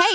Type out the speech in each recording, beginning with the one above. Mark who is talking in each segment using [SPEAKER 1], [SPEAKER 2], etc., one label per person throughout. [SPEAKER 1] Hey,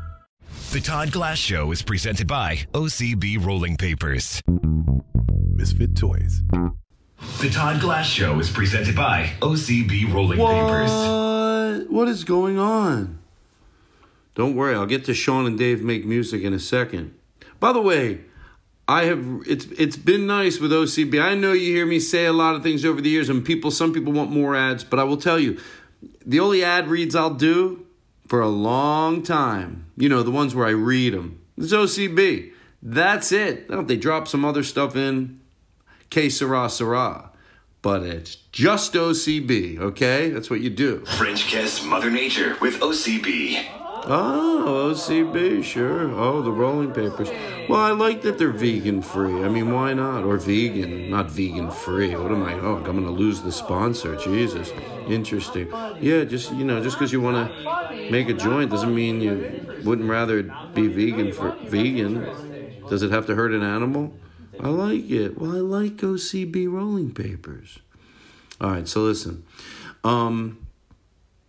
[SPEAKER 2] The Todd Glass Show is presented by OCB Rolling Papers.
[SPEAKER 3] Misfit Toys.
[SPEAKER 2] The Todd Glass Show is presented by OCB Rolling Papers.
[SPEAKER 4] What? What is going on? Don't worry, I'll get to Sean and Dave make music in a second. By the way, I have it's it's been nice with OCB. I know you hear me say a lot of things over the years, and people some people want more ads, but I will tell you, the only ad reads I'll do for a long time, you know, the ones where I read them, is OCB. That's it. I don't they drop some other stuff in. K Sarah Sarah. But it's just OCB, okay? That's what you do.
[SPEAKER 2] French Kiss Mother Nature with OCB.
[SPEAKER 4] Oh, OCB, sure. Oh, the rolling papers. Well, I like that they're vegan free. I mean, why not? Or vegan, not vegan free. What am I? Oh, I'm going to lose the sponsor. Jesus. Interesting. Yeah, just, you know, just because you want to make a joint doesn't mean you wouldn't rather it be vegan for vegan. Does it have to hurt an animal? I like it. Well, I like OCB rolling papers. All right, so listen. Um,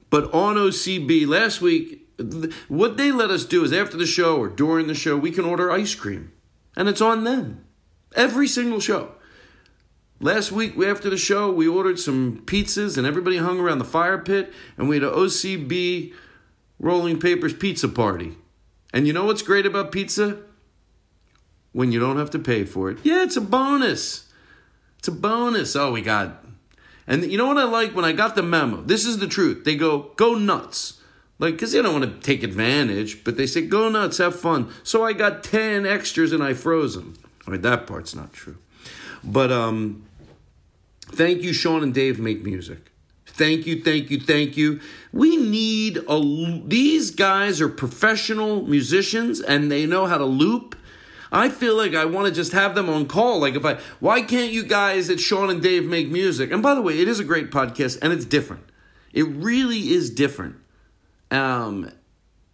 [SPEAKER 4] but on OCB last week, th- what they let us do is after the show or during the show, we can order ice cream, and it's on them. Every single show. Last week after the show, we ordered some pizzas, and everybody hung around the fire pit, and we had an OCB rolling papers pizza party. And you know what's great about pizza? When you don't have to pay for it. Yeah, it's a bonus. It's a bonus. Oh, we got. And you know what I like when I got the memo? This is the truth. They go, go nuts. Like, because they don't want to take advantage, but they say, go nuts, have fun. So I got 10 extras and I froze them. I mean, that part's not true. But um, thank you, Sean and Dave make music. Thank you, thank you, thank you. We need a. l- These guys are professional musicians and they know how to loop. I feel like I want to just have them on call. Like, if I, why can't you guys at Sean and Dave make music? And by the way, it is a great podcast and it's different. It really is different. Um,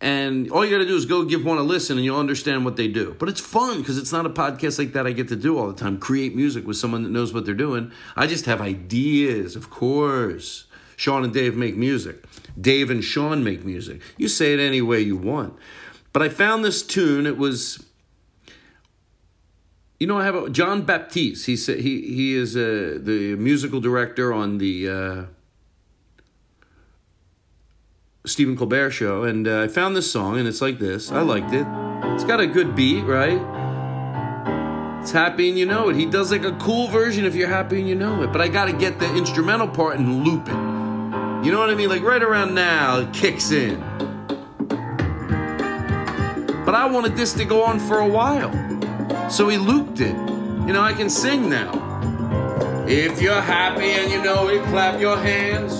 [SPEAKER 4] and all you got to do is go give one a listen and you'll understand what they do. But it's fun because it's not a podcast like that I get to do all the time. Create music with someone that knows what they're doing. I just have ideas, of course. Sean and Dave make music. Dave and Sean make music. You say it any way you want. But I found this tune. It was you know, I have a, John Baptiste. He sa- he he is uh, the musical director on the uh, Stephen Colbert show, and uh, I found this song, and it's like this. I liked it. It's got a good beat, right? It's happy and you know it. He does like a cool version if you're happy and you know it. But I got to get the instrumental part and loop it. You know what I mean? Like right around now, it kicks in. But I wanted this to go on for a while. So he looped it. You know, I can sing now. If you're happy and you know it, clap your hands.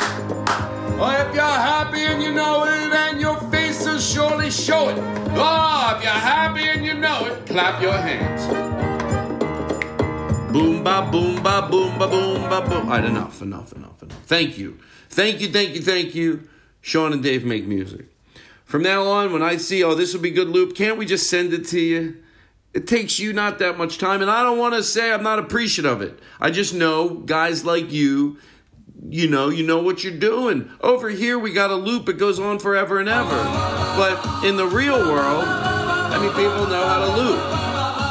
[SPEAKER 4] Or if you're happy and you know it, and your face will surely show it. Oh, if you're happy and you know it, clap your hands. Boom ba boom ba boom ba boom ba boom. All right, enough, enough, enough, enough. Thank you. Thank you, thank you, thank you. Sean and Dave make music. From now on, when I see, oh, this would be good loop, can't we just send it to you? It takes you not that much time, and I don't want to say I'm not appreciative of it. I just know guys like you, you know, you know what you're doing. Over here, we got a loop, it goes on forever and ever. But in the real world, I mean, people know how to loop.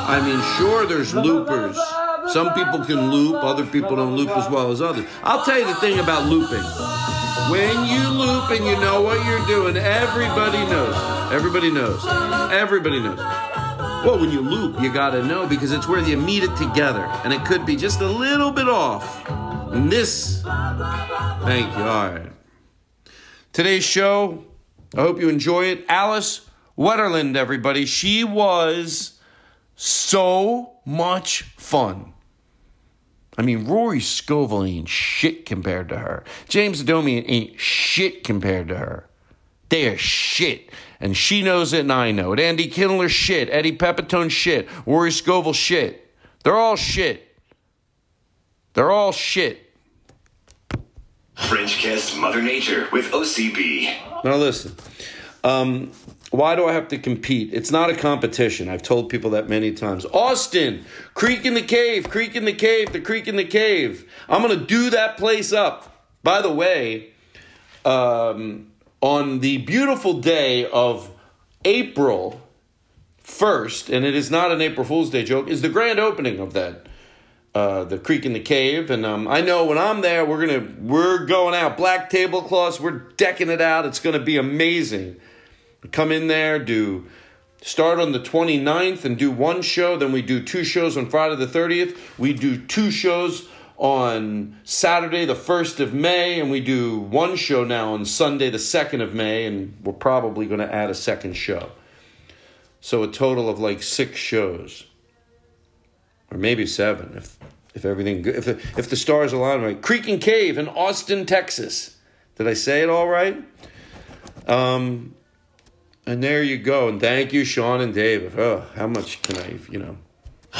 [SPEAKER 4] I mean, sure, there's loopers. Some people can loop, other people don't loop as well as others. I'll tell you the thing about looping. When you loop and you know what you're doing, everybody knows. Everybody knows. Everybody knows. Well, when you loop, you gotta know because it's where you meet it together, and it could be just a little bit off. And this, thank you. All right. Today's show, I hope you enjoy it. Alice Wetterland, everybody. She was so much fun. I mean, Rory Scovel ain't shit compared to her. James Adomian ain't shit compared to her. They are shit. And she knows it and I know it. Andy Kindler, shit. Eddie Pepitone, shit. Rory Scovel, shit. They're all shit. They're all shit.
[SPEAKER 2] French Kiss Mother Nature with OCB.
[SPEAKER 4] Now listen, um, why do I have to compete? It's not a competition. I've told people that many times. Austin, Creek in the Cave, Creek in the Cave, the Creek in the Cave. I'm gonna do that place up. By the way, um, on the beautiful day of April first, and it is not an April Fool's Day joke, is the grand opening of that uh, the creek in the cave, and um, I know when I'm there, we're gonna we're going out black tablecloths. We're decking it out. It's gonna be amazing. Come in there, do start on the 29th and do one show. Then we do two shows on Friday the 30th. We do two shows on Saturday the 1st of May, and we do one show now on Sunday the 2nd of May, and we're probably gonna add a second show. So a total of like six shows or maybe seven if if everything go- if the, if the stars align right. Creek and Cave in Austin, Texas. Did I say it all right? Um, and there you go. And thank you, Sean and David. Oh, how much can I? You know.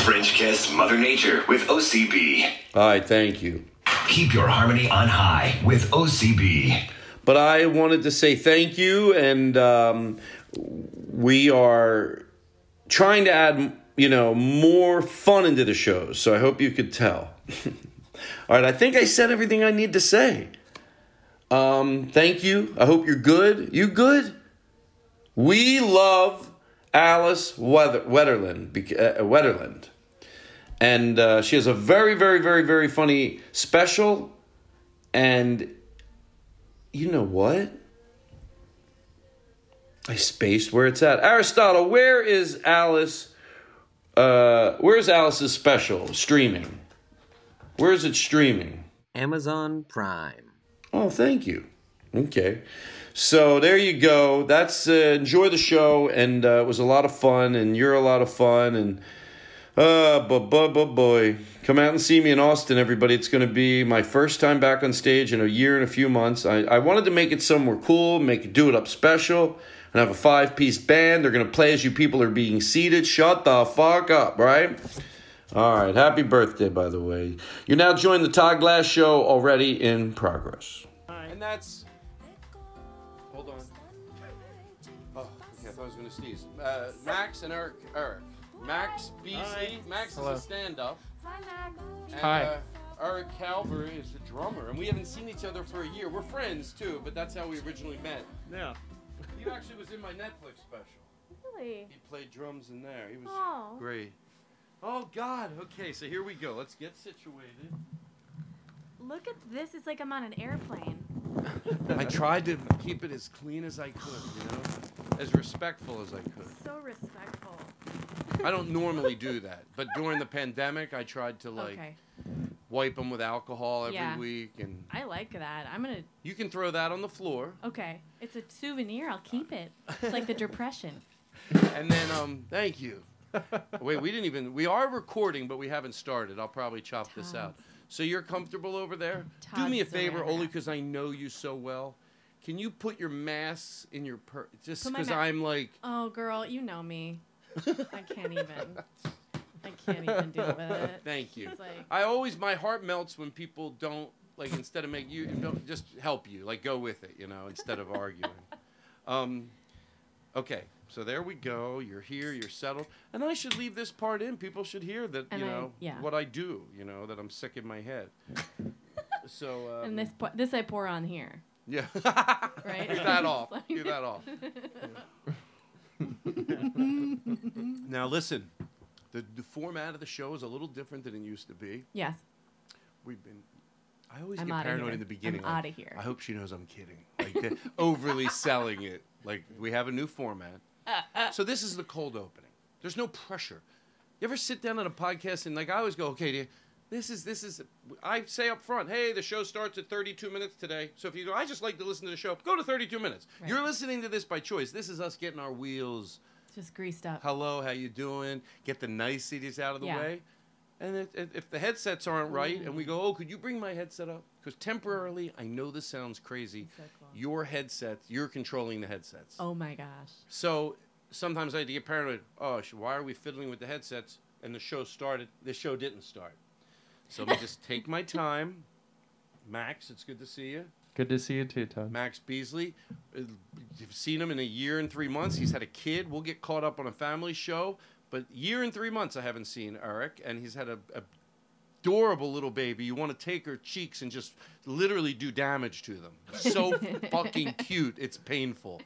[SPEAKER 2] French Kiss Mother Nature with OCB.
[SPEAKER 4] All right, thank you.
[SPEAKER 2] Keep your harmony on high with OCB.
[SPEAKER 4] But I wanted to say thank you, and um, we are trying to add, you know, more fun into the shows. So I hope you could tell. All right, I think I said everything I need to say. Um, thank you. I hope you're good. You good? We love Alice Weather- Wetterland, bec- uh, Wetterland, and uh, she has a very, very, very, very funny special. And you know what? I spaced where it's at. Aristotle, where is Alice? Uh, where's Alice's special streaming? Where is it streaming?
[SPEAKER 5] Amazon Prime.
[SPEAKER 4] Oh, thank you. Okay. So there you go. That's uh, enjoy the show, and uh, it was a lot of fun, and you're a lot of fun, and uh, bu- bu- bu- boy, come out and see me in Austin, everybody. It's going to be my first time back on stage in a year and a few months. I, I wanted to make it somewhere cool, make it do it up special, and have a five piece band. They're going to play as you people are being seated. Shut the fuck up, right? All right. Happy birthday, by the way. You now join the Todd Glass Show already in progress. And that's. Hold on. Oh, okay. I thought I was going to sneeze. Uh, Max and Eric. Eric. Max BC. Max is a stand up. Hi. Uh, Eric Calvary is the drummer. And we haven't seen each other for a year. We're friends, too, but that's how we originally met.
[SPEAKER 6] Yeah.
[SPEAKER 4] He actually was in my Netflix special. Really? He played drums in there. He was great. Oh, God. Okay, so here we go. Let's get situated.
[SPEAKER 7] Look at this. It's like I'm on an airplane.
[SPEAKER 4] I tried to keep it as clean as I could, you know, as respectful as I could.
[SPEAKER 7] So respectful.
[SPEAKER 4] I don't normally do that, but during the pandemic, I tried to like
[SPEAKER 7] okay.
[SPEAKER 4] wipe them with alcohol every
[SPEAKER 7] Yeah.
[SPEAKER 4] week, and
[SPEAKER 7] I like that. I'm going to.
[SPEAKER 4] you can throw that on the floor,
[SPEAKER 7] Okay. It's a souvenir. I'll keep it. It's like the Depression.
[SPEAKER 4] and then um, thank you. Wait, we didn't even. We are recording, but we haven't started. I'll probably chop this out. So you're comfortable over there? do me a
[SPEAKER 7] Todd's
[SPEAKER 4] favor,
[SPEAKER 7] aware.
[SPEAKER 4] only because I know you so well. Can you put your masks in your per? Just
[SPEAKER 7] Put my
[SPEAKER 4] because
[SPEAKER 7] ma-
[SPEAKER 4] I'm like.
[SPEAKER 7] Oh, girl, you know me. I can't even. I can't even deal with it.
[SPEAKER 4] Thank you.
[SPEAKER 7] It's like-
[SPEAKER 4] I always my heart melts when people don't like instead of make you don't just help you like go with it you know instead of arguing. Um, Okay, so there we go. You're here. You're settled. And I should leave this part in. People should hear that
[SPEAKER 7] And
[SPEAKER 4] you
[SPEAKER 7] I-
[SPEAKER 4] know
[SPEAKER 7] yeah.
[SPEAKER 4] what I do. You know that I'm sick in my head. so um,
[SPEAKER 7] and this po- this I pour on here,
[SPEAKER 4] yeah,
[SPEAKER 7] right?
[SPEAKER 4] get that off. Get that off. now listen, the, the format of the show is a little different than it used to be.
[SPEAKER 7] Yes.
[SPEAKER 4] We've been. I always
[SPEAKER 7] I'm
[SPEAKER 4] get
[SPEAKER 7] outta
[SPEAKER 4] paranoid
[SPEAKER 7] here.
[SPEAKER 4] in the beginning.
[SPEAKER 7] I'm
[SPEAKER 4] like,
[SPEAKER 7] outta here.
[SPEAKER 4] I hope she knows I'm kidding. Like the- overly selling it. Like we have a new format. So this is the cold opening. There's no pressure. You ever sit down on a podcast and like I always go, okay, dear, this is this is. I say up front, hey, the show starts at 32 minutes today. So if you go, I just like to listen to the show. Go to 32 minutes. You're listening to this by choice. This is us getting our wheels.
[SPEAKER 7] Just greased up.
[SPEAKER 4] Hello, how you doing? Get the niceties out of the
[SPEAKER 7] Yeah. Mm.
[SPEAKER 4] way. And if, if- if the headsets aren't right, and we go, oh, could you bring my headset up? Because temporarily, I know this sounds crazy. Your headsets, you're controlling the headsets.
[SPEAKER 7] Oh my gosh.
[SPEAKER 4] So sometimes I get paranoid. Oh, sh- why are we fiddling with the headsets? And the show started. The show didn't start. So let me just take my time. Max, it's good to see you.
[SPEAKER 8] Good to see you too, Todd.
[SPEAKER 4] Max Beasley. Uh, You've seen him in a year and three months. He's had a kid. We'll get caught up on a family show. But year and three months, I haven't seen Eric, and he's had a, a adorable little baby. You want to take her cheeks and just literally do damage to them. So fucking cute. It's painful.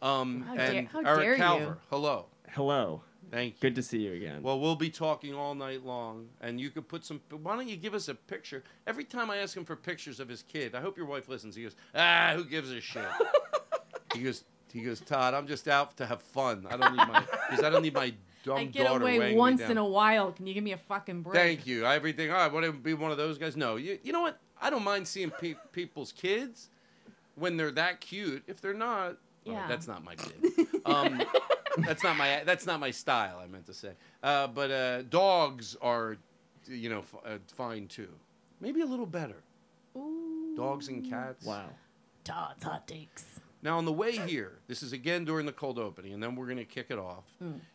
[SPEAKER 4] Um,
[SPEAKER 7] How
[SPEAKER 4] and
[SPEAKER 7] dare- how
[SPEAKER 4] Eric
[SPEAKER 7] dare you.
[SPEAKER 4] Calver, hello.
[SPEAKER 8] Hello.
[SPEAKER 4] Thank you.
[SPEAKER 8] Good to see you again.
[SPEAKER 4] Well, we'll be talking all night long, and you could put some. Why don't you give us a picture? Every time I ask him for pictures of his kid, I hope your wife listens. He goes, "Ah, who gives a shit?" he goes, "He goes, Todd, I'm just out to have fun. I don't need my, because I don't need my dumb
[SPEAKER 7] I get
[SPEAKER 4] daughter weighing
[SPEAKER 7] away
[SPEAKER 4] me
[SPEAKER 7] once
[SPEAKER 4] down."
[SPEAKER 7] in a while. Can you give me a fucking break?
[SPEAKER 4] Thank you. Everything. All right, want to be one of those guys? No. You, you know what? I don't mind seeing pe- people's kids when they're that cute. If they're not, oh,
[SPEAKER 7] Yeah.
[SPEAKER 4] that's not my kid. Um, that's not my. That's not my style. I meant to say. Uh, but uh, dogs are, you know, f- uh, fine too. Maybe a little better. Dogs and cats.
[SPEAKER 8] wow.
[SPEAKER 7] Todd's hot takes.
[SPEAKER 4] Now, on the way here, this is again during the cold opening, and then we're going to kick it off.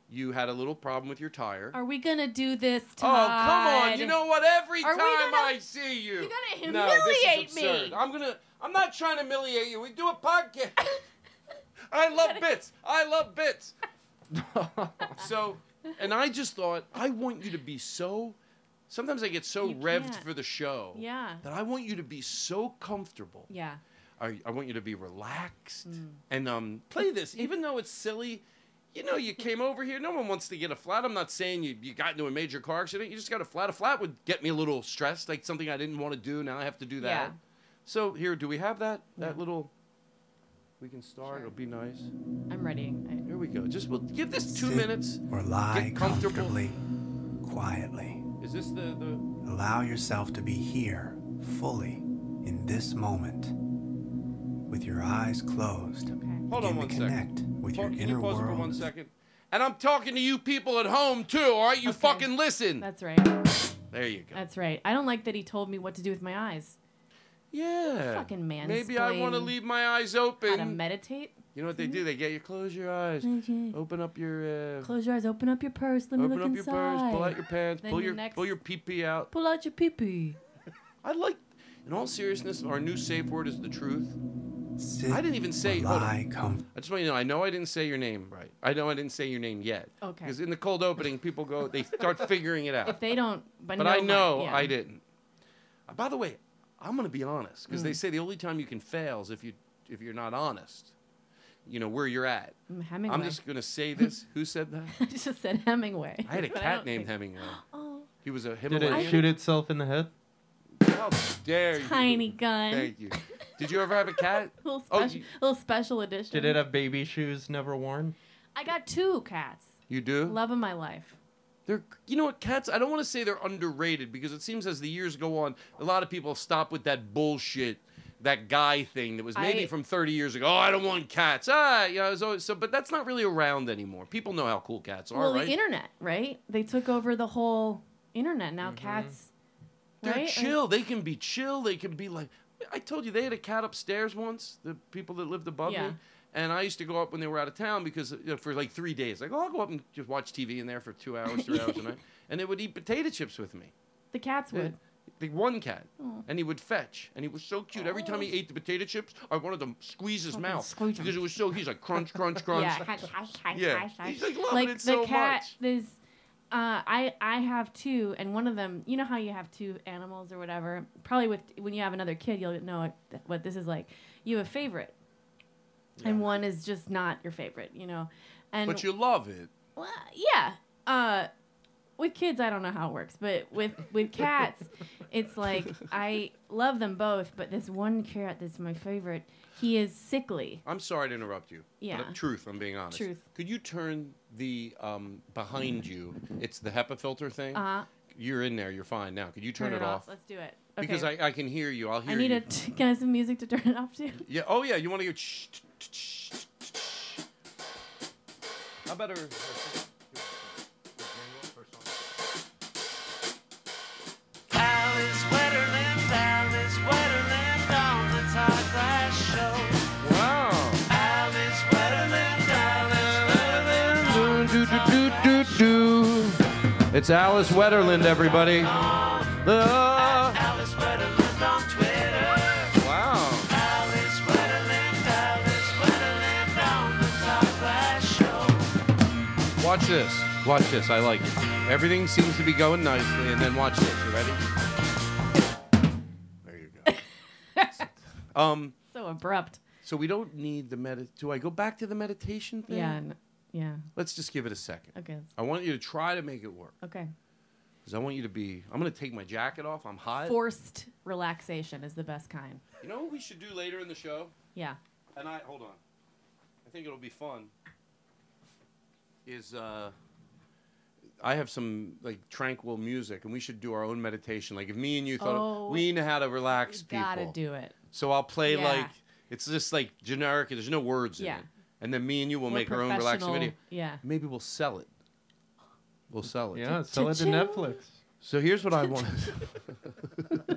[SPEAKER 4] You had a little problem with your tire.
[SPEAKER 7] Are we gonna do this,
[SPEAKER 4] Oh,
[SPEAKER 7] Todd?
[SPEAKER 4] come on. You know what? Every
[SPEAKER 7] Are we
[SPEAKER 4] time
[SPEAKER 7] gonna-
[SPEAKER 4] I see you.
[SPEAKER 7] You're gonna
[SPEAKER 4] No, this is
[SPEAKER 7] humiliate me.
[SPEAKER 4] absurd. I'm going to I'm not trying to humiliate you. We do a podcast. I love bits. I love bits. so, and I just thought I want you to be so Sometimes I get so
[SPEAKER 7] You
[SPEAKER 4] revved
[SPEAKER 7] can't.
[SPEAKER 4] for the show
[SPEAKER 7] Yeah.
[SPEAKER 4] that I want you to be so comfortable.
[SPEAKER 7] Yeah.
[SPEAKER 4] I, I want you to be relaxed
[SPEAKER 7] Mm.
[SPEAKER 4] and um, play this, even though it's silly. You know, you came over here. No one wants to get a flat. I'm not saying you, you got into a major car accident. You just got a flat. A flat would get me a little stressed, like something I didn't want to do. Now I have to do that.
[SPEAKER 7] Yeah.
[SPEAKER 4] So here, do we have that? That little. We can start. It'll be nice.
[SPEAKER 7] I'm ready. I,
[SPEAKER 4] Here we go. Just we'll give this two
[SPEAKER 9] Sit
[SPEAKER 4] minutes.
[SPEAKER 10] Or lie
[SPEAKER 4] Get comfortable.
[SPEAKER 10] comfortably, quietly.
[SPEAKER 4] Is this the the?
[SPEAKER 10] Allow yourself to be here fully in this moment. With your eyes closed,
[SPEAKER 7] okay.
[SPEAKER 4] Hold on
[SPEAKER 10] begin
[SPEAKER 4] one
[SPEAKER 10] to
[SPEAKER 4] second.
[SPEAKER 10] connect with
[SPEAKER 4] Pa-
[SPEAKER 10] your
[SPEAKER 4] can
[SPEAKER 10] inner
[SPEAKER 4] you pause it
[SPEAKER 10] world.
[SPEAKER 4] for one second? And I'm talking to you people at home too. All right, you
[SPEAKER 7] Okay.
[SPEAKER 4] fucking listen.
[SPEAKER 7] That's right.
[SPEAKER 4] there you go.
[SPEAKER 7] That's right. I don't like that he told me what to do with my eyes.
[SPEAKER 4] Yeah.
[SPEAKER 7] Fucking
[SPEAKER 4] Maybe I want to
[SPEAKER 7] mansplain.
[SPEAKER 4] leave my eyes
[SPEAKER 7] How to
[SPEAKER 4] open.
[SPEAKER 7] meditate?
[SPEAKER 4] you know what they do? They get you close your eyes, open up your, uh,
[SPEAKER 7] Close your eyes. Open up your purse. Let me
[SPEAKER 4] open
[SPEAKER 7] look
[SPEAKER 4] up your
[SPEAKER 7] inside.
[SPEAKER 4] purse, pull out your pants,
[SPEAKER 7] Then
[SPEAKER 4] pull
[SPEAKER 7] your
[SPEAKER 4] your
[SPEAKER 7] next-
[SPEAKER 4] pull your pee pee out.
[SPEAKER 7] Pull out your pee pee.
[SPEAKER 4] I like. In all seriousness, our new safe word is the truth.
[SPEAKER 10] Sit
[SPEAKER 4] I didn't even say-
[SPEAKER 10] or
[SPEAKER 4] hold on.
[SPEAKER 10] lie comfortably.
[SPEAKER 4] I just want you to know. I know I didn't say your name right. I know I didn't say your name yet.
[SPEAKER 7] Okay.
[SPEAKER 4] Because in the cold opening, people go. They start figuring it out.
[SPEAKER 7] If they don't, but,
[SPEAKER 4] But
[SPEAKER 7] no,
[SPEAKER 4] I
[SPEAKER 7] my-
[SPEAKER 4] know
[SPEAKER 7] yeah.
[SPEAKER 4] I didn't. Uh, By the way, I'm going to be honest
[SPEAKER 7] Mm.
[SPEAKER 4] because they say the only time you can fail is if you if you're not honest. You know where you're at.
[SPEAKER 7] Mm, Hemingway.
[SPEAKER 4] I'm just going to say this. Who said
[SPEAKER 7] I
[SPEAKER 4] that?
[SPEAKER 7] just said Hemingway.
[SPEAKER 4] I had a
[SPEAKER 7] But
[SPEAKER 4] cat
[SPEAKER 7] don't
[SPEAKER 4] named
[SPEAKER 7] think-
[SPEAKER 4] Hemingway.
[SPEAKER 7] Oh,
[SPEAKER 4] He was a
[SPEAKER 8] Did it
[SPEAKER 4] Himalayan.
[SPEAKER 8] shoot itself in the head?
[SPEAKER 4] How dare you?
[SPEAKER 7] tiny gun.
[SPEAKER 4] Thank you. Did you ever have a cat?
[SPEAKER 7] Little
[SPEAKER 4] Oh,
[SPEAKER 7] special,
[SPEAKER 4] you-
[SPEAKER 7] little special edition.
[SPEAKER 8] Did it have baby shoes never worn?
[SPEAKER 7] I got two cats.
[SPEAKER 4] You do?
[SPEAKER 7] Love of my life.
[SPEAKER 4] They're, you know what, cats. I don't want to say they're underrated because it seems as the years go on, a lot of people stop with that bullshit, that guy thing that was maybe
[SPEAKER 7] I-
[SPEAKER 4] from 30 years ago. Oh, I don't want cats. Ah, you know, so, so but that's not really around anymore. People know how cool cats are,
[SPEAKER 7] well,
[SPEAKER 4] right?
[SPEAKER 7] the internet, right? They took over the whole internet. Now
[SPEAKER 4] Mm-hmm.
[SPEAKER 7] cats,
[SPEAKER 4] they're
[SPEAKER 7] right?
[SPEAKER 4] chill. They can be chill. They can be like, I told you, they had a cat upstairs once. The people that lived above
[SPEAKER 7] Yeah.
[SPEAKER 4] me. And I used to go up when they were out of town because you know, for like three days, like oh, I'll go up and just watch TV in there for two hours, three hours a night, and they would eat potato chips with me.
[SPEAKER 7] The cats
[SPEAKER 4] Yeah.
[SPEAKER 7] would.
[SPEAKER 4] the one cat,
[SPEAKER 7] Oh.
[SPEAKER 4] and he would fetch, and he was so cute. Every time he ate the potato chips, I wanted to squeeze his
[SPEAKER 7] Fucking
[SPEAKER 4] mouth
[SPEAKER 7] squeeze him.
[SPEAKER 4] because it was so. He's like crunch, crunch, crunch.
[SPEAKER 7] Yeah, hush, hush, hush,
[SPEAKER 4] Yeah.
[SPEAKER 7] hush, hush.
[SPEAKER 4] He's like loving
[SPEAKER 7] like
[SPEAKER 4] it
[SPEAKER 7] the
[SPEAKER 4] so
[SPEAKER 7] cat
[SPEAKER 4] much.
[SPEAKER 7] is. Uh, I I have two, and one of them. You know how you have two animals or whatever. Probably with when you have another kid, you'll know it, what this is like. You have a favorite, and one is just not your favorite. You know, and
[SPEAKER 11] but you love it.
[SPEAKER 7] well, yeah. Uh, with kids, I don't know how it works, but with with cats, it's like I love them both, but this one cat that's my favorite. He is sickly.
[SPEAKER 4] I'm sorry to interrupt you. but
[SPEAKER 7] Yeah.
[SPEAKER 4] I'm- truth, I'm being honest.
[SPEAKER 7] Truth.
[SPEAKER 4] Could you turn the um, behind you? It's the HEPA filter thing.
[SPEAKER 7] Uh-huh.
[SPEAKER 4] You're in there. You're fine now. Could you turn, it, off?
[SPEAKER 7] Let's do it.
[SPEAKER 4] Because I, I can hear you. I'll hear
[SPEAKER 7] I need
[SPEAKER 4] you.
[SPEAKER 7] a t- can I have some music to turn it off to?
[SPEAKER 4] Yeah. Oh yeah. You want to go? Shh, t- t- shh, t- t- shh. I better.
[SPEAKER 10] Alice Wetterland, Alice Wetterland on the Todd Glass Show.
[SPEAKER 4] Wow.
[SPEAKER 10] Alice Wetterland, Alice Wetterland on
[SPEAKER 4] Do, do, do, do, do. It's Alice Wetterland, everybody. The-
[SPEAKER 10] Alice Wetterland on Twitter.
[SPEAKER 4] wow.
[SPEAKER 10] Alice Wetterland, Alice Wetterland on the Todd Glass Show.
[SPEAKER 4] Watch this. Watch this. I like it. Everything seems to be going nicely, and then watch this. You ready? There you go. um.
[SPEAKER 7] So abrupt.
[SPEAKER 4] So we don't need the medit. Do I go back to the meditation thing?
[SPEAKER 7] Yeah. n- yeah.
[SPEAKER 4] Let's just give it a second.
[SPEAKER 7] Okay.
[SPEAKER 4] I want you to try to make it work.
[SPEAKER 7] Okay.
[SPEAKER 4] Because I want you to be. I'm gonna take my jacket off. I'm hot.
[SPEAKER 7] Forced relaxation is the best kind.
[SPEAKER 4] You know what we should do later in the show?
[SPEAKER 7] Yeah.
[SPEAKER 4] And I hold on. I think it'll be fun. Is uh. I have some like tranquil music, and we should do our own meditation. Like if me and you thought
[SPEAKER 7] Oh,
[SPEAKER 4] we know how to relax people,
[SPEAKER 7] Gotta do it.
[SPEAKER 4] So I'll play
[SPEAKER 7] Yeah.
[SPEAKER 4] like it's just like generic. There's no words
[SPEAKER 7] Yeah.
[SPEAKER 4] in it. And then me and you will make our own relaxing video.
[SPEAKER 7] Yeah.
[SPEAKER 4] Maybe we'll sell it. We'll sell it.
[SPEAKER 8] Yeah, sell it to Cha-ching. Netflix.
[SPEAKER 4] So here's what I want.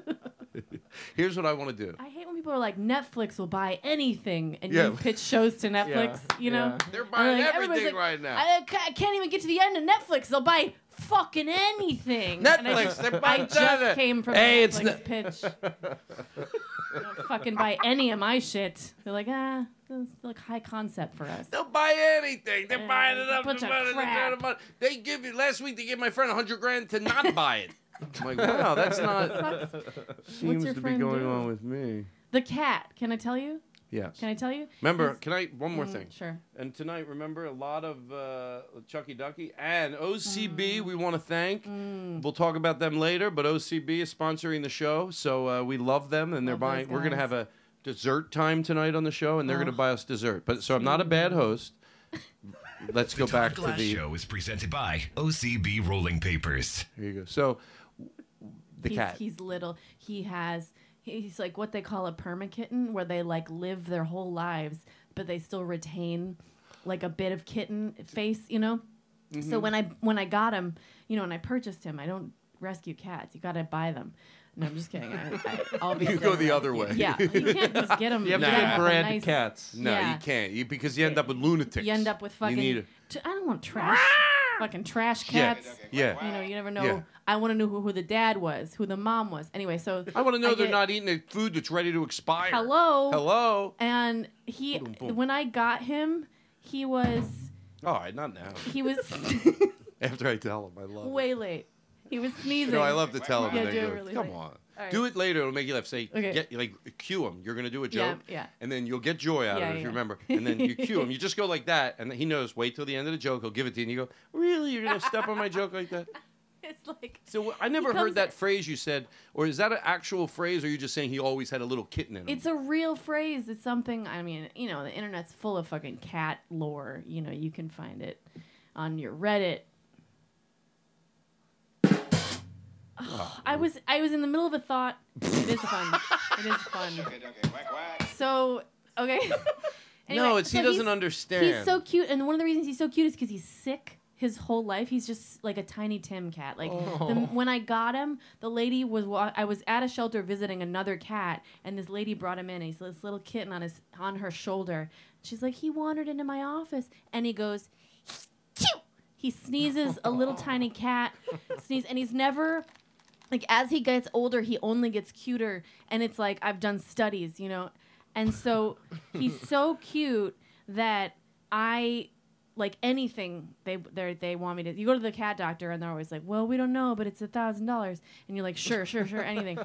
[SPEAKER 4] here's what I want to do.
[SPEAKER 7] I hate when people are like Netflix will buy anything, and
[SPEAKER 4] Yeah.
[SPEAKER 7] you pitch shows to Netflix. You know,
[SPEAKER 4] yeah. They're
[SPEAKER 7] And
[SPEAKER 4] buying
[SPEAKER 7] everybody's
[SPEAKER 4] everything right now.
[SPEAKER 7] I, ca- I can't even get to the end of Netflix. They'll buy fucking anything. And I
[SPEAKER 4] Netflix,
[SPEAKER 7] just,
[SPEAKER 4] they're
[SPEAKER 7] I
[SPEAKER 4] buying
[SPEAKER 7] just
[SPEAKER 4] everything.
[SPEAKER 7] came from
[SPEAKER 4] Hey,
[SPEAKER 7] the
[SPEAKER 4] it's
[SPEAKER 7] Netflix pitch. Don't fucking buy any of my shit. They're like, ah, this is like high concept for us.
[SPEAKER 4] They'll buy anything. They're buying it up.
[SPEAKER 7] bunch
[SPEAKER 4] They're
[SPEAKER 7] of
[SPEAKER 4] buying it, they're
[SPEAKER 7] crap.
[SPEAKER 4] buying it, they're buying it. They give you last week. They gave my friend a hundred grand to not buy it. I'm like, wow, that's not.
[SPEAKER 7] What's your friend doing?
[SPEAKER 4] with me.
[SPEAKER 7] The cat. Can I tell you?
[SPEAKER 4] Yes.
[SPEAKER 7] Can I tell you?
[SPEAKER 4] Remember,
[SPEAKER 7] He's-
[SPEAKER 4] can I one more
[SPEAKER 7] Mm,
[SPEAKER 4] thing?
[SPEAKER 7] Sure.
[SPEAKER 4] And tonight, remember a lot of uh, Chucky Ducky and OCB.
[SPEAKER 7] Mm.
[SPEAKER 4] We want to thank. We'll talk about them later, but OCB is sponsoring the show, so uh, we love them, and they're
[SPEAKER 11] Love those
[SPEAKER 4] buying. We're gonna
[SPEAKER 11] guys.
[SPEAKER 4] have a dessert time tonight on the show, and they're gonna
[SPEAKER 11] Oh.
[SPEAKER 4] buy us dessert. But so I'm not a
[SPEAKER 7] Mm.
[SPEAKER 4] bad host. Let's go back to
[SPEAKER 2] Glass
[SPEAKER 4] the.
[SPEAKER 2] Show is presented by OCB Rolling Papers.
[SPEAKER 4] Here you go. So the
[SPEAKER 7] he's,
[SPEAKER 2] cat.
[SPEAKER 7] He's little. He has. He's like what they call a perma kitten, where they like live their whole lives, but they still retain like a bit of kitten face, you know. So
[SPEAKER 12] Mhm.
[SPEAKER 7] when I when I got him, you know, and I purchased him, I don't rescue cats. You gotta buy them. No, I'm just kidding. I, I, I'll be
[SPEAKER 4] You go the other way.
[SPEAKER 7] Yeah, you can't just get them.
[SPEAKER 4] You have to
[SPEAKER 7] yeah,
[SPEAKER 4] get brand
[SPEAKER 7] nice-
[SPEAKER 4] cats. No,
[SPEAKER 7] yeah.
[SPEAKER 4] you can't. You, because you end up with lunatics.
[SPEAKER 7] You end up with fucking.
[SPEAKER 4] need a-
[SPEAKER 7] t- I don't want trash. fucking trash
[SPEAKER 4] Yeah,
[SPEAKER 7] cats.
[SPEAKER 4] yeah.
[SPEAKER 7] You know, you never know.
[SPEAKER 4] Yeah.
[SPEAKER 7] I want to know who, who the dad was, who the mom was. Anyway, so
[SPEAKER 4] I want to know they're
[SPEAKER 7] get-
[SPEAKER 4] not eating the food that's ready to expire.
[SPEAKER 7] Hello.
[SPEAKER 4] Hello.
[SPEAKER 7] And he,
[SPEAKER 4] Boom, boom.
[SPEAKER 7] when I got him, he was
[SPEAKER 4] All right, not now.
[SPEAKER 7] he was
[SPEAKER 4] After I tell him, I love. it.
[SPEAKER 7] way late. He was sneezing.
[SPEAKER 4] No, I love to tell them.
[SPEAKER 7] Yeah,
[SPEAKER 4] and they
[SPEAKER 7] do it
[SPEAKER 4] go,
[SPEAKER 7] really
[SPEAKER 4] Come
[SPEAKER 7] late.
[SPEAKER 4] on.
[SPEAKER 7] All right.
[SPEAKER 4] Do it later. It'll make you laugh. Say,
[SPEAKER 7] Okay.
[SPEAKER 4] get, like, cue them. You're going to do a
[SPEAKER 7] Yeah,
[SPEAKER 4] joke.
[SPEAKER 7] yeah.
[SPEAKER 4] And then you'll get joy out of
[SPEAKER 7] Yeah,
[SPEAKER 4] it if
[SPEAKER 7] yeah.
[SPEAKER 4] you remember. And then you cue him. You just go like that. And he knows, wait till the end of the joke. He'll give it to you. And you go, really? You're going to step on my joke like that?
[SPEAKER 7] It's like
[SPEAKER 4] So I never
[SPEAKER 7] He
[SPEAKER 4] heard
[SPEAKER 7] comes-
[SPEAKER 4] that phrase you said. Or is that an actual phrase? Or are you just saying he always had a little kitten in him?
[SPEAKER 7] It's a real phrase. It's something. I mean, you know, the internet's full of fucking cat lore. You know, you can find it on your Reddit.
[SPEAKER 4] Oh,
[SPEAKER 7] Ugh, I was I was in the middle of a thought. It is fun. It is fun. So okay.
[SPEAKER 4] No, it's- he doesn't
[SPEAKER 7] he's-
[SPEAKER 4] understand.
[SPEAKER 7] He's so cute, and one of the reasons he's so cute is because he's sick his whole life. He's just like a tiny Tim cat. Like the,
[SPEAKER 12] Oh.
[SPEAKER 7] when I got him, the lady was wa- I was at a shelter visiting another cat, and this lady brought him in. He's this little kitten on his on her shoulder. She's like, he wandered into my office, and he goes, "Chew!" he sneezes. A little tiny cat sneeze, and he's never like as he gets older, he only gets cuter, and it's like I've done studies, you know, and so he's so cute that I like anything they they they want me to. You go to the cat doctor, and they're always like, "Well, we don't know, but it's a thousand dollars," and you're like, "Sure, sure, sure, anything."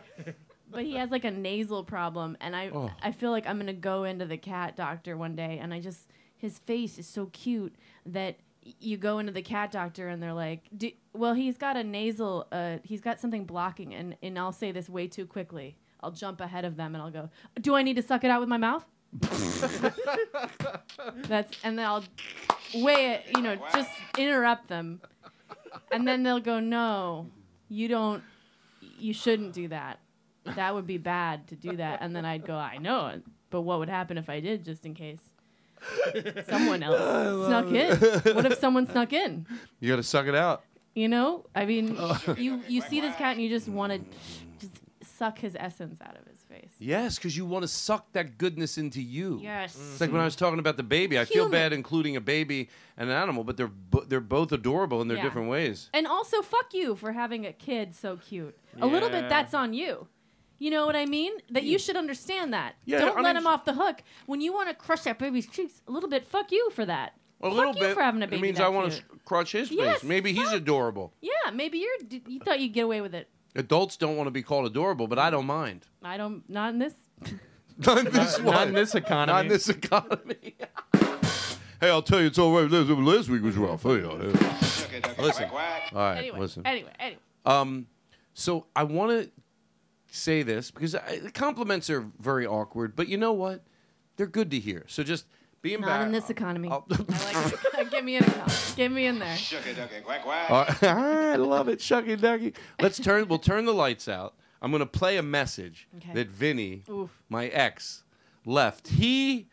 [SPEAKER 7] But he has like a nasal problem, and I
[SPEAKER 13] Oh.
[SPEAKER 7] I feel like I'm gonna go into the cat doctor one day, and I just his face is so cute that y- you go into the cat doctor and they're like, D- "Well, he's got a nasal, uh, he's got something blocking," and and I'll say this way too quickly. I'll jump ahead of them and I'll go, "Do I need to suck it out with my mouth?" That's and then I'll weigh it, you know, just interrupt them, and then they'll go, "No, you don't, you shouldn't do that. That would be bad to do that." And then I'd go, "I know it, but what would happen if I did, just in case someone else snuck
[SPEAKER 4] love
[SPEAKER 7] in? What if someone snuck in?
[SPEAKER 4] You got to suck it out.
[SPEAKER 7] You know, I mean,
[SPEAKER 4] Oh.
[SPEAKER 7] you you see this cat and you just want to just suck his essence out of his face."
[SPEAKER 4] Yes, because you want to suck that goodness into you.
[SPEAKER 7] Yes.
[SPEAKER 4] It's like when I was talking about the baby. I feel
[SPEAKER 7] Human.
[SPEAKER 4] bad including a baby and an animal, but they're bo- they're both adorable in their
[SPEAKER 7] Yeah.
[SPEAKER 4] different ways.
[SPEAKER 7] And also, fuck you for having a kid so cute. A little
[SPEAKER 4] Yeah. Hmm.
[SPEAKER 7] bit that's on you. You know what I mean? That you should understand that.
[SPEAKER 4] Yeah,
[SPEAKER 7] Don't
[SPEAKER 4] I
[SPEAKER 7] let
[SPEAKER 4] mean-
[SPEAKER 7] him off the hook. When you want to crush that baby's cheeks a little bit, fuck you for that.
[SPEAKER 4] A
[SPEAKER 7] fuck
[SPEAKER 4] little
[SPEAKER 7] you
[SPEAKER 4] bit.
[SPEAKER 7] for having a baby.
[SPEAKER 4] It means
[SPEAKER 7] that
[SPEAKER 4] I want
[SPEAKER 7] cute.
[SPEAKER 4] to crotch his face.
[SPEAKER 7] Yes,
[SPEAKER 4] Maybe he's adorable.
[SPEAKER 7] Yeah, maybe you're. d- You thought you'd get away with it.
[SPEAKER 4] Adults don't want to be called adorable, but I don't mind.
[SPEAKER 7] I don't. Not in this.
[SPEAKER 4] Not in this
[SPEAKER 8] Not-
[SPEAKER 4] one.
[SPEAKER 8] not in this economy.
[SPEAKER 4] Not in this economy. hey, I'll tell you, it's all right. Last, last week was rough. Hey, uh, hey. Listen. All right,
[SPEAKER 7] anyway,
[SPEAKER 4] listen.
[SPEAKER 7] Anyway. Anyway.
[SPEAKER 4] Um, so I want to say this because I, the compliments are very awkward, but you know what? They're good to hear. So just be
[SPEAKER 7] Not
[SPEAKER 4] embarrassed.
[SPEAKER 7] in this economy. I like it. Get me in. Get me in there.
[SPEAKER 4] I love it, Shucky Ducky. Let's turn. We'll turn the lights out. I'm gonna play a message
[SPEAKER 7] Okay.
[SPEAKER 4] that Vinny,
[SPEAKER 7] Oof.
[SPEAKER 4] my ex, left. He,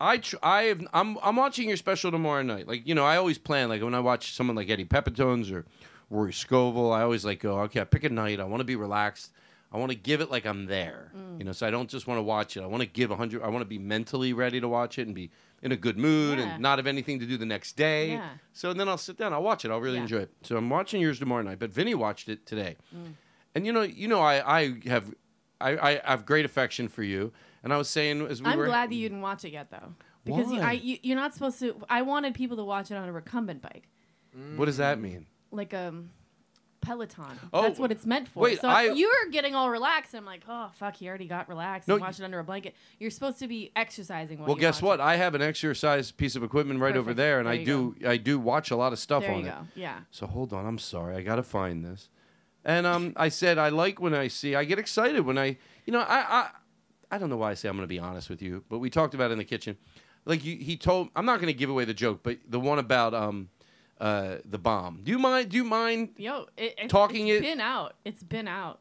[SPEAKER 4] I, tr- I have. I'm, I'm watching your special tomorrow night. Like you know, I always plan. Like when I watch someone like Eddie Pepitones or Rory Scovel, I always like go, okay, I pick a night. I want to be relaxed. I want to give it like I'm there.
[SPEAKER 7] Mm.
[SPEAKER 4] You know, so I don't just want to watch it. I want to give 100. I want to be mentally ready to watch it and be in a good mood
[SPEAKER 7] Yeah.
[SPEAKER 4] and not have anything to do the next day.
[SPEAKER 7] Yeah.
[SPEAKER 4] So then I'll sit down. I'll watch it. I'll really
[SPEAKER 7] Yeah.
[SPEAKER 4] enjoy it. So I'm watching yours tomorrow night, but Vinny watched it today.
[SPEAKER 7] Mm.
[SPEAKER 4] And you know, you know, I, I have, I, I have great affection for you. And I was saying as we
[SPEAKER 7] I'm
[SPEAKER 4] were,
[SPEAKER 7] glad that you didn't watch it yet, though, because You,
[SPEAKER 4] Why?
[SPEAKER 7] I, you, you're not supposed to. I wanted people to watch it on a recumbent bike.
[SPEAKER 4] what does that mean?
[SPEAKER 7] like um Peloton.
[SPEAKER 4] Oh,
[SPEAKER 7] That's what it's meant for.
[SPEAKER 4] wait,
[SPEAKER 7] so
[SPEAKER 4] I-
[SPEAKER 7] you were getting all relaxed. and I'm like, oh fuck, he already got relaxed
[SPEAKER 4] No,
[SPEAKER 7] and watched it under a blanket. You're supposed to be exercising. While
[SPEAKER 4] well,
[SPEAKER 7] you
[SPEAKER 4] guess
[SPEAKER 7] watch
[SPEAKER 4] what? I have an exercise piece of equipment right over
[SPEAKER 7] Perfect.
[SPEAKER 4] there, and
[SPEAKER 7] There
[SPEAKER 4] I
[SPEAKER 7] you
[SPEAKER 4] do, I do watch a lot of
[SPEAKER 7] it.
[SPEAKER 4] stuff
[SPEAKER 7] There
[SPEAKER 4] on
[SPEAKER 7] you
[SPEAKER 4] it.
[SPEAKER 7] go. Yeah.
[SPEAKER 4] So hold on, I'm sorry, I gotta find this. And um, I said I like when I see. I get excited when I, you know, I, I, I don't know why I say I'm gonna be honest with you, but we talked about it in the kitchen. Like you, he told, I'm not gonna give away the joke, but the one about um, uh, the bomb. Do you mind? Do you mind?
[SPEAKER 7] Yo, it, it's,
[SPEAKER 4] Talking
[SPEAKER 7] it's
[SPEAKER 4] it-
[SPEAKER 7] been out. It's been out.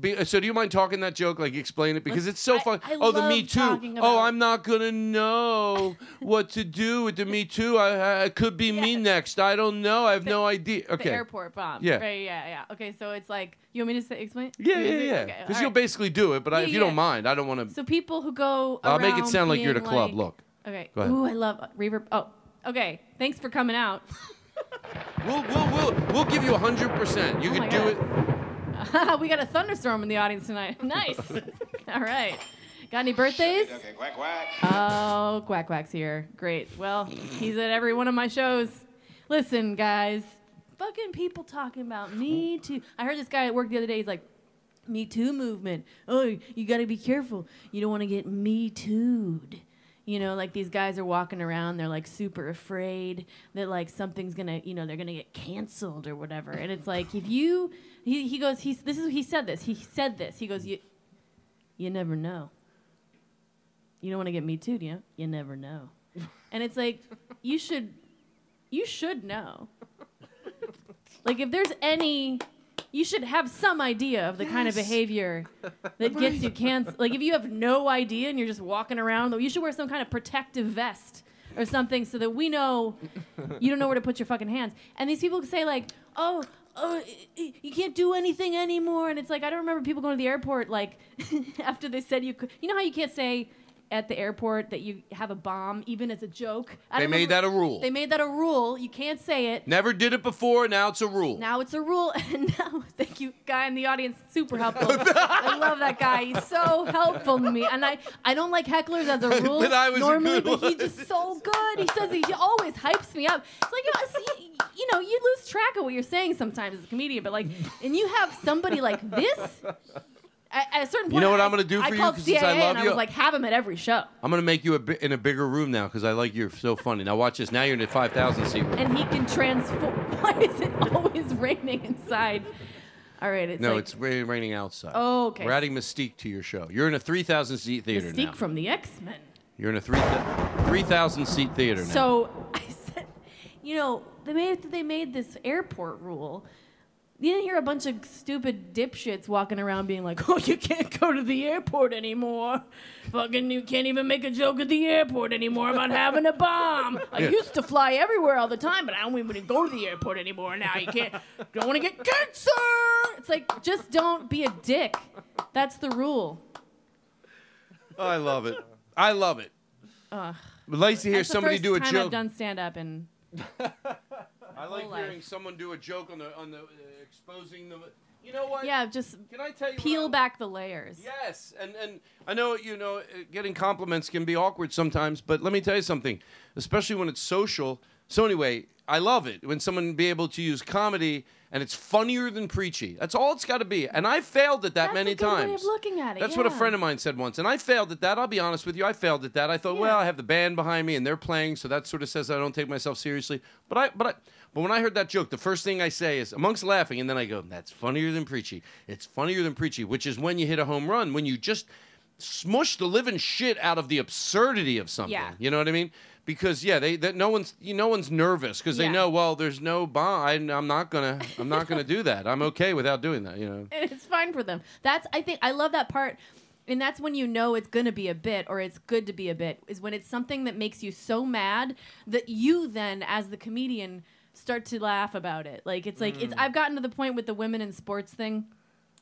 [SPEAKER 4] Be, uh, so do you mind talking that joke? Like explain it because
[SPEAKER 7] Let's-
[SPEAKER 4] it's so
[SPEAKER 7] I-
[SPEAKER 4] fun.
[SPEAKER 7] I
[SPEAKER 4] oh, the
[SPEAKER 7] love
[SPEAKER 4] Me Too.
[SPEAKER 7] talking
[SPEAKER 4] Oh,
[SPEAKER 7] about-
[SPEAKER 4] I'm not gonna know what to do with the Me Too. I, I it could be me next. I don't know. I have no idea. Okay.
[SPEAKER 7] The airport bomb.
[SPEAKER 4] Yeah.
[SPEAKER 7] Right. Yeah. Yeah. Okay. So it's like, you want me to say, explain?
[SPEAKER 4] Yeah, yeah,
[SPEAKER 7] Is it-
[SPEAKER 4] yeah.
[SPEAKER 7] okay,
[SPEAKER 4] Because
[SPEAKER 7] all
[SPEAKER 4] you'll
[SPEAKER 7] right.
[SPEAKER 4] basically do it, but I,
[SPEAKER 7] Yeah,
[SPEAKER 4] if you
[SPEAKER 7] yeah.
[SPEAKER 4] don't mind, I don't want to.
[SPEAKER 7] So people who go.
[SPEAKER 4] I'll make it
[SPEAKER 7] around
[SPEAKER 4] sound like you're at a
[SPEAKER 7] being
[SPEAKER 4] club.
[SPEAKER 7] like-
[SPEAKER 4] Look.
[SPEAKER 7] Okay.
[SPEAKER 4] Go ahead.
[SPEAKER 7] Ooh, I love reverb. Oh. Okay. Thanks for coming out.
[SPEAKER 4] We'll, we'll, we'll, we'll give you 100%. You
[SPEAKER 7] Oh my
[SPEAKER 4] can do
[SPEAKER 7] God.
[SPEAKER 4] it.
[SPEAKER 7] we got a thunderstorm in the audience tonight. Nice. All right. Got any birthdays? Oh, Quack Quack's here. Great. Well, he's at every one of my shows. Listen, guys, fucking people talking about me too. I heard this guy at work the other day. He's like, "Me Too movement. Oh, you got to be careful. You don't want to get me too'd." You know, like these guys are walking around, they're like super afraid that like something's gonna, you know, they're gonna get canceled or whatever. And it's like if you, he, he goes, he's this is he said this, he said this. He goes, you, you never know. You don't want to get me too, do you? You never know. and it's like you should, you should know. like if there's any, you should have some idea of the kind of
[SPEAKER 13] Yes.
[SPEAKER 7] behavior that gets you canceled. Like if you have no idea and you're just walking around, though, you should wear some kind of protective vest or something so that we know you don't know where to put your fucking hands. And these people say like, oh. Oh, i- i- you can't do anything anymore, and it's like I don't remember people going to the airport like after they said you could. You know how you can't say at the airport that you have a bomb, even as a joke. I
[SPEAKER 4] They
[SPEAKER 7] don't
[SPEAKER 4] made that a rule.
[SPEAKER 7] They made that a rule. You can't say it.
[SPEAKER 4] Never did it before. Now it's a rule.
[SPEAKER 7] Now it's a rule, and now thank you, guy in the audience, super helpful. I love that guy. He's so helpful to me, and I, I don't like hecklers as a rule
[SPEAKER 4] But I was a
[SPEAKER 7] normally,
[SPEAKER 4] good
[SPEAKER 7] but he's just so good. He says he always hypes me up. It's like you know, see, you know, you lose track of what you're saying sometimes as a comedian, but like, and you have somebody like this. At, at a certain point,
[SPEAKER 4] You know what
[SPEAKER 7] I,
[SPEAKER 4] I'm gonna do
[SPEAKER 7] I
[SPEAKER 4] for you,
[SPEAKER 7] called
[SPEAKER 4] 'cause
[SPEAKER 7] CIA
[SPEAKER 4] since I love
[SPEAKER 7] and I
[SPEAKER 4] you?
[SPEAKER 7] was like, have him at every show,
[SPEAKER 4] I'm gonna make you a bi- in a bigger room now because I like you're so funny. Now watch this. Now you're in a 5,000 seat room.
[SPEAKER 7] and he can transform. Why is it always raining inside? All right, it's
[SPEAKER 4] no,
[SPEAKER 7] like
[SPEAKER 4] it's ra- raining outside.
[SPEAKER 7] Oh, okay.
[SPEAKER 4] We're adding mystique to your show. You're in a 3,000 seat theater
[SPEAKER 7] Mystique
[SPEAKER 4] now.
[SPEAKER 7] from the X Men.
[SPEAKER 4] You're in a three th- 3,000 seat theater now.
[SPEAKER 7] So I said, you know, they made they made this airport rule. You didn't hear a bunch of stupid dipshits walking around being like, "Oh, you can't go to the airport anymore. Fucking, you can't even make a joke at the airport anymore about having a bomb. I
[SPEAKER 10] Yeah.
[SPEAKER 7] used to fly everywhere all the time, but I don't even go to the airport anymore now. You can't. Don't want to get cancer. It's like, just don't be a dick. That's the rule.
[SPEAKER 4] I love it. I love it.
[SPEAKER 7] Ugh.
[SPEAKER 4] I'd like to hear
[SPEAKER 7] That's the
[SPEAKER 4] somebody
[SPEAKER 7] first
[SPEAKER 4] do a
[SPEAKER 7] time I've
[SPEAKER 4] joke.
[SPEAKER 7] done stand up and.
[SPEAKER 4] I like
[SPEAKER 7] life.
[SPEAKER 4] hearing someone do a joke on the on the uh, exposing the. You know what?
[SPEAKER 7] Yeah, just
[SPEAKER 4] Can I tell you
[SPEAKER 7] peel back the layers.
[SPEAKER 4] Yes, and and I know you know uh, getting compliments can be awkward sometimes, but let me tell you something, especially when it's social. So anyway, I love it when someone be able to use comedy and it's funnier than preachy. That's all it's got to be. And I failed at that many
[SPEAKER 7] That's a good
[SPEAKER 4] times.
[SPEAKER 7] way of looking at it.
[SPEAKER 4] That's what a
[SPEAKER 7] yeah.
[SPEAKER 4] friend of mine said once, and I failed at that. I'll be honest with you, I failed at that. I thought, well, I have the band behind me, and they're playing, so that sort of says I don't take myself seriously. But I, but I, but when I heard that joke, the first thing I say is, amongst laughing, and then I go, that's funnier than preachy. It's funnier than preachy, which is when you hit a home run, when you just smush the living shit out of the absurdity of something.
[SPEAKER 10] Yeah.
[SPEAKER 4] You know what I mean? Because yeah, they that no one's you, no one's nervous because
[SPEAKER 7] Yeah.
[SPEAKER 4] they know well there's no bond. I'm not gonna I'm not gonna do that. I'm okay without doing that. You know.
[SPEAKER 7] And it's fine for them. That's I think I love that part. And that's when you know it's going to be a bit or it's good to be a bit is when it's something that makes you so mad that you then as the comedian start to laugh about it. Like it's like it's
[SPEAKER 13] Mm.
[SPEAKER 7] I've gotten to the point with the women in sports thing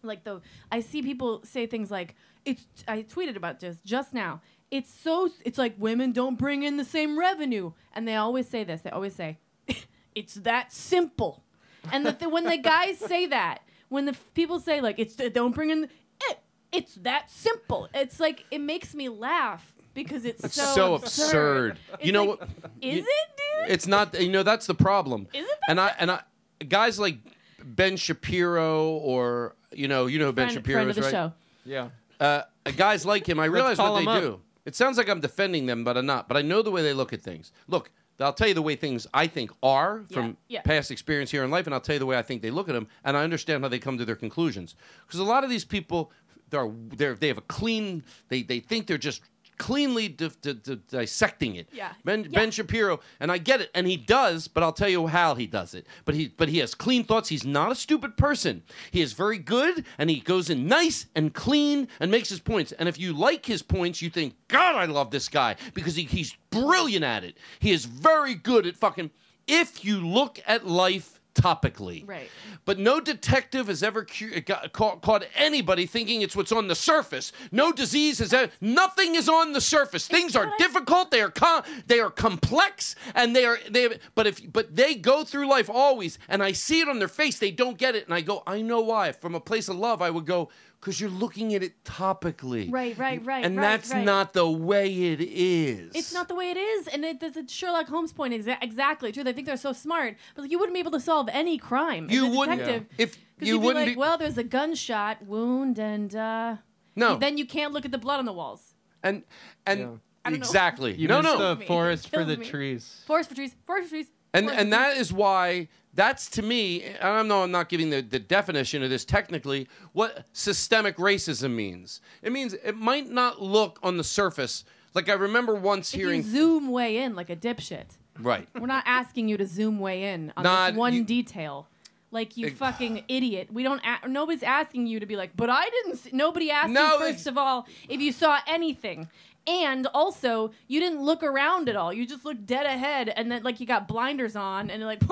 [SPEAKER 7] like the I see people say things like it's I tweeted about this just now. It's so it's like women don't bring in the same revenue and they always say this. They always say it's that simple. And the th- when the guys say that, when the f- people say like it's don't bring in it, it's that simple. It's like it makes me laugh because it's,
[SPEAKER 4] It's
[SPEAKER 7] so,
[SPEAKER 4] so absurd.
[SPEAKER 7] It's
[SPEAKER 4] You know
[SPEAKER 7] like,
[SPEAKER 4] what-
[SPEAKER 7] Is
[SPEAKER 4] you-
[SPEAKER 7] it?
[SPEAKER 4] It's not. You know, that's the problem.
[SPEAKER 7] Isn't
[SPEAKER 4] and I and I guys like Ben Shapiro or you know you know who Ben
[SPEAKER 7] Friend-
[SPEAKER 4] Shapiro
[SPEAKER 7] friend
[SPEAKER 4] is
[SPEAKER 7] of
[SPEAKER 4] right.
[SPEAKER 7] the show.
[SPEAKER 8] Yeah.
[SPEAKER 4] Uh, guys like him, I
[SPEAKER 8] Let's
[SPEAKER 4] realize
[SPEAKER 8] call
[SPEAKER 4] what they
[SPEAKER 8] him up.
[SPEAKER 4] do. It sounds like I'm defending them, but I'm not. But I know the way they look at things. Look, I'll tell you the way things I think are from
[SPEAKER 10] yeah.
[SPEAKER 4] past experience here in life, and I'll tell you the way I think they look at them, and I understand how they come to their conclusions. Because a lot of these people, they're, they're they have a clean, they they think they're just cleanly di- di- di- dissecting it.
[SPEAKER 10] Yeah.
[SPEAKER 4] Ben, ben Shapiro, and I get it, and he does, but I'll tell you how he does it. But he but he has clean thoughts. He's not a stupid person. He is very good, and he goes in nice and clean and makes his points. And if you like his points, you think, God, I love this guy because he, he's brilliant at it. He is very good at fucking. If you look at life topically,
[SPEAKER 7] Right.
[SPEAKER 4] but no detective has ever cu- uh, got, caught, caught anybody thinking it's what's on the surface. No disease has ever, nothing is on the surface. Things are difficult. They are com- they are complex, and they are they. But if but they go through life always, and I see it on their face. They don't get it, and I go, I know why. From a place of love, I would go because you're looking at it topically,
[SPEAKER 7] Right, right, right.
[SPEAKER 4] and
[SPEAKER 7] right,
[SPEAKER 4] that's
[SPEAKER 7] right.
[SPEAKER 4] not the way it is.
[SPEAKER 7] It's not the way it is, and it, that's a Sherlock Holmes point exa- exactly true. They think they're so smart, but like, you wouldn't be able to solve any crime.
[SPEAKER 4] You
[SPEAKER 7] as a
[SPEAKER 4] wouldn't-
[SPEAKER 7] detective,
[SPEAKER 4] Yeah. If
[SPEAKER 7] 'cause
[SPEAKER 4] you
[SPEAKER 7] you'd
[SPEAKER 4] wouldn't
[SPEAKER 7] be like,
[SPEAKER 4] be-
[SPEAKER 7] well, there's a gunshot wound, and uh,
[SPEAKER 4] No.
[SPEAKER 7] then you can't look at the blood on the walls.
[SPEAKER 4] and and
[SPEAKER 7] don't know.
[SPEAKER 4] exactly.
[SPEAKER 8] You
[SPEAKER 4] no,
[SPEAKER 8] missed
[SPEAKER 4] no.
[SPEAKER 8] the forest for
[SPEAKER 7] Kills
[SPEAKER 8] the
[SPEAKER 7] me.
[SPEAKER 8] trees.
[SPEAKER 7] Forest for trees, forest for trees.
[SPEAKER 4] and
[SPEAKER 7] forest for
[SPEAKER 4] and that is why that's to me and i know i'm not giving the, the definition of this technically what systemic racism means it means it might not look on the surface like i remember once
[SPEAKER 7] trees. If
[SPEAKER 4] hearing
[SPEAKER 7] you zoom way in like a dipshit,
[SPEAKER 4] right
[SPEAKER 7] we're not asking you to zoom way in on
[SPEAKER 4] Not-
[SPEAKER 7] this one
[SPEAKER 4] you-
[SPEAKER 7] detail. Like you
[SPEAKER 4] Ex-
[SPEAKER 7] fucking idiot. We don't. A- nobody's asking you to be like, but I didn't. See-. Nobody asked
[SPEAKER 4] No,
[SPEAKER 7] you first of all if you saw anything, and also you didn't look around at all. You just looked dead ahead, and then like you got blinders on, and like,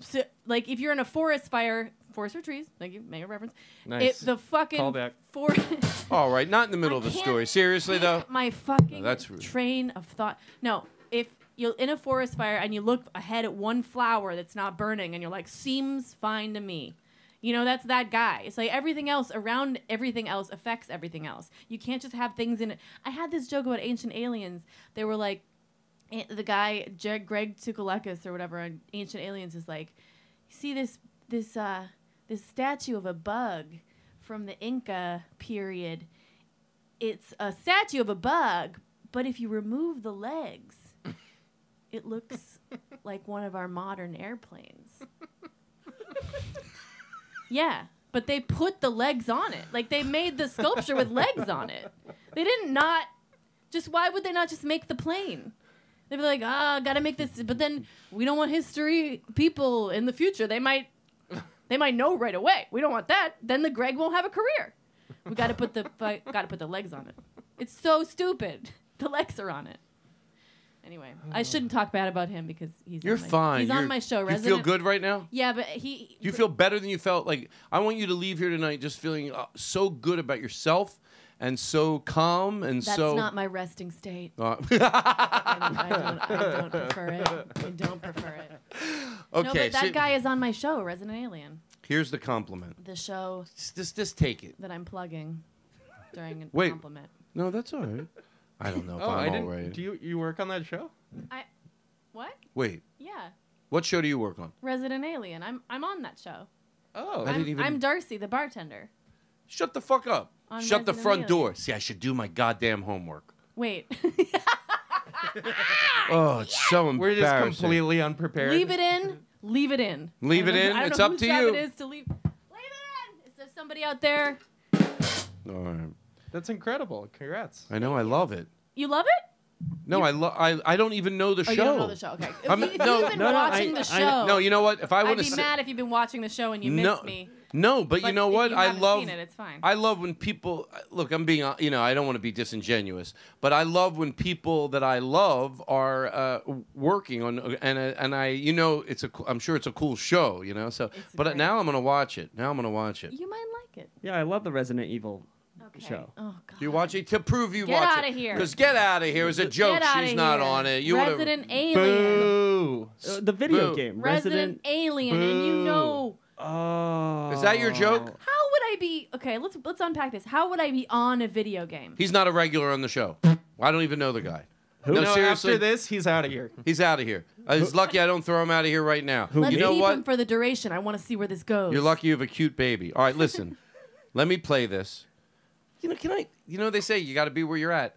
[SPEAKER 7] so, like if you're in a forest fire, Forest for Trees. Thank you. Mega reference.
[SPEAKER 4] Nice.
[SPEAKER 7] It, the fucking
[SPEAKER 4] Callback.
[SPEAKER 7] For,
[SPEAKER 4] All right, not in the middle of the story. Seriously though,
[SPEAKER 7] my fucking
[SPEAKER 4] No, that's rude.
[SPEAKER 7] train of thought. No, if you're in a forest fire and you look ahead at one flower that's not burning and you're like, seems fine to me. You know, that's that guy. It's like everything else around everything else affects everything else. You can't just have things in it. I had this joke about ancient aliens. They were like, eh, the guy, Jer- Greg Tsukalakis or whatever, on Ancient Aliens is like, see this this uh this statue of a bug from the Inca period. It's a statue of a bug, but if you remove the legs, it looks like one of our modern airplanes. yeah, but they put the legs on it. Like they made the sculpture with legs on it. They didn't not just why would they not just make the plane? They'd be like, ah, gotta make this. But then we don't want history people in the future. They might, they might know right away. We don't want that. Then the Greg won't have a career. We gotta put the fu- gotta put the legs on it. It's so stupid. The legs are on it. Anyway, I shouldn't talk bad about him because he's
[SPEAKER 4] you're
[SPEAKER 7] on my,
[SPEAKER 4] fine.
[SPEAKER 7] He's on
[SPEAKER 4] You're-
[SPEAKER 7] my show.
[SPEAKER 4] You
[SPEAKER 7] Resident.
[SPEAKER 4] feel good right now.
[SPEAKER 7] Yeah, but he.
[SPEAKER 4] You feel better than you felt. Like I want you to leave here tonight just feeling uh, so good about yourself and so calm and
[SPEAKER 7] That's
[SPEAKER 4] so.
[SPEAKER 7] not my resting state.
[SPEAKER 4] Uh,
[SPEAKER 7] I, don't, I, don't, I don't prefer it. I don't prefer it. no,
[SPEAKER 4] Okay,
[SPEAKER 7] but that
[SPEAKER 4] so-
[SPEAKER 7] guy is on my show, Resident Alien,
[SPEAKER 4] here's the compliment.
[SPEAKER 7] the show
[SPEAKER 4] Just, just take it.
[SPEAKER 7] that I'm plugging during a
[SPEAKER 4] Wait.
[SPEAKER 7] compliment.
[SPEAKER 4] No, that's all right. I don't know if
[SPEAKER 8] oh, I
[SPEAKER 4] I'm
[SPEAKER 8] didn't.
[SPEAKER 4] all right.
[SPEAKER 8] Do you you work on that show?
[SPEAKER 7] I what?
[SPEAKER 4] Wait,
[SPEAKER 7] Yeah,
[SPEAKER 4] what show do you work on?
[SPEAKER 7] Resident Alien. I'm I'm on that show.
[SPEAKER 4] Oh, I
[SPEAKER 7] I'm,
[SPEAKER 4] didn't even-
[SPEAKER 7] I'm Darcy, the bartender.
[SPEAKER 4] Shut the fuck up.
[SPEAKER 7] On
[SPEAKER 4] Shut the
[SPEAKER 7] Resident
[SPEAKER 4] front
[SPEAKER 7] Alien.
[SPEAKER 4] door. See, I should do my goddamn homework.
[SPEAKER 7] Wait,
[SPEAKER 4] Oh, it's so embarrassing.
[SPEAKER 8] We're just completely unprepared.
[SPEAKER 7] leave it in. Leave it in.
[SPEAKER 4] Leave
[SPEAKER 7] I
[SPEAKER 4] it
[SPEAKER 7] don't-
[SPEAKER 4] in?
[SPEAKER 7] I don't
[SPEAKER 4] It's
[SPEAKER 7] know
[SPEAKER 4] up
[SPEAKER 7] whose
[SPEAKER 4] to
[SPEAKER 7] job
[SPEAKER 4] you.
[SPEAKER 7] It is to leave. Leave it in. Is there somebody out there?
[SPEAKER 4] All right.
[SPEAKER 8] That's incredible. Congrats.
[SPEAKER 4] I know. I love it.
[SPEAKER 7] You love it?
[SPEAKER 4] No, I love. I, I don't even know the
[SPEAKER 7] Oh,
[SPEAKER 4] show.
[SPEAKER 7] you don't know the show. Okay. If
[SPEAKER 4] I'm-
[SPEAKER 7] you, if
[SPEAKER 4] no,
[SPEAKER 7] you've been
[SPEAKER 4] no, no, I-
[SPEAKER 7] watching
[SPEAKER 4] I-
[SPEAKER 7] the show,
[SPEAKER 4] no, you know what? If I
[SPEAKER 7] would
[SPEAKER 4] wanna
[SPEAKER 7] be
[SPEAKER 4] s-
[SPEAKER 7] mad if you've been watching the show and you
[SPEAKER 4] no,
[SPEAKER 7] missed me.
[SPEAKER 4] no, but, you
[SPEAKER 7] But
[SPEAKER 4] know
[SPEAKER 7] if
[SPEAKER 4] what?
[SPEAKER 7] you
[SPEAKER 4] I
[SPEAKER 7] haven't
[SPEAKER 4] love.
[SPEAKER 7] seen it, it's fine.
[SPEAKER 4] I love when people look. I'm being. You know, I don't want to be disingenuous, but I love when people that I love are uh, working on. And uh, and I, you know, it's a. co- I'm sure it's a cool show. You know, so. but now I'm gonna watch it. Now I'm gonna watch it.
[SPEAKER 7] You might like it.
[SPEAKER 13] Yeah, I love the Resident Evil show.
[SPEAKER 7] Oh,
[SPEAKER 4] You watch it to prove you
[SPEAKER 7] Get
[SPEAKER 4] watch it.
[SPEAKER 7] outta here.
[SPEAKER 4] Because get out of here. It was a joke.
[SPEAKER 7] Get outta
[SPEAKER 4] She's not
[SPEAKER 7] here.
[SPEAKER 4] on it. You would've-
[SPEAKER 7] Resident Alien.
[SPEAKER 13] Boo. Uh, the video
[SPEAKER 4] Boo.
[SPEAKER 13] game.
[SPEAKER 7] Oh. Resident E- Alien, and you know.
[SPEAKER 13] Oh.
[SPEAKER 4] Is that your joke?
[SPEAKER 7] How would I be? Okay, let's let's unpack this. How would I be on a video game?
[SPEAKER 4] He's not a regular on the show. I don't even know the guy.
[SPEAKER 8] No,
[SPEAKER 4] No, seriously.
[SPEAKER 8] After this, he's out of here.
[SPEAKER 4] He's out of here. I was lucky I don't throw him out of here right now.
[SPEAKER 7] Let's
[SPEAKER 4] you know
[SPEAKER 7] keep
[SPEAKER 4] what?
[SPEAKER 7] him for the duration. I want to see where this goes.
[SPEAKER 4] You're lucky you have a cute baby. All right, listen. let me play this. You know, can I? You know, they say you got to be where you're at.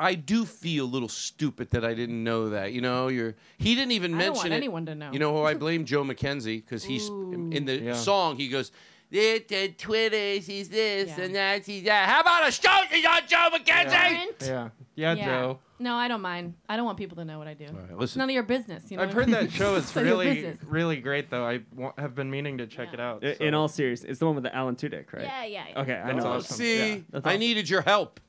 [SPEAKER 4] I do feel a little stupid that I didn't know that. You know, you're. He didn't even
[SPEAKER 7] I don't
[SPEAKER 4] mention
[SPEAKER 7] want
[SPEAKER 4] it.
[SPEAKER 7] anyone to know.
[SPEAKER 4] You know who I blame? Joe McKenzie, because he's in the
[SPEAKER 8] Yeah.
[SPEAKER 4] song. He goes. It, uh, Twitter, she's this and that, she's that. How about a show? She's on Joe McKenzie.
[SPEAKER 8] Yeah. Yeah, Joe.
[SPEAKER 7] No, I don't mind. I don't want people to know what I do.
[SPEAKER 8] right,
[SPEAKER 7] it's
[SPEAKER 8] listen.
[SPEAKER 7] none of your business. You know
[SPEAKER 8] I've
[SPEAKER 7] what I
[SPEAKER 8] heard
[SPEAKER 7] mean?
[SPEAKER 8] that show is
[SPEAKER 7] It's none of your
[SPEAKER 8] really,
[SPEAKER 7] business.
[SPEAKER 8] really great, though. I wa- have been meaning to check it out.
[SPEAKER 13] In all seriousness, it's the one with the Alan Tudyk, right?
[SPEAKER 7] Yeah, yeah, yeah.
[SPEAKER 13] Okay, I
[SPEAKER 8] That's
[SPEAKER 13] know.
[SPEAKER 8] awesome.
[SPEAKER 4] See,
[SPEAKER 13] Yeah, that's
[SPEAKER 4] I
[SPEAKER 13] awesome.
[SPEAKER 4] needed your help.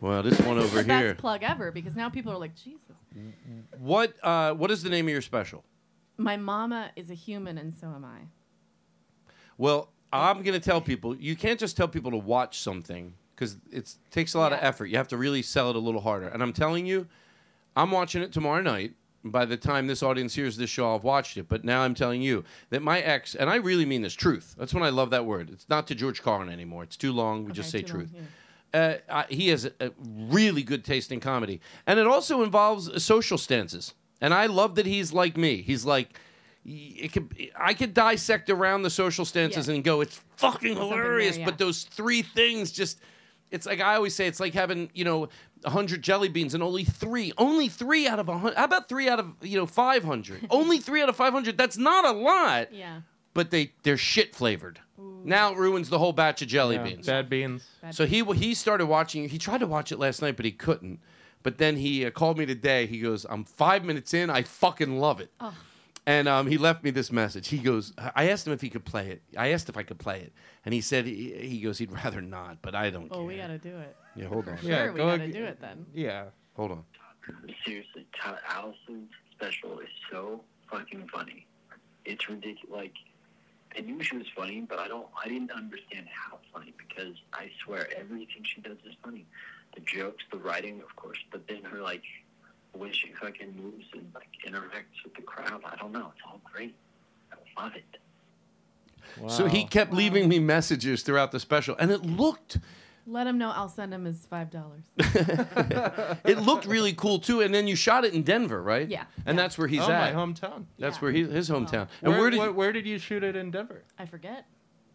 [SPEAKER 4] Well, this one
[SPEAKER 7] This is
[SPEAKER 4] over
[SPEAKER 7] the
[SPEAKER 4] here.
[SPEAKER 7] best plug ever because now people are like, Jesus.
[SPEAKER 4] What uh, What is the name of your special?
[SPEAKER 7] My mama is a human, and so am I.
[SPEAKER 4] Well, I'm gonna tell people you can't just tell people to watch something because it takes a lot of effort. You have to really sell it a little harder. And I'm telling you, I'm watching it tomorrow night. By the time this audience hears this show, I've watched it. But now I'm telling you that my ex, and I really mean this truth. That's when I love that word. It's not to George Carlin anymore. It's too long. We just say
[SPEAKER 7] too long,
[SPEAKER 4] truth. Uh, I, he has a, a really good taste in comedy, and it also involves uh, social stances. And I love that he's like me. He's like, y- it could, I could dissect around the social stances and go, it's fucking
[SPEAKER 8] Something there,
[SPEAKER 4] hilarious.
[SPEAKER 8] yeah.
[SPEAKER 4] But those three things just, it's like I always say, it's like having you know hundred jelly beans and only three, only three out of a hundred. How about three out of you know five hundred? only three out of five hundred. That's not a lot
[SPEAKER 7] Yeah.
[SPEAKER 4] but they they're shit flavored. Now it ruins the whole batch of jelly
[SPEAKER 8] Yeah,
[SPEAKER 4] beans.
[SPEAKER 8] bad beans. Bad
[SPEAKER 4] So he he started watching. He tried to watch it last night, but he couldn't. But then he uh, called me today. He goes, "I'm five minutes in. I fucking love it."
[SPEAKER 7] Oh.
[SPEAKER 4] And um, he left me this message. He goes, I I asked him if he could play it. I asked if I could play it, and he said he, he goes he'd rather not. But I don't.
[SPEAKER 7] Oh, we got to do it.
[SPEAKER 4] Yeah, hold on.
[SPEAKER 7] Sure, we got to do it then.
[SPEAKER 8] Yeah.
[SPEAKER 4] Hold on.
[SPEAKER 14] seriously, Todd Allison's special is so fucking funny. It's ridiculous. Like, I knew she was funny, but I don't. I didn't understand how funny because I swear everything she does is funny. The jokes, the writing, of course, but then her like the way she fucking moves and like interacts with the crowd. I don't know. It's all great. I love it.
[SPEAKER 4] So he kept leaving me messages throughout the special, and it looked
[SPEAKER 7] Let him know I'll send him his five dollars.
[SPEAKER 4] it looked really cool too. And then you shot it in Denver, right?
[SPEAKER 7] Yeah.
[SPEAKER 4] And that's where he's
[SPEAKER 8] Oh, my
[SPEAKER 4] at.
[SPEAKER 8] hometown.
[SPEAKER 4] That's
[SPEAKER 8] Yeah.
[SPEAKER 4] where he, his hometown. And
[SPEAKER 8] Where,
[SPEAKER 4] where did
[SPEAKER 8] where, where did you shoot it in Denver?
[SPEAKER 7] I forget.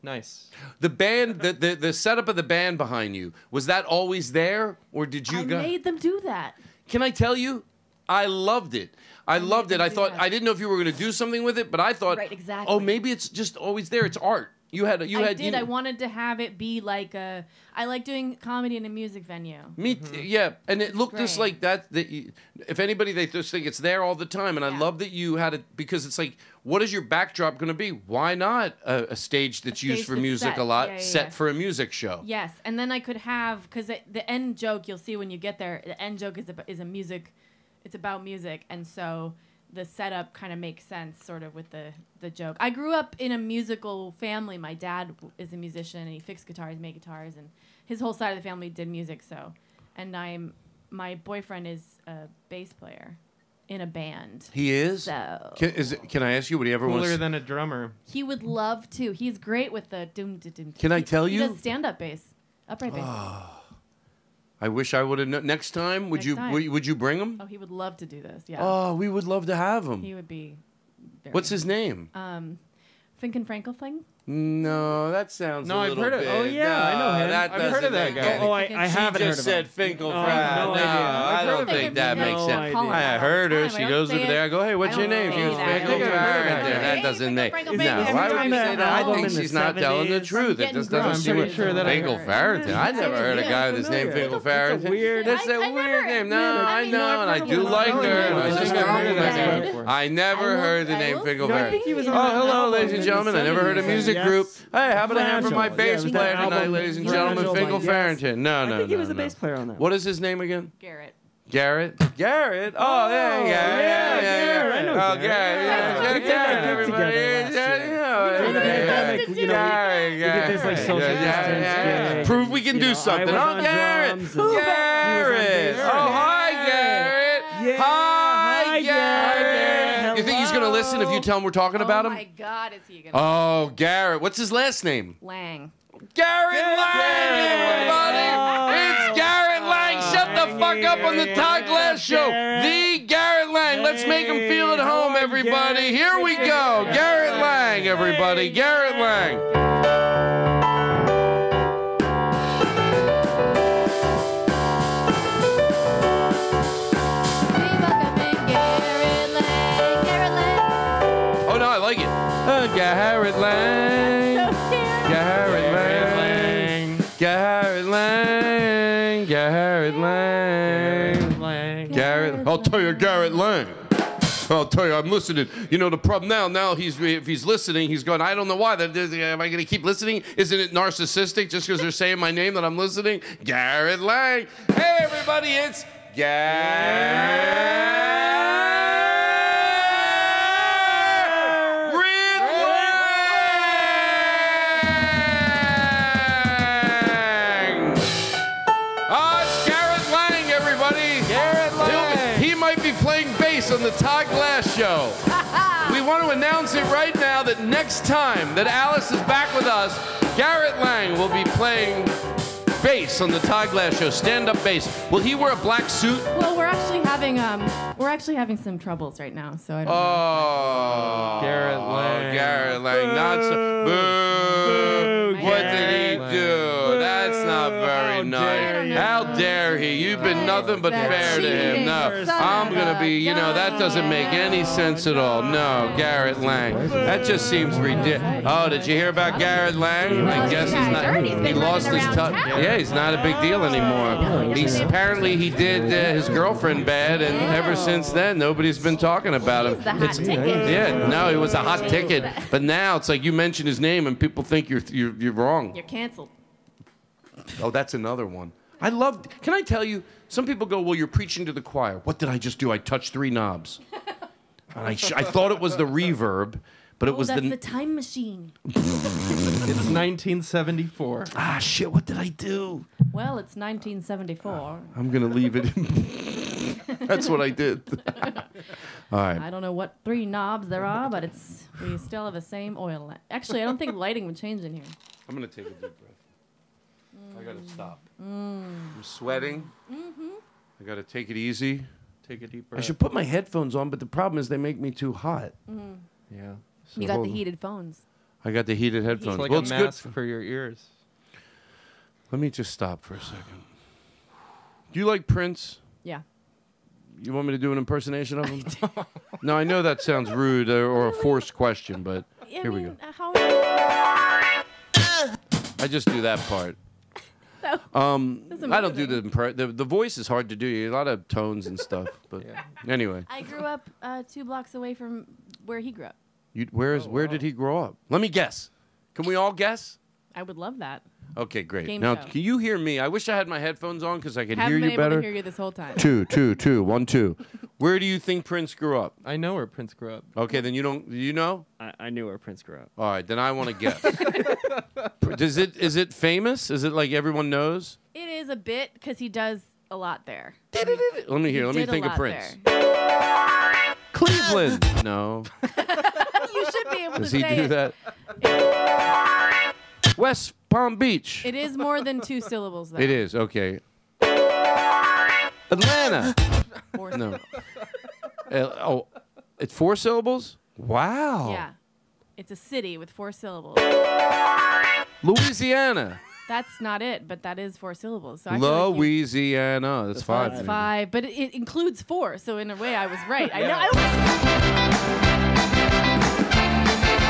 [SPEAKER 8] Nice.
[SPEAKER 4] the band the, the the setup of the band behind you was that always there, or did you
[SPEAKER 7] I
[SPEAKER 4] go?
[SPEAKER 7] made them do that.
[SPEAKER 4] Can I tell you? I loved it. I loved it. I thought I didn't know if you were going to do something with it, but I thought,
[SPEAKER 7] Right, exactly.
[SPEAKER 4] oh, maybe it's just always there. It's art. You had you
[SPEAKER 7] I
[SPEAKER 4] had
[SPEAKER 7] did.
[SPEAKER 4] You,
[SPEAKER 7] I wanted to have it be like a. I like doing comedy in a music venue.
[SPEAKER 4] Me, t-
[SPEAKER 7] Mm-hmm.
[SPEAKER 4] yeah, and it looked just
[SPEAKER 7] great.
[SPEAKER 4] like that. That you, if anybody, they just think it's there all the time. And I love that you had it because it's like, what is your backdrop going to be? Why not a, a stage that's used
[SPEAKER 7] stage
[SPEAKER 4] for
[SPEAKER 7] that's
[SPEAKER 4] music
[SPEAKER 7] set.
[SPEAKER 4] a lot,
[SPEAKER 7] Yeah, yeah,
[SPEAKER 4] set
[SPEAKER 7] yeah.
[SPEAKER 4] for a music show?
[SPEAKER 7] Yes, and then I could have because the end joke you'll see when you get there. The end joke is a, is a music, it's about music, and so the setup kind of makes sense, sort of with the the joke. I grew up in a musical family. My dad w- is a musician, and he fixed guitars, made guitars, and his whole side of the family did music. So, and I'm my boyfriend is a bass player in a band.
[SPEAKER 4] He is.
[SPEAKER 7] So
[SPEAKER 4] Can, is it, can I ask you what he ever
[SPEAKER 8] Cooler
[SPEAKER 4] wants?
[SPEAKER 8] than a drummer.
[SPEAKER 7] he would love to. He's great with the doom doom. doom.
[SPEAKER 4] Can I
[SPEAKER 7] He-
[SPEAKER 4] tell
[SPEAKER 7] he
[SPEAKER 4] you? Ah.
[SPEAKER 7] does stand up bass, upright bass.
[SPEAKER 4] I wish I would have. Kn- next time, would
[SPEAKER 7] Next
[SPEAKER 4] you
[SPEAKER 7] time.
[SPEAKER 4] Would, would you bring him?
[SPEAKER 7] Oh, he would love to do this. Yeah.
[SPEAKER 4] Oh, we would love to have him.
[SPEAKER 7] He would be. very-
[SPEAKER 4] What's his name?
[SPEAKER 7] Um, Finken Frankelfling.
[SPEAKER 4] No, that sounds.
[SPEAKER 8] No,
[SPEAKER 4] a
[SPEAKER 8] I've
[SPEAKER 4] little
[SPEAKER 8] heard of-
[SPEAKER 4] bit.
[SPEAKER 8] oh, yeah, I know him.
[SPEAKER 4] that
[SPEAKER 8] I've heard of
[SPEAKER 4] doesn't
[SPEAKER 8] that
[SPEAKER 4] make
[SPEAKER 8] guy.
[SPEAKER 4] any-
[SPEAKER 8] Oh, I- I
[SPEAKER 4] she
[SPEAKER 8] haven't
[SPEAKER 4] just
[SPEAKER 8] heard of
[SPEAKER 4] said
[SPEAKER 8] him.
[SPEAKER 4] Finkel
[SPEAKER 8] Oh,
[SPEAKER 4] Fry.
[SPEAKER 8] no
[SPEAKER 4] No,
[SPEAKER 8] idea. I've
[SPEAKER 4] I
[SPEAKER 8] heard
[SPEAKER 4] don't
[SPEAKER 8] of him.
[SPEAKER 4] think that
[SPEAKER 8] No
[SPEAKER 4] makes sense.
[SPEAKER 8] idea.
[SPEAKER 4] I heard her. She
[SPEAKER 8] don't
[SPEAKER 4] goes
[SPEAKER 8] say
[SPEAKER 4] over
[SPEAKER 8] it.
[SPEAKER 4] there. I go, hey, what's
[SPEAKER 8] I
[SPEAKER 4] your
[SPEAKER 8] don't
[SPEAKER 4] name?
[SPEAKER 8] say
[SPEAKER 4] She was
[SPEAKER 8] that. I
[SPEAKER 4] Finkel
[SPEAKER 8] think I've
[SPEAKER 4] Fry.
[SPEAKER 8] heard of
[SPEAKER 4] right there.
[SPEAKER 8] him.
[SPEAKER 4] That
[SPEAKER 8] Hey,
[SPEAKER 4] doesn't make. No,
[SPEAKER 8] Finkel,
[SPEAKER 4] why
[SPEAKER 8] Finkel, Finkel.
[SPEAKER 4] would you say
[SPEAKER 8] Remember
[SPEAKER 4] that? I
[SPEAKER 8] that
[SPEAKER 4] think
[SPEAKER 8] album in
[SPEAKER 4] she's
[SPEAKER 8] the
[SPEAKER 4] not telling the
[SPEAKER 8] 70s?
[SPEAKER 4] truth. It
[SPEAKER 8] I'm
[SPEAKER 4] just
[SPEAKER 8] getting
[SPEAKER 4] doesn't
[SPEAKER 8] grown.
[SPEAKER 4] seem.
[SPEAKER 8] I'm pretty sure that I
[SPEAKER 4] Finkel
[SPEAKER 8] heard.
[SPEAKER 4] Farrington. I never
[SPEAKER 8] Yeah,
[SPEAKER 4] heard a guy with his name
[SPEAKER 8] familiar.
[SPEAKER 4] Finkel
[SPEAKER 8] That's a
[SPEAKER 4] Farrington.
[SPEAKER 8] weird-
[SPEAKER 4] That's
[SPEAKER 8] I- I
[SPEAKER 4] a weird name. No, I
[SPEAKER 8] no,
[SPEAKER 4] know, and
[SPEAKER 8] I've
[SPEAKER 4] I
[SPEAKER 8] heard
[SPEAKER 4] do
[SPEAKER 8] of him.
[SPEAKER 4] like
[SPEAKER 8] I
[SPEAKER 4] her.
[SPEAKER 8] don't
[SPEAKER 4] and
[SPEAKER 8] know.
[SPEAKER 4] I think I've
[SPEAKER 8] I've
[SPEAKER 4] heard of
[SPEAKER 8] heard
[SPEAKER 4] that name.
[SPEAKER 8] of him before.
[SPEAKER 4] I never heard the name Finkel
[SPEAKER 8] No, I think he
[SPEAKER 4] Farrington.
[SPEAKER 8] was
[SPEAKER 4] Oh,
[SPEAKER 8] on that
[SPEAKER 4] hello,
[SPEAKER 8] album
[SPEAKER 4] ladies
[SPEAKER 8] in
[SPEAKER 4] and
[SPEAKER 8] the
[SPEAKER 4] gentlemen. I never heard a
[SPEAKER 8] 70s.
[SPEAKER 4] music
[SPEAKER 8] Yes.
[SPEAKER 4] group. Hey, how about a hand for
[SPEAKER 8] Fragile.
[SPEAKER 4] my
[SPEAKER 8] Yeah, it
[SPEAKER 4] bass
[SPEAKER 8] was that
[SPEAKER 4] player tonight,
[SPEAKER 8] album,
[SPEAKER 4] ladies and
[SPEAKER 8] Fragile
[SPEAKER 4] gentlemen?
[SPEAKER 8] by
[SPEAKER 4] Finkel
[SPEAKER 8] Yes.
[SPEAKER 4] Farrington. No,
[SPEAKER 13] I
[SPEAKER 4] no,
[SPEAKER 13] think he
[SPEAKER 4] no,
[SPEAKER 13] was the
[SPEAKER 4] no.
[SPEAKER 13] bass player on that.
[SPEAKER 4] What is his name again?
[SPEAKER 7] Garrett.
[SPEAKER 4] Garrett. Garrett. Oh, yeah, yeah, yeah, yeah.
[SPEAKER 13] Garrett. I know
[SPEAKER 4] Oh,
[SPEAKER 13] Garrett.
[SPEAKER 4] Garrett. Yeah,
[SPEAKER 13] Yeah,
[SPEAKER 4] yeah,
[SPEAKER 13] we did that
[SPEAKER 4] Garrett,
[SPEAKER 13] gig
[SPEAKER 4] everybody.
[SPEAKER 13] together last
[SPEAKER 4] Yeah, yeah,
[SPEAKER 13] We did that
[SPEAKER 4] yeah.
[SPEAKER 13] gig, you know, we-
[SPEAKER 4] Garrett,
[SPEAKER 13] we did this, like,
[SPEAKER 4] Garrett.
[SPEAKER 13] social
[SPEAKER 4] Yeah, yeah,
[SPEAKER 13] distance
[SPEAKER 4] yeah.
[SPEAKER 13] gig.
[SPEAKER 4] Prove we can do something.
[SPEAKER 13] was
[SPEAKER 4] Oh,
[SPEAKER 13] on
[SPEAKER 4] Garrett.
[SPEAKER 13] drums and- Who-
[SPEAKER 4] Garrett.
[SPEAKER 13] bass.
[SPEAKER 4] Oh, hi, Garrett. Hi, Garrett. You think he's going to listen if you tell him we're
[SPEAKER 13] Oh
[SPEAKER 4] talking about him?
[SPEAKER 7] Oh My God, is he gonna
[SPEAKER 4] Oh, Garrett. What's his last name?
[SPEAKER 7] Lang?
[SPEAKER 4] Garrett Lang, Oh. everybody! It's Garrett Lang! Shut the fuck up on the Todd Glass Show! The Garrett Lang! Let's make him feel at home, everybody! Here we go! Garrett Lang, everybody! Garrett Lang! Oh no, I like it! Uh, Garrett Lang! Garrett Lang! Garrett Lang! Garrett Lang! Garrett, I'll tell you, Garrett Lang! I'll tell you, I'm listening. You know the problem now. Now he's if he's listening, he's going. I don't know why. That that- am I going to keep listening? Isn't it narcissistic just because they're saying my name that I'm listening? Garrett Lang. Hey everybody, it's Garrett Lang. Ah, it's Garrett Lang, everybody. Garrett Lang. he might be playing bass on the Todd Glass Show. we want to announce it right now that next time that Alice is back with us, Garrett Lang will be playing bass on the Todd Glass Show, stand-up bass. Will he wear a black suit?
[SPEAKER 7] Well, we're actually having um, we're actually having some troubles right now, so
[SPEAKER 4] Uh,
[SPEAKER 7] I don't.
[SPEAKER 4] Oh, Garrett Lang. Garrett Lang. Not so. Boo. what did he do? That's not very nice. How dare he? You've been nothing but fair to him. No, I'm gonna be. You know that doesn't make any sense at all. No, Garrett Lang. That just seems ridiculous. Oh, did you hear about Garrett Lang? I guess he's not. He lost his touch. Yeah, he's not a big deal
[SPEAKER 7] Oh,
[SPEAKER 4] anymore. He's apparently he did uh, his girlfriend bad, and ever since then nobody's been talking about him.
[SPEAKER 7] the hot ticket.
[SPEAKER 4] Yeah, no, it was a hot ticket. But now it's like you mention his name and people think you're you're, you're wrong.
[SPEAKER 7] You're canceled.
[SPEAKER 4] Oh, that's another one. I loved. Can I tell you? Some people go, "Well, you're preaching to the choir." What did I just do? I touched three knobs, and I, sh- I thought it was the reverb, But it
[SPEAKER 7] Oh,
[SPEAKER 4] was
[SPEAKER 7] that's
[SPEAKER 4] the,
[SPEAKER 7] the time machine.
[SPEAKER 8] it's 1974.
[SPEAKER 4] Ah, shit, what did I do?
[SPEAKER 7] Well, it's 1974.
[SPEAKER 4] I'm gonna leave it. That's what I did. All
[SPEAKER 7] I
[SPEAKER 4] right.
[SPEAKER 7] don't know what three knobs there are, but it's we still have the same oil. li- Actually, I don't think lighting would change in here.
[SPEAKER 4] I'm gonna take a deep breath. I gotta stop.
[SPEAKER 7] Mm.
[SPEAKER 4] I'm sweating.
[SPEAKER 7] Mm-hmm.
[SPEAKER 4] I gotta take it easy.
[SPEAKER 8] Take a deep breath.
[SPEAKER 4] I should put my headphones on, but the problem is they make me too hot.
[SPEAKER 7] Mm.
[SPEAKER 4] Yeah.
[SPEAKER 7] you got the heated phones.
[SPEAKER 4] I got the heated
[SPEAKER 8] It's
[SPEAKER 4] headphones.
[SPEAKER 8] like
[SPEAKER 4] well,
[SPEAKER 8] a
[SPEAKER 4] it's
[SPEAKER 8] mask
[SPEAKER 4] good.
[SPEAKER 8] for your ears.
[SPEAKER 4] Let me just stop for a second. Do you like Prince?
[SPEAKER 7] Yeah.
[SPEAKER 4] You want me to do an impersonation of him? no, I know that sounds rude or, or a forced question, but
[SPEAKER 7] I
[SPEAKER 4] here we go.
[SPEAKER 7] mean, uh, How?
[SPEAKER 4] I just do that part.
[SPEAKER 7] That-
[SPEAKER 4] Um,
[SPEAKER 7] that's
[SPEAKER 4] I don't do the, impre- the the voice is hard to do. A lot of tones and stuff. But anyway,
[SPEAKER 7] I grew up uh, two blocks away from where he grew up.
[SPEAKER 4] you, where
[SPEAKER 8] Oh,
[SPEAKER 4] is where did he grow up? Let me guess. Can we all guess?
[SPEAKER 7] I would love that.
[SPEAKER 4] Okay, great.
[SPEAKER 7] Game
[SPEAKER 4] now,
[SPEAKER 7] show.
[SPEAKER 4] can you hear me? I wish I had my headphones on because I could
[SPEAKER 7] Haven't
[SPEAKER 4] hear
[SPEAKER 7] been
[SPEAKER 4] you
[SPEAKER 7] able
[SPEAKER 4] better.
[SPEAKER 7] to hear you this whole time.
[SPEAKER 4] Two, two, two, one, two. Where do you think Prince grew up?
[SPEAKER 8] I know where Prince grew up.
[SPEAKER 4] Okay, then you don't. You know?
[SPEAKER 13] I, I knew where Prince grew up.
[SPEAKER 4] All right, then I want to guess. Pr- Does it is it famous? Is it like everyone knows?
[SPEAKER 7] It is a bit because he does a lot there.
[SPEAKER 4] Let me hear.
[SPEAKER 7] He
[SPEAKER 4] Let me
[SPEAKER 7] did a
[SPEAKER 4] think of
[SPEAKER 7] lot
[SPEAKER 4] Prince.
[SPEAKER 7] there.
[SPEAKER 4] Cleveland. No.
[SPEAKER 7] you should be able
[SPEAKER 4] Does
[SPEAKER 7] to
[SPEAKER 4] he
[SPEAKER 7] say
[SPEAKER 4] do
[SPEAKER 7] it.
[SPEAKER 4] that? West Palm Beach.
[SPEAKER 7] It is more than two syllables though.
[SPEAKER 4] It is okay. Atlanta.
[SPEAKER 7] Four
[SPEAKER 4] no. Uh, oh, it's four syllables. Wow.
[SPEAKER 7] Yeah. It's a city with four syllables.
[SPEAKER 4] Louisiana.
[SPEAKER 7] That's not it, but that is four syllables. So I feel like you-
[SPEAKER 4] Louisiana. That's, five.
[SPEAKER 7] That's five, but it, it includes four. So in a way, I was right. I know. I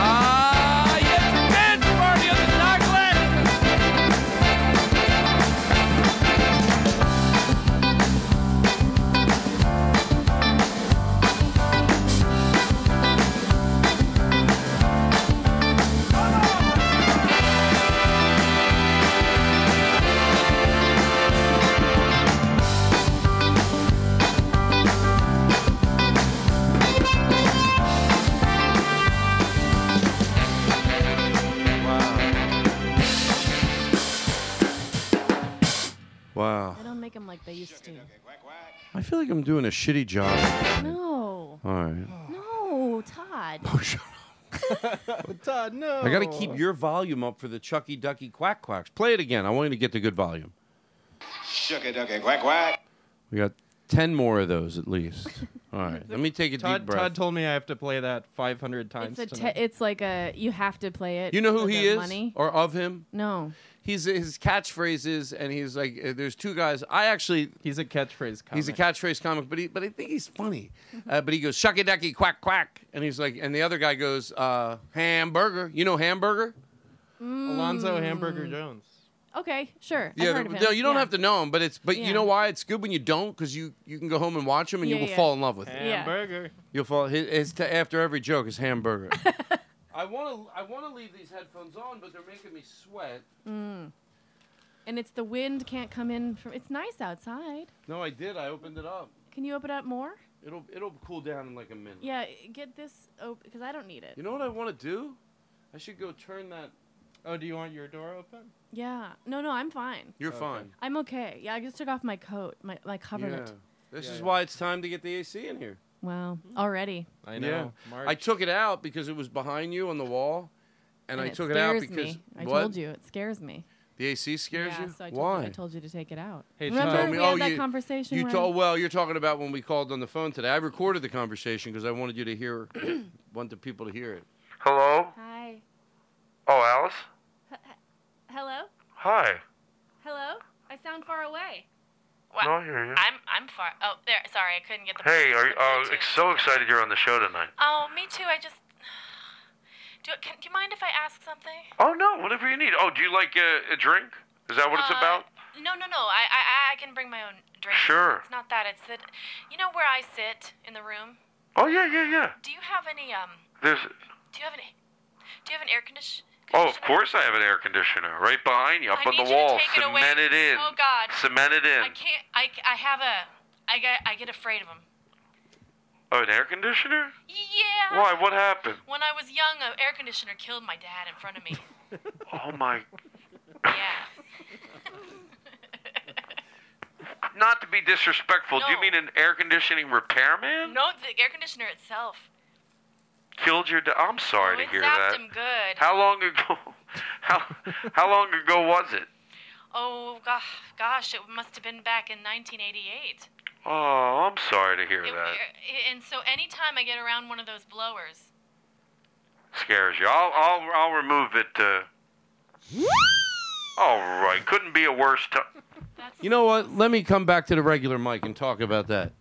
[SPEAKER 4] Ah, Wow.
[SPEAKER 7] They don't make them like they used to.
[SPEAKER 4] I feel like I'm doing a shitty job.
[SPEAKER 7] No.
[SPEAKER 4] All right.
[SPEAKER 7] No, Todd.
[SPEAKER 8] Todd, uh, no.
[SPEAKER 4] I got to keep your volume up for the Chucky Ducky Quack Quacks. Play it again. I want you to get the good volume.
[SPEAKER 10] Shooka ducka E. quack quack.
[SPEAKER 4] We got 10 more of those at least. All right. Let me take a
[SPEAKER 8] Todd,
[SPEAKER 4] deep breath.
[SPEAKER 8] Todd told me I have to play that 500 times.
[SPEAKER 7] It's a.
[SPEAKER 8] tonight.
[SPEAKER 7] Te- it's like a. You have to play it.
[SPEAKER 4] You know who
[SPEAKER 7] for
[SPEAKER 4] he
[SPEAKER 7] the
[SPEAKER 4] is
[SPEAKER 7] Money.
[SPEAKER 4] or of him?
[SPEAKER 7] No.
[SPEAKER 4] He's his catchphrase is, and he's like, uh, there's two guys. I actually
[SPEAKER 8] he's a catchphrase. Comic.
[SPEAKER 4] He's a catchphrase comic, but he, but I think he's funny. Uh, but he goes shucky ducky quack quack, and he's like, and the other guy goes uh, hamburger. You know hamburger? Mm.
[SPEAKER 8] Alonzo Hamburger Jones.
[SPEAKER 7] Okay, sure. I've
[SPEAKER 4] yeah.
[SPEAKER 7] heard of
[SPEAKER 4] no,
[SPEAKER 7] him.
[SPEAKER 4] you don't
[SPEAKER 7] Yeah.
[SPEAKER 4] have to know him, but it's but
[SPEAKER 7] Yeah.
[SPEAKER 4] you know why it's good when you don't because you you can go home and watch him and
[SPEAKER 7] Yeah,
[SPEAKER 4] you will
[SPEAKER 7] yeah.
[SPEAKER 4] fall in love with him.
[SPEAKER 8] Hamburger.
[SPEAKER 4] You'll fall. His, his t- after every joke is hamburger. I want to I want to leave these headphones on, but they're making me sweat.
[SPEAKER 7] Mm. And it's the wind can't come in from. It's nice outside.
[SPEAKER 4] No, I did. I opened it up.
[SPEAKER 7] Can you open up more?
[SPEAKER 4] It'll it'll cool down in like a minute.
[SPEAKER 7] Yeah, get this open because I don't need it.
[SPEAKER 4] You know what I want to do? I should go turn that.
[SPEAKER 8] Oh, do you want your door open?
[SPEAKER 7] Yeah. No, no, I'm fine.
[SPEAKER 4] You're fine.
[SPEAKER 7] I'm okay. Yeah, I just took off my coat, my my coverlet.
[SPEAKER 4] Yeah. This
[SPEAKER 8] Yeah,
[SPEAKER 4] is
[SPEAKER 8] yeah.
[SPEAKER 4] why it's time to get the AC in here.
[SPEAKER 7] Wow. Already.
[SPEAKER 8] I know. March.
[SPEAKER 4] I took it out because it was behind you on the wall, and, I
[SPEAKER 7] it
[SPEAKER 4] took it out
[SPEAKER 7] scares
[SPEAKER 4] because
[SPEAKER 7] me. I
[SPEAKER 4] what?
[SPEAKER 7] told you it scares me.
[SPEAKER 4] The AC scares
[SPEAKER 7] yeah,
[SPEAKER 4] you.
[SPEAKER 7] So I told
[SPEAKER 4] why?
[SPEAKER 7] You, I told you to take it out.
[SPEAKER 4] Hey,
[SPEAKER 7] Remember
[SPEAKER 4] Todd.
[SPEAKER 7] we
[SPEAKER 4] Oh,
[SPEAKER 7] had that
[SPEAKER 4] you-
[SPEAKER 7] conversation.
[SPEAKER 4] you
[SPEAKER 7] where-
[SPEAKER 4] told well. You're talking about when we called on the phone today. I recorded the conversation because I wanted you to hear, want the people to hear it. Hello.
[SPEAKER 7] Hi.
[SPEAKER 4] Oh, Alice.
[SPEAKER 7] Hello.
[SPEAKER 4] Hi.
[SPEAKER 7] Hello. I sound far away.
[SPEAKER 15] No, I hear you.
[SPEAKER 7] I'm I'm far. Oh, there. Sorry, I couldn't get the.
[SPEAKER 15] Hey, are you, uh, ex- so excited you're on the show tonight.
[SPEAKER 7] Oh, me too. I just. Do, can, do you mind if I ask something?
[SPEAKER 15] Oh no, whatever you need. Oh, do you like uh, a drink? Is that what it's
[SPEAKER 7] Uh,
[SPEAKER 15] about?
[SPEAKER 7] No, no, no. I, I, I can bring my own drink.
[SPEAKER 15] Sure.
[SPEAKER 7] It's not that. It's that. You know where I sit in the room.
[SPEAKER 15] Oh yeah, yeah, yeah.
[SPEAKER 7] Do you have any um?
[SPEAKER 15] There's.
[SPEAKER 7] Do you have any? Do you have an air condition?
[SPEAKER 15] Oh, of course I have an air conditioner right behind you, up
[SPEAKER 7] I
[SPEAKER 15] on
[SPEAKER 7] need
[SPEAKER 15] the
[SPEAKER 7] you to
[SPEAKER 15] wall,
[SPEAKER 7] take it away.
[SPEAKER 15] cemented in.
[SPEAKER 7] Oh, God.
[SPEAKER 15] Cemented in.
[SPEAKER 7] I can't. I, I have a. I get I get afraid of them.
[SPEAKER 15] Oh, an air conditioner?
[SPEAKER 7] Yeah.
[SPEAKER 15] Why? What happened?
[SPEAKER 7] When I was young, an air conditioner killed my dad in front of me.
[SPEAKER 15] Oh my.
[SPEAKER 7] yeah.
[SPEAKER 15] Not to be disrespectful, do you mean an air conditioning repairman
[SPEAKER 7] no, the air conditioner itself.
[SPEAKER 15] killed your? Da- I'm sorry
[SPEAKER 7] Oh,
[SPEAKER 15] to
[SPEAKER 7] it
[SPEAKER 15] hear
[SPEAKER 7] zapped
[SPEAKER 15] that.
[SPEAKER 7] him good.
[SPEAKER 15] How long ago? How how long ago was it?
[SPEAKER 7] Oh gosh, gosh, it must have been back in 1988.
[SPEAKER 15] Oh, I'm sorry to hear
[SPEAKER 7] It-
[SPEAKER 15] that.
[SPEAKER 7] it- and so anytime I get around one of those blowers,
[SPEAKER 15] Scares you. I'll I'll I'll remove it. Uh... All right. Couldn't be a worse time.
[SPEAKER 4] You know what? Let me come back to the regular mic and talk about that.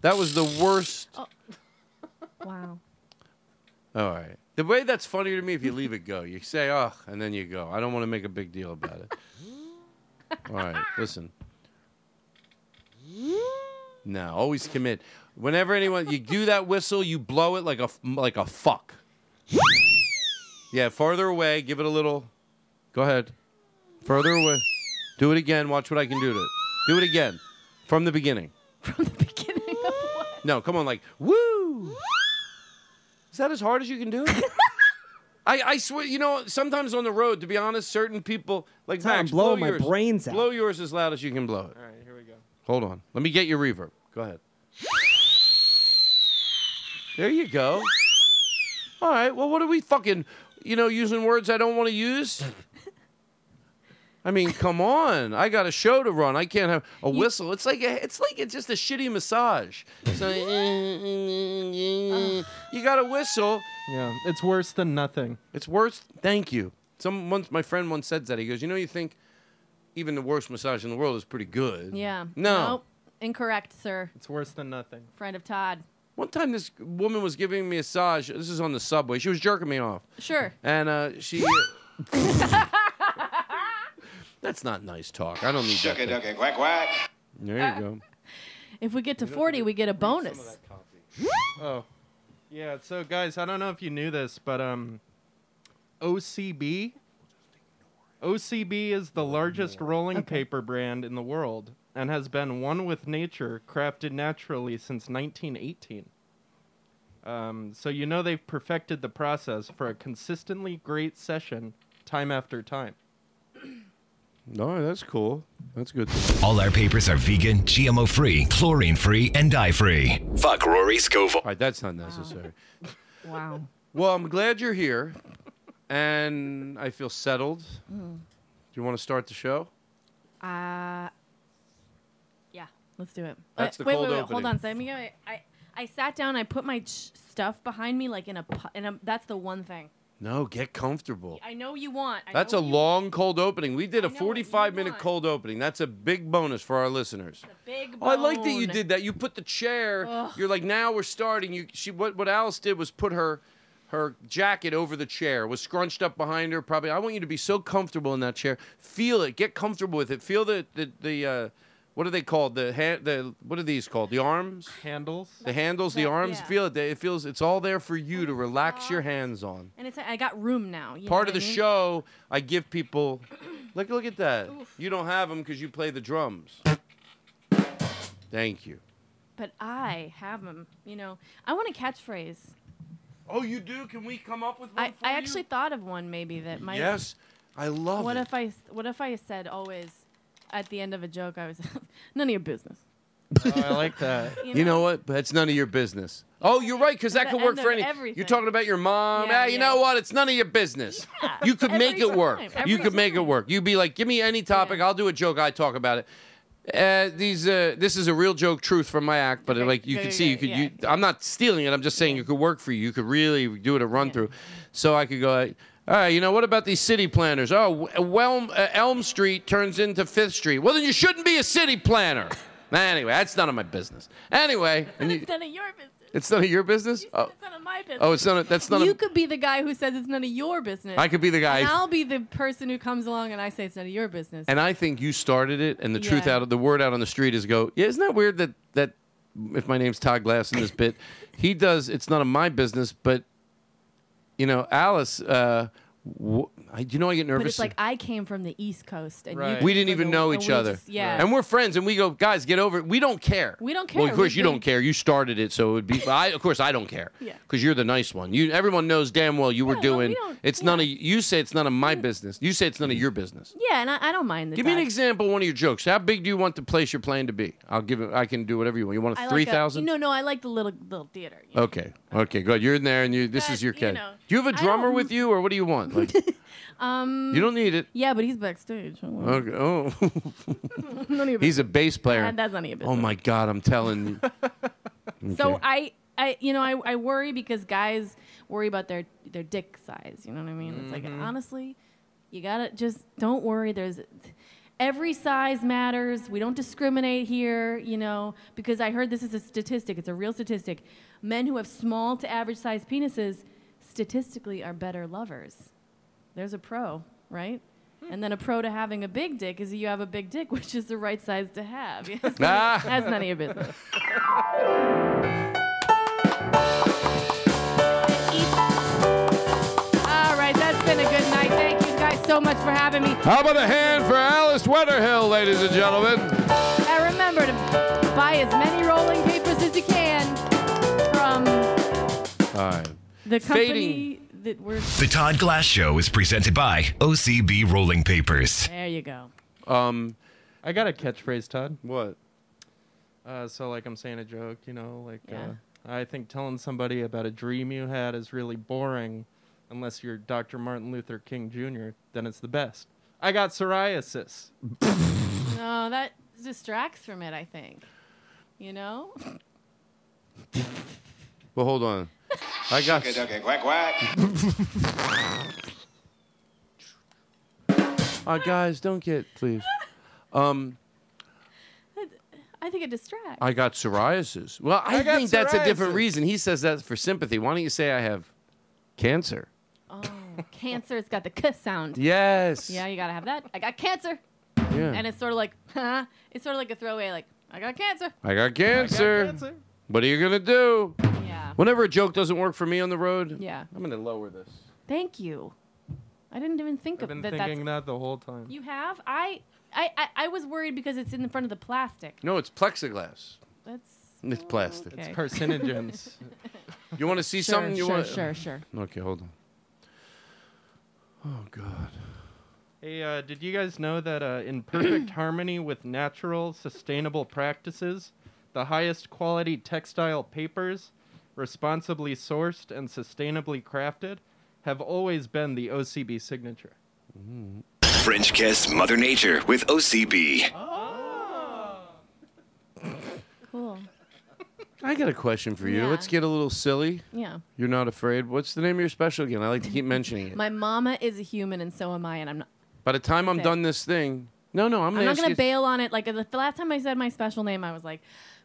[SPEAKER 4] That was the worst.
[SPEAKER 7] wow.
[SPEAKER 4] All right. The way that's funny to me if you leave it go. You say, oh, and then you go. I don't want to make a big deal about it. All right. Listen. No, always commit. Whenever anyone, you do that whistle, you blow it like a, f- like a fuck. Yeah, farther away. Give it a little. Go ahead. Further away. Do it again. Watch what I can do to it. Do it again. From the beginning. From the beginning of what? No, come on, like, woo! Is that as hard as you can do? it? I, I swear, you know, sometimes on the road, to be honest, certain people, like,
[SPEAKER 13] Tom,
[SPEAKER 4] Max,
[SPEAKER 13] blow
[SPEAKER 4] blow
[SPEAKER 13] my
[SPEAKER 4] yours.
[SPEAKER 13] brains out.
[SPEAKER 4] Blow yours as loud as you can blow it. All right, here we go. Hold on. Let me get your reverb. Go ahead. There you go. All right. Well, what are we fucking, you know, using words I don't want to use? I mean, come on. I got a show to run. I can't have a whistle. It's like a, it's like it's just a shitty massage. It's like, eh, you got a whistle.
[SPEAKER 8] Yeah, it's worse than nothing.
[SPEAKER 4] It's worse. Thank you. Some once my friend once said that. He goes, "You know, you think even the worst massage in the world is pretty good."
[SPEAKER 7] Yeah.
[SPEAKER 4] No.
[SPEAKER 7] Nope. Incorrect, sir.
[SPEAKER 8] It's worse than nothing.
[SPEAKER 7] Friend of Todd.
[SPEAKER 4] One time, this woman was giving me a massage. This is on the subway. She was jerking me off.
[SPEAKER 7] Sure.
[SPEAKER 4] And uh, she. That's not nice talk. I don't need that. thing.
[SPEAKER 10] quack, quack.
[SPEAKER 4] There you go.
[SPEAKER 7] If we get to 40, we get a bonus.
[SPEAKER 8] Oh. Yeah, so guys, I don't know if you knew this, but um OCB OCB is the largest rolling paper brand in the world and has been one with nature, crafted naturally since 1918. Um, so you know they've perfected the process for a consistently great session time after time.
[SPEAKER 4] No, that's cool. That's good.
[SPEAKER 2] All our papers are vegan, GMO free, chlorine free, and dye free. Fuck Rory Scovel. All
[SPEAKER 4] right, that's not necessary.
[SPEAKER 7] Wow.
[SPEAKER 4] Well, I'm glad you're here, and I feel settled.
[SPEAKER 7] Hmm.
[SPEAKER 4] Do you want to start the show?
[SPEAKER 7] Uh, yeah, let's do it.
[SPEAKER 4] That's the
[SPEAKER 7] Uh, wait,
[SPEAKER 4] cold
[SPEAKER 7] wait, wait, Hold
[SPEAKER 4] opening.
[SPEAKER 7] on, Sam. You know, I, I, I sat down. I put my ch- stuff behind me, like in a, pu- in a. That's the one thing
[SPEAKER 4] No, get comfortable.
[SPEAKER 7] I know you want. I
[SPEAKER 4] That's
[SPEAKER 7] know
[SPEAKER 4] a
[SPEAKER 7] you-
[SPEAKER 4] long cold opening. We did a
[SPEAKER 7] know what you
[SPEAKER 4] 45 minute
[SPEAKER 7] want.
[SPEAKER 4] cold opening. That's a big bonus for our listeners.
[SPEAKER 7] big.
[SPEAKER 4] Oh, I like that you
[SPEAKER 7] bone.
[SPEAKER 4] did that. You put the chair.
[SPEAKER 7] Ugh.
[SPEAKER 4] You're like now we're starting. You she what what Alice did was put her her jacket over the chair was scrunched up behind her. Probably I want you to be so comfortable in that chair. Feel it. Get comfortable with it. Feel the the the uh, what are they called? The hand. The what are these called? The arms.
[SPEAKER 8] Handles.
[SPEAKER 4] The handles. The
[SPEAKER 7] that-
[SPEAKER 4] arms.
[SPEAKER 7] yeah.
[SPEAKER 4] Feel it. It feels. It's all there for you to relax your hands on
[SPEAKER 7] And it's. I got room now. you know
[SPEAKER 4] part of
[SPEAKER 7] what
[SPEAKER 4] the
[SPEAKER 7] I mean?
[SPEAKER 4] show i give people look look at that you don't have them because you play the drums thank you
[SPEAKER 7] But I have them. You know, I want a catchphrase.
[SPEAKER 4] oh you do can we come up with one
[SPEAKER 7] I, I actually thought of one maybe that might.
[SPEAKER 4] yes i love
[SPEAKER 7] What
[SPEAKER 4] it
[SPEAKER 7] if I? s- What if I said always, at the end of a joke, I was, none of your business.
[SPEAKER 8] Oh, I like that.
[SPEAKER 7] You
[SPEAKER 4] you know, what but it's none of your business oh you're right because that
[SPEAKER 7] At
[SPEAKER 4] could
[SPEAKER 7] the
[SPEAKER 4] work
[SPEAKER 7] end
[SPEAKER 4] for
[SPEAKER 7] of
[SPEAKER 4] any
[SPEAKER 7] everything.
[SPEAKER 4] you're talking about your mom
[SPEAKER 7] Yeah,
[SPEAKER 4] ah, you
[SPEAKER 7] yeah.
[SPEAKER 4] know what it's none of your business you could make
[SPEAKER 7] every
[SPEAKER 4] it work
[SPEAKER 7] time,
[SPEAKER 4] you
[SPEAKER 7] every
[SPEAKER 4] could make it work you'd be like give me any topic i'll do a joke i talk about it uh, these uh, this is a real joke truth from my act but uh, like you
[SPEAKER 7] good,
[SPEAKER 4] can
[SPEAKER 7] good,
[SPEAKER 4] see you could
[SPEAKER 7] yeah.
[SPEAKER 4] you, I'm not stealing it. I'm just saying it could work for you. You could really do it a run through. So I could go, like, all right, you know, what about these city planners? Oh, w- Welm, uh, Elm Street turns into Fifth Street. Well, then you shouldn't be a city planner. Nah, anyway, that's none of my business. Anyway, and you,
[SPEAKER 7] It's none of your business.
[SPEAKER 4] it's none of your business. Oh,
[SPEAKER 7] It's none of my business.
[SPEAKER 4] oh, it's none. Of, that's none
[SPEAKER 7] you
[SPEAKER 4] of.
[SPEAKER 7] could be the guy who says it's none of your business.
[SPEAKER 4] I could be the guy-
[SPEAKER 7] And I'll be the person who comes along and I say it's none of your business.
[SPEAKER 4] And I think you started it. And the truth
[SPEAKER 7] Yeah.
[SPEAKER 4] out of the word out on the street is go. Yeah, isn't that weird that that if my name's Todd Glass in this bit, he does. It's none of my business, but you know, Alice uh, Wh- I, you know, I get nervous.
[SPEAKER 7] But it's like I came from the East Coast, and you
[SPEAKER 4] We didn't
[SPEAKER 7] came from
[SPEAKER 4] even
[SPEAKER 7] the-
[SPEAKER 4] know
[SPEAKER 7] and
[SPEAKER 4] each
[SPEAKER 7] we
[SPEAKER 4] other.
[SPEAKER 7] just- yeah,
[SPEAKER 4] And we're friends, and we go, guys, get over it. We don't care.
[SPEAKER 7] We don't
[SPEAKER 4] Well,
[SPEAKER 7] care.
[SPEAKER 4] of course
[SPEAKER 7] We've
[SPEAKER 4] you
[SPEAKER 7] been-
[SPEAKER 4] don't care. You started it, so it would be. I, of course, I don't care.
[SPEAKER 7] Yeah.
[SPEAKER 4] Because you're the nice one. You. Everyone knows damn well you were doing. it's none of. You say it's none of my business. You say it's none of your business.
[SPEAKER 7] yeah, and I, I don't mind the.
[SPEAKER 4] Give me an
[SPEAKER 7] dog.
[SPEAKER 4] example. of One of your jokes. How big do you want the place you're playing to be? I'll give it. I can do whatever you want. You want
[SPEAKER 7] I
[SPEAKER 4] a
[SPEAKER 7] like
[SPEAKER 4] three
[SPEAKER 7] a-
[SPEAKER 4] thousand? Oh.
[SPEAKER 7] No, no, I like the little little theater.
[SPEAKER 4] Okay. Okay. Good. You're in there, and you. This
[SPEAKER 7] But,
[SPEAKER 4] is your
[SPEAKER 7] you
[SPEAKER 4] kid.
[SPEAKER 7] know,
[SPEAKER 4] do you have a
[SPEAKER 7] I
[SPEAKER 4] drummer
[SPEAKER 7] don't-
[SPEAKER 4] with you, or what do you want? Like,
[SPEAKER 7] Um.
[SPEAKER 4] you don't need it.
[SPEAKER 7] Yeah, but he's backstage.
[SPEAKER 4] Okay. Oh.
[SPEAKER 7] None of your
[SPEAKER 4] He's a bass player.
[SPEAKER 7] That- that's none of your
[SPEAKER 4] Oh
[SPEAKER 7] business.
[SPEAKER 4] my God, I'm telling you.
[SPEAKER 7] business. So I, I, you know, I, I worry because guys worry about their their dick size. You know what I mean? It's like
[SPEAKER 16] Mhm.
[SPEAKER 7] honestly, you gotta just don't worry. There's every size matters. We don't discriminate here. You know, because I heard this is a statistic. It's a real statistic. Men who have small to average size penises statistically are better lovers. There's a pro, right? And then a pro to having a big dick is you have a big dick, which is the right size to have. That's none
[SPEAKER 4] Ah,
[SPEAKER 7] of- that's none of your business. All right, that's been a good night. Thank you guys so much for having me.
[SPEAKER 4] How about a hand for Alice Wetterhill, ladies and gentlemen?
[SPEAKER 7] And remember to buy as many rolling papers as you can from
[SPEAKER 4] All right.
[SPEAKER 7] the company
[SPEAKER 4] Fading.
[SPEAKER 7] that we're.
[SPEAKER 2] The Todd Glass Show is presented by OCB Rolling Papers.
[SPEAKER 7] There you go.
[SPEAKER 4] Um,
[SPEAKER 8] I got a catchphrase, Todd.
[SPEAKER 4] What?
[SPEAKER 8] Uh, so like I'm saying a joke, you know, like
[SPEAKER 7] Yeah.
[SPEAKER 8] uh, I think telling somebody about a dream you had is really boring, unless you're Dr. Martin Luther King Jr. Then it's the best. I got psoriasis.
[SPEAKER 7] No, that distracts from it. I think. You know.
[SPEAKER 4] Well, hold on. I got.
[SPEAKER 10] quack, quack.
[SPEAKER 4] Uh, guys, don't get please. Um,
[SPEAKER 7] I think it distracts.
[SPEAKER 4] I got psoriasis. Well, I,
[SPEAKER 7] I got
[SPEAKER 4] think that's a different
[SPEAKER 7] psoriasis.
[SPEAKER 4] reason. He says that for sympathy. Why don't you say I have cancer?
[SPEAKER 7] Oh, cancer. It's got the k sound.
[SPEAKER 4] Yes.
[SPEAKER 7] Yeah, you gotta have that. I got cancer.
[SPEAKER 4] Yeah.
[SPEAKER 7] And it's sort of like, huh? It's sort of like a throwaway, like I got cancer.
[SPEAKER 4] I got cancer.
[SPEAKER 7] cancer.
[SPEAKER 4] What are you gonna do? Yeah. Whenever a joke doesn't work for me on the road,
[SPEAKER 7] Yeah.
[SPEAKER 4] I'm gonna lower this.
[SPEAKER 7] Thank you. I didn't even think
[SPEAKER 8] I've been
[SPEAKER 7] of that.
[SPEAKER 8] thinking
[SPEAKER 7] That's,
[SPEAKER 8] that the whole time.
[SPEAKER 7] you have? I, I, I, I was worried because it's in the front of the plastic.
[SPEAKER 4] No, it's plexiglass.
[SPEAKER 7] That's
[SPEAKER 4] It's plastic.
[SPEAKER 7] okay. It's
[SPEAKER 8] carcinogens.
[SPEAKER 4] you want to see
[SPEAKER 7] Sure,
[SPEAKER 4] something? You
[SPEAKER 7] sure,
[SPEAKER 4] want?
[SPEAKER 7] sure, sure.
[SPEAKER 4] Okay, hold on. Oh God.
[SPEAKER 8] Hey, uh, did you guys know that uh, in perfect harmony with natural, sustainable practices, the highest quality textile papers, responsibly sourced and sustainably crafted, have always been the OCB signature?
[SPEAKER 2] French Kiss Mother Nature with OCB.
[SPEAKER 7] cool.
[SPEAKER 4] I got a question for you.
[SPEAKER 7] Yeah.
[SPEAKER 4] Let's get a little silly.
[SPEAKER 7] Yeah.
[SPEAKER 4] You're not afraid. What's the name of your special again? I like to keep mentioning it.
[SPEAKER 7] My mama is a human, and so am I, and I'm not.
[SPEAKER 4] By the time I'm
[SPEAKER 7] That's it.
[SPEAKER 4] done this thing, no, no, I'm
[SPEAKER 7] I'm,
[SPEAKER 4] gonna.
[SPEAKER 7] not
[SPEAKER 4] ask
[SPEAKER 7] gonna
[SPEAKER 4] you-
[SPEAKER 7] bail on it. Like the the last time I said my special name, I was like,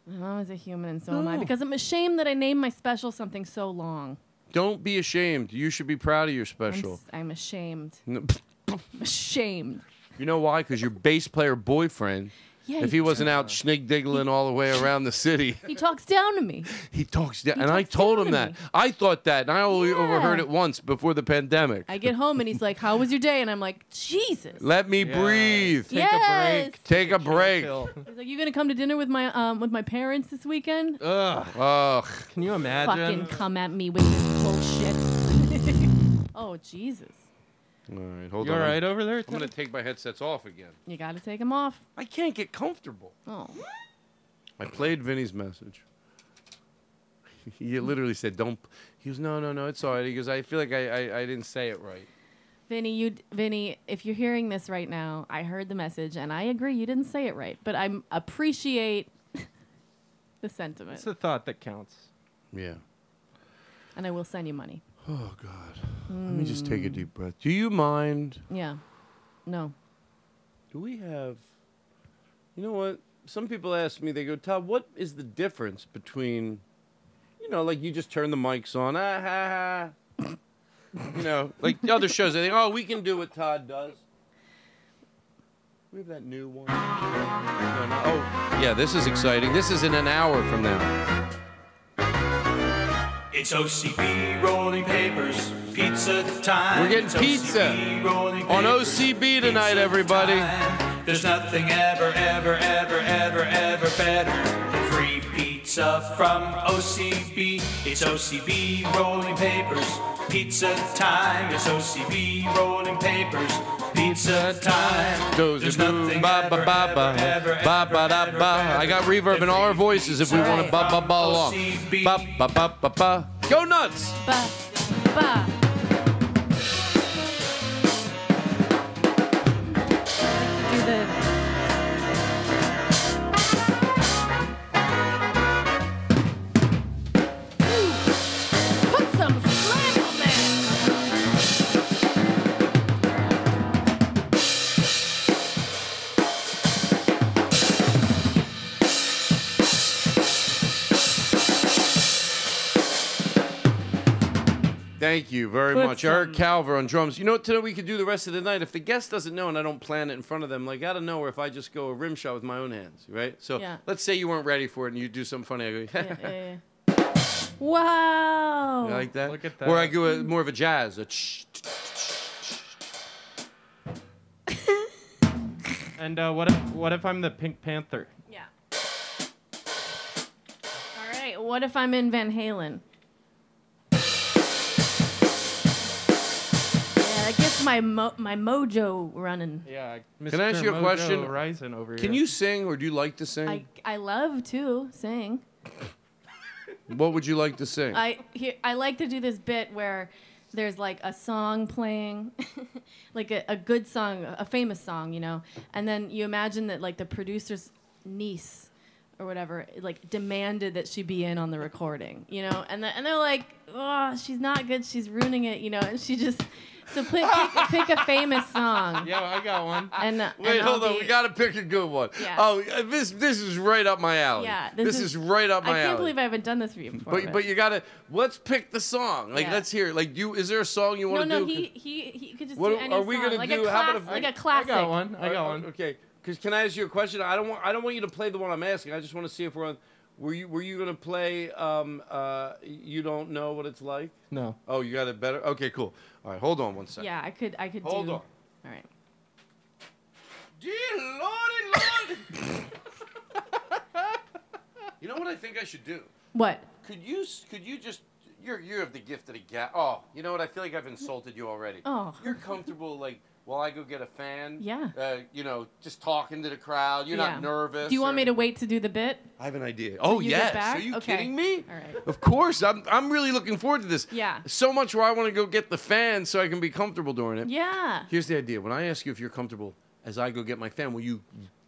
[SPEAKER 7] my mama's a human, and so am I, because I'm ashamed that I named my special something so long.
[SPEAKER 4] Don't be ashamed. You should be proud of your
[SPEAKER 7] I'm
[SPEAKER 4] special.
[SPEAKER 7] s- I'm ashamed.
[SPEAKER 4] No-
[SPEAKER 7] I'm ashamed.
[SPEAKER 4] You know why? Because your bass player boyfriend,
[SPEAKER 7] Yeah,
[SPEAKER 4] if
[SPEAKER 7] he
[SPEAKER 4] he wasn't out schnig diggling all the way around the city,
[SPEAKER 7] He talks down to me.
[SPEAKER 4] he talks down. and I told him that. I thought that, and I only overheard it once before the pandemic.
[SPEAKER 7] I get home and he's like, "How was your day?" And I'm like, "Jesus."
[SPEAKER 4] Let me breathe.
[SPEAKER 7] Take a Yes. break.
[SPEAKER 4] Take a break.
[SPEAKER 7] He's like, "You gonna come to dinner with my um with my parents this weekend?"
[SPEAKER 8] Ugh.
[SPEAKER 4] Ugh.
[SPEAKER 8] Can you
[SPEAKER 7] Fucking
[SPEAKER 8] imagine?
[SPEAKER 7] come at me with this bullshit. oh Jesus!
[SPEAKER 4] All right, hold
[SPEAKER 8] You
[SPEAKER 4] on.
[SPEAKER 8] all right over there,
[SPEAKER 4] I'm gonna take my headsets off again.
[SPEAKER 7] You gotta take him off.
[SPEAKER 4] I can't get comfortable.
[SPEAKER 7] Oh.
[SPEAKER 4] I played Vinny's message. he literally said, "Don't." p-" He goes, "No, no, no, it's all right." He goes, "I feel like I, I, I didn't say it right."
[SPEAKER 7] Vinny, you, Vinny, if you're hearing this right now, I heard the message and I agree you didn't say it right, but I appreciate the sentiment,
[SPEAKER 8] It's the thought that counts.
[SPEAKER 4] Yeah.
[SPEAKER 7] and I will send you money.
[SPEAKER 4] Oh God. Let me just take a deep breath. Do you mind?
[SPEAKER 7] Yeah, no.
[SPEAKER 4] Do we have? You know what? Some people ask me. They go, "Todd, what is the difference between, you know, like you just turn the mics on, ah ha ha." You know, like the other shows, they think, oh, we can do what Todd does. We have that new one. Oh, yeah, this is exciting. This is in an hour from now.
[SPEAKER 17] It's OCB rolling papers.
[SPEAKER 16] pizza time.
[SPEAKER 4] We're getting
[SPEAKER 16] It's
[SPEAKER 4] pizza
[SPEAKER 16] OCB rolling
[SPEAKER 4] on
[SPEAKER 16] papers.
[SPEAKER 4] OCB tonight, everybody.
[SPEAKER 16] There's nothing ever, ever, ever, ever, ever better than free pizza from OCB. It's OCB rolling papers. Pizza time. It's OCB rolling papers. Pizza time.
[SPEAKER 4] Goes
[SPEAKER 16] There's
[SPEAKER 4] the boom,
[SPEAKER 16] nothing
[SPEAKER 4] ba,
[SPEAKER 16] ever,
[SPEAKER 4] ba, ba, ba,
[SPEAKER 16] ever, ever,
[SPEAKER 4] ba, ba, da, ba. I got reverb in all our voices if we want to ba ba ba along. Ba ba ba ba ba. Go nuts!
[SPEAKER 7] Ba, ba. Do the. Put some slang on that.
[SPEAKER 4] Thank you very
[SPEAKER 18] Put
[SPEAKER 4] much. Eric
[SPEAKER 18] some-
[SPEAKER 4] Calver on drums. You know what? Today we could do the rest of the night. If the guest doesn't know and I don't plan it in front of them, like, I don't know, or if I just go a rim shot with my own hands, right? So
[SPEAKER 7] Yeah.
[SPEAKER 4] let's say you weren't ready for it and you do something funny. I go,
[SPEAKER 7] yeah, yeah. Wow.
[SPEAKER 4] You like that?
[SPEAKER 7] Look at
[SPEAKER 4] Or
[SPEAKER 7] that.
[SPEAKER 4] I go a, more of a jazz. A ch-
[SPEAKER 8] And uh, what if what if I'm the Pink Panther?
[SPEAKER 7] Yeah. All right. What if I'm in Van Halen? Yeah, that gets my mo- my mojo running.
[SPEAKER 8] Yeah.
[SPEAKER 4] Can I ask
[SPEAKER 8] Mr.
[SPEAKER 4] you a
[SPEAKER 8] Mojo
[SPEAKER 4] question?
[SPEAKER 8] Risen over
[SPEAKER 4] Can
[SPEAKER 8] here.
[SPEAKER 4] you sing or do you like to sing?
[SPEAKER 7] I I love to sing.
[SPEAKER 4] What would you like to sing?
[SPEAKER 7] I here, I like to do this bit where there's like a song playing, like a, a good song, a famous song, you know, and then you imagine that like the producer's niece or whatever like demanded that she be in on the recording, you know, and the, and they're like, oh, she's not good, she's ruining it, you know, and she just so pl- pick, pick a famous song.
[SPEAKER 8] Yeah, I got one.
[SPEAKER 7] And uh,
[SPEAKER 4] Wait,
[SPEAKER 7] and I'll
[SPEAKER 4] hold on.
[SPEAKER 7] be-
[SPEAKER 4] We gotta pick a good one.
[SPEAKER 7] Yeah.
[SPEAKER 4] Oh, uh, this this is right up my alley.
[SPEAKER 7] yeah,
[SPEAKER 4] this, is, right up my
[SPEAKER 7] I
[SPEAKER 4] alley.
[SPEAKER 7] can't believe I haven't done this for you before.
[SPEAKER 4] but but you gotta let's pick the song. Like
[SPEAKER 7] Yeah.
[SPEAKER 4] let's hear. it. Like you is there a song you
[SPEAKER 7] no,
[SPEAKER 4] want to
[SPEAKER 7] no,
[SPEAKER 4] do?
[SPEAKER 7] he, he he could just
[SPEAKER 4] What
[SPEAKER 7] do
[SPEAKER 4] are-
[SPEAKER 7] any
[SPEAKER 4] are we
[SPEAKER 7] song,
[SPEAKER 4] gonna
[SPEAKER 7] like
[SPEAKER 4] do?
[SPEAKER 7] A
[SPEAKER 4] How
[SPEAKER 7] class,
[SPEAKER 4] about if we-
[SPEAKER 7] like a classic?
[SPEAKER 4] Uh, uh, Okay, because can I ask you a question? I don't want I don't want you to play the one I'm asking. I just want to see if we're on. Were you were you gonna play? Um, uh, you don't know what it's like.
[SPEAKER 8] No.
[SPEAKER 4] Oh, you got it better. Okay, cool. All right, hold on one second.
[SPEAKER 7] Yeah, I could I could
[SPEAKER 4] Hold
[SPEAKER 7] do.
[SPEAKER 4] on.
[SPEAKER 7] All right.
[SPEAKER 4] Dear lordy lord. you know what I think I should do?
[SPEAKER 7] What?
[SPEAKER 4] Could you s- could you just you're you have the gift of the gab. Oh, you know what? I feel like I've insulted you already.
[SPEAKER 7] Oh.
[SPEAKER 4] You're comfortable like while I go get a fan.
[SPEAKER 7] Yeah.
[SPEAKER 4] Uh, you know, just talking to the crowd. You're
[SPEAKER 7] Yeah.
[SPEAKER 4] not nervous.
[SPEAKER 7] Do you want
[SPEAKER 4] or-
[SPEAKER 7] me to wait to do the bit?
[SPEAKER 4] I have an idea. Oh
[SPEAKER 7] you get
[SPEAKER 4] yes.
[SPEAKER 7] back?
[SPEAKER 4] Are you
[SPEAKER 7] Okay.
[SPEAKER 4] kidding me?
[SPEAKER 7] All right.
[SPEAKER 4] Of course. I'm I'm really looking forward to this.
[SPEAKER 7] Yeah.
[SPEAKER 4] So much where I want to go get the fan so I can be comfortable during it.
[SPEAKER 7] Yeah.
[SPEAKER 4] Here's the idea. When I ask you if you're comfortable as I go get my fan, will you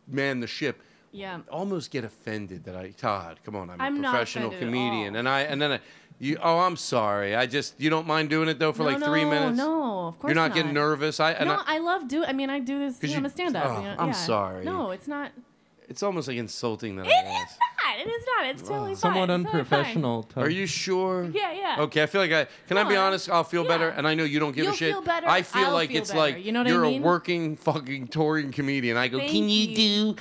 [SPEAKER 4] man the ship?
[SPEAKER 7] Yeah.
[SPEAKER 4] almost get offended that I Todd, come on, I'm,
[SPEAKER 7] I'm
[SPEAKER 4] a
[SPEAKER 7] not
[SPEAKER 4] professional
[SPEAKER 7] offended at
[SPEAKER 4] comedian, and I and then I, you, oh, I'm sorry, I just you don't mind doing it though for
[SPEAKER 7] No,
[SPEAKER 4] like three
[SPEAKER 7] no,
[SPEAKER 4] minutes.
[SPEAKER 7] no, of course
[SPEAKER 4] You're not,
[SPEAKER 7] not.
[SPEAKER 4] getting nervous. I and
[SPEAKER 7] no,
[SPEAKER 4] I,
[SPEAKER 7] I, love do. I mean, I do this.
[SPEAKER 4] 'Cause
[SPEAKER 7] You know, I'm
[SPEAKER 4] you-
[SPEAKER 7] a stand-up.
[SPEAKER 4] oh,
[SPEAKER 7] you know?
[SPEAKER 4] I'm
[SPEAKER 7] yeah.
[SPEAKER 4] sorry. Oh,
[SPEAKER 7] No, it's not.
[SPEAKER 4] it's almost like insulting that
[SPEAKER 7] It
[SPEAKER 4] I asked.
[SPEAKER 7] is not. It is not. It's totally
[SPEAKER 8] Somewhat
[SPEAKER 7] fine. It's totally fine.
[SPEAKER 4] Are you sure?
[SPEAKER 7] Yeah, yeah.
[SPEAKER 4] Okay, I feel like I can. I be
[SPEAKER 7] No,
[SPEAKER 4] honest. I'll feel better, and I know you don't give
[SPEAKER 7] You'll
[SPEAKER 4] a shit.
[SPEAKER 7] feel better,
[SPEAKER 4] I feel
[SPEAKER 7] I'll
[SPEAKER 4] like
[SPEAKER 7] feel
[SPEAKER 4] it's
[SPEAKER 7] better,
[SPEAKER 4] like
[SPEAKER 7] you know what I
[SPEAKER 4] you're
[SPEAKER 7] mean?
[SPEAKER 4] a working fucking touring comedian. I go,
[SPEAKER 7] Thank
[SPEAKER 4] can you,
[SPEAKER 7] you.
[SPEAKER 4] do you-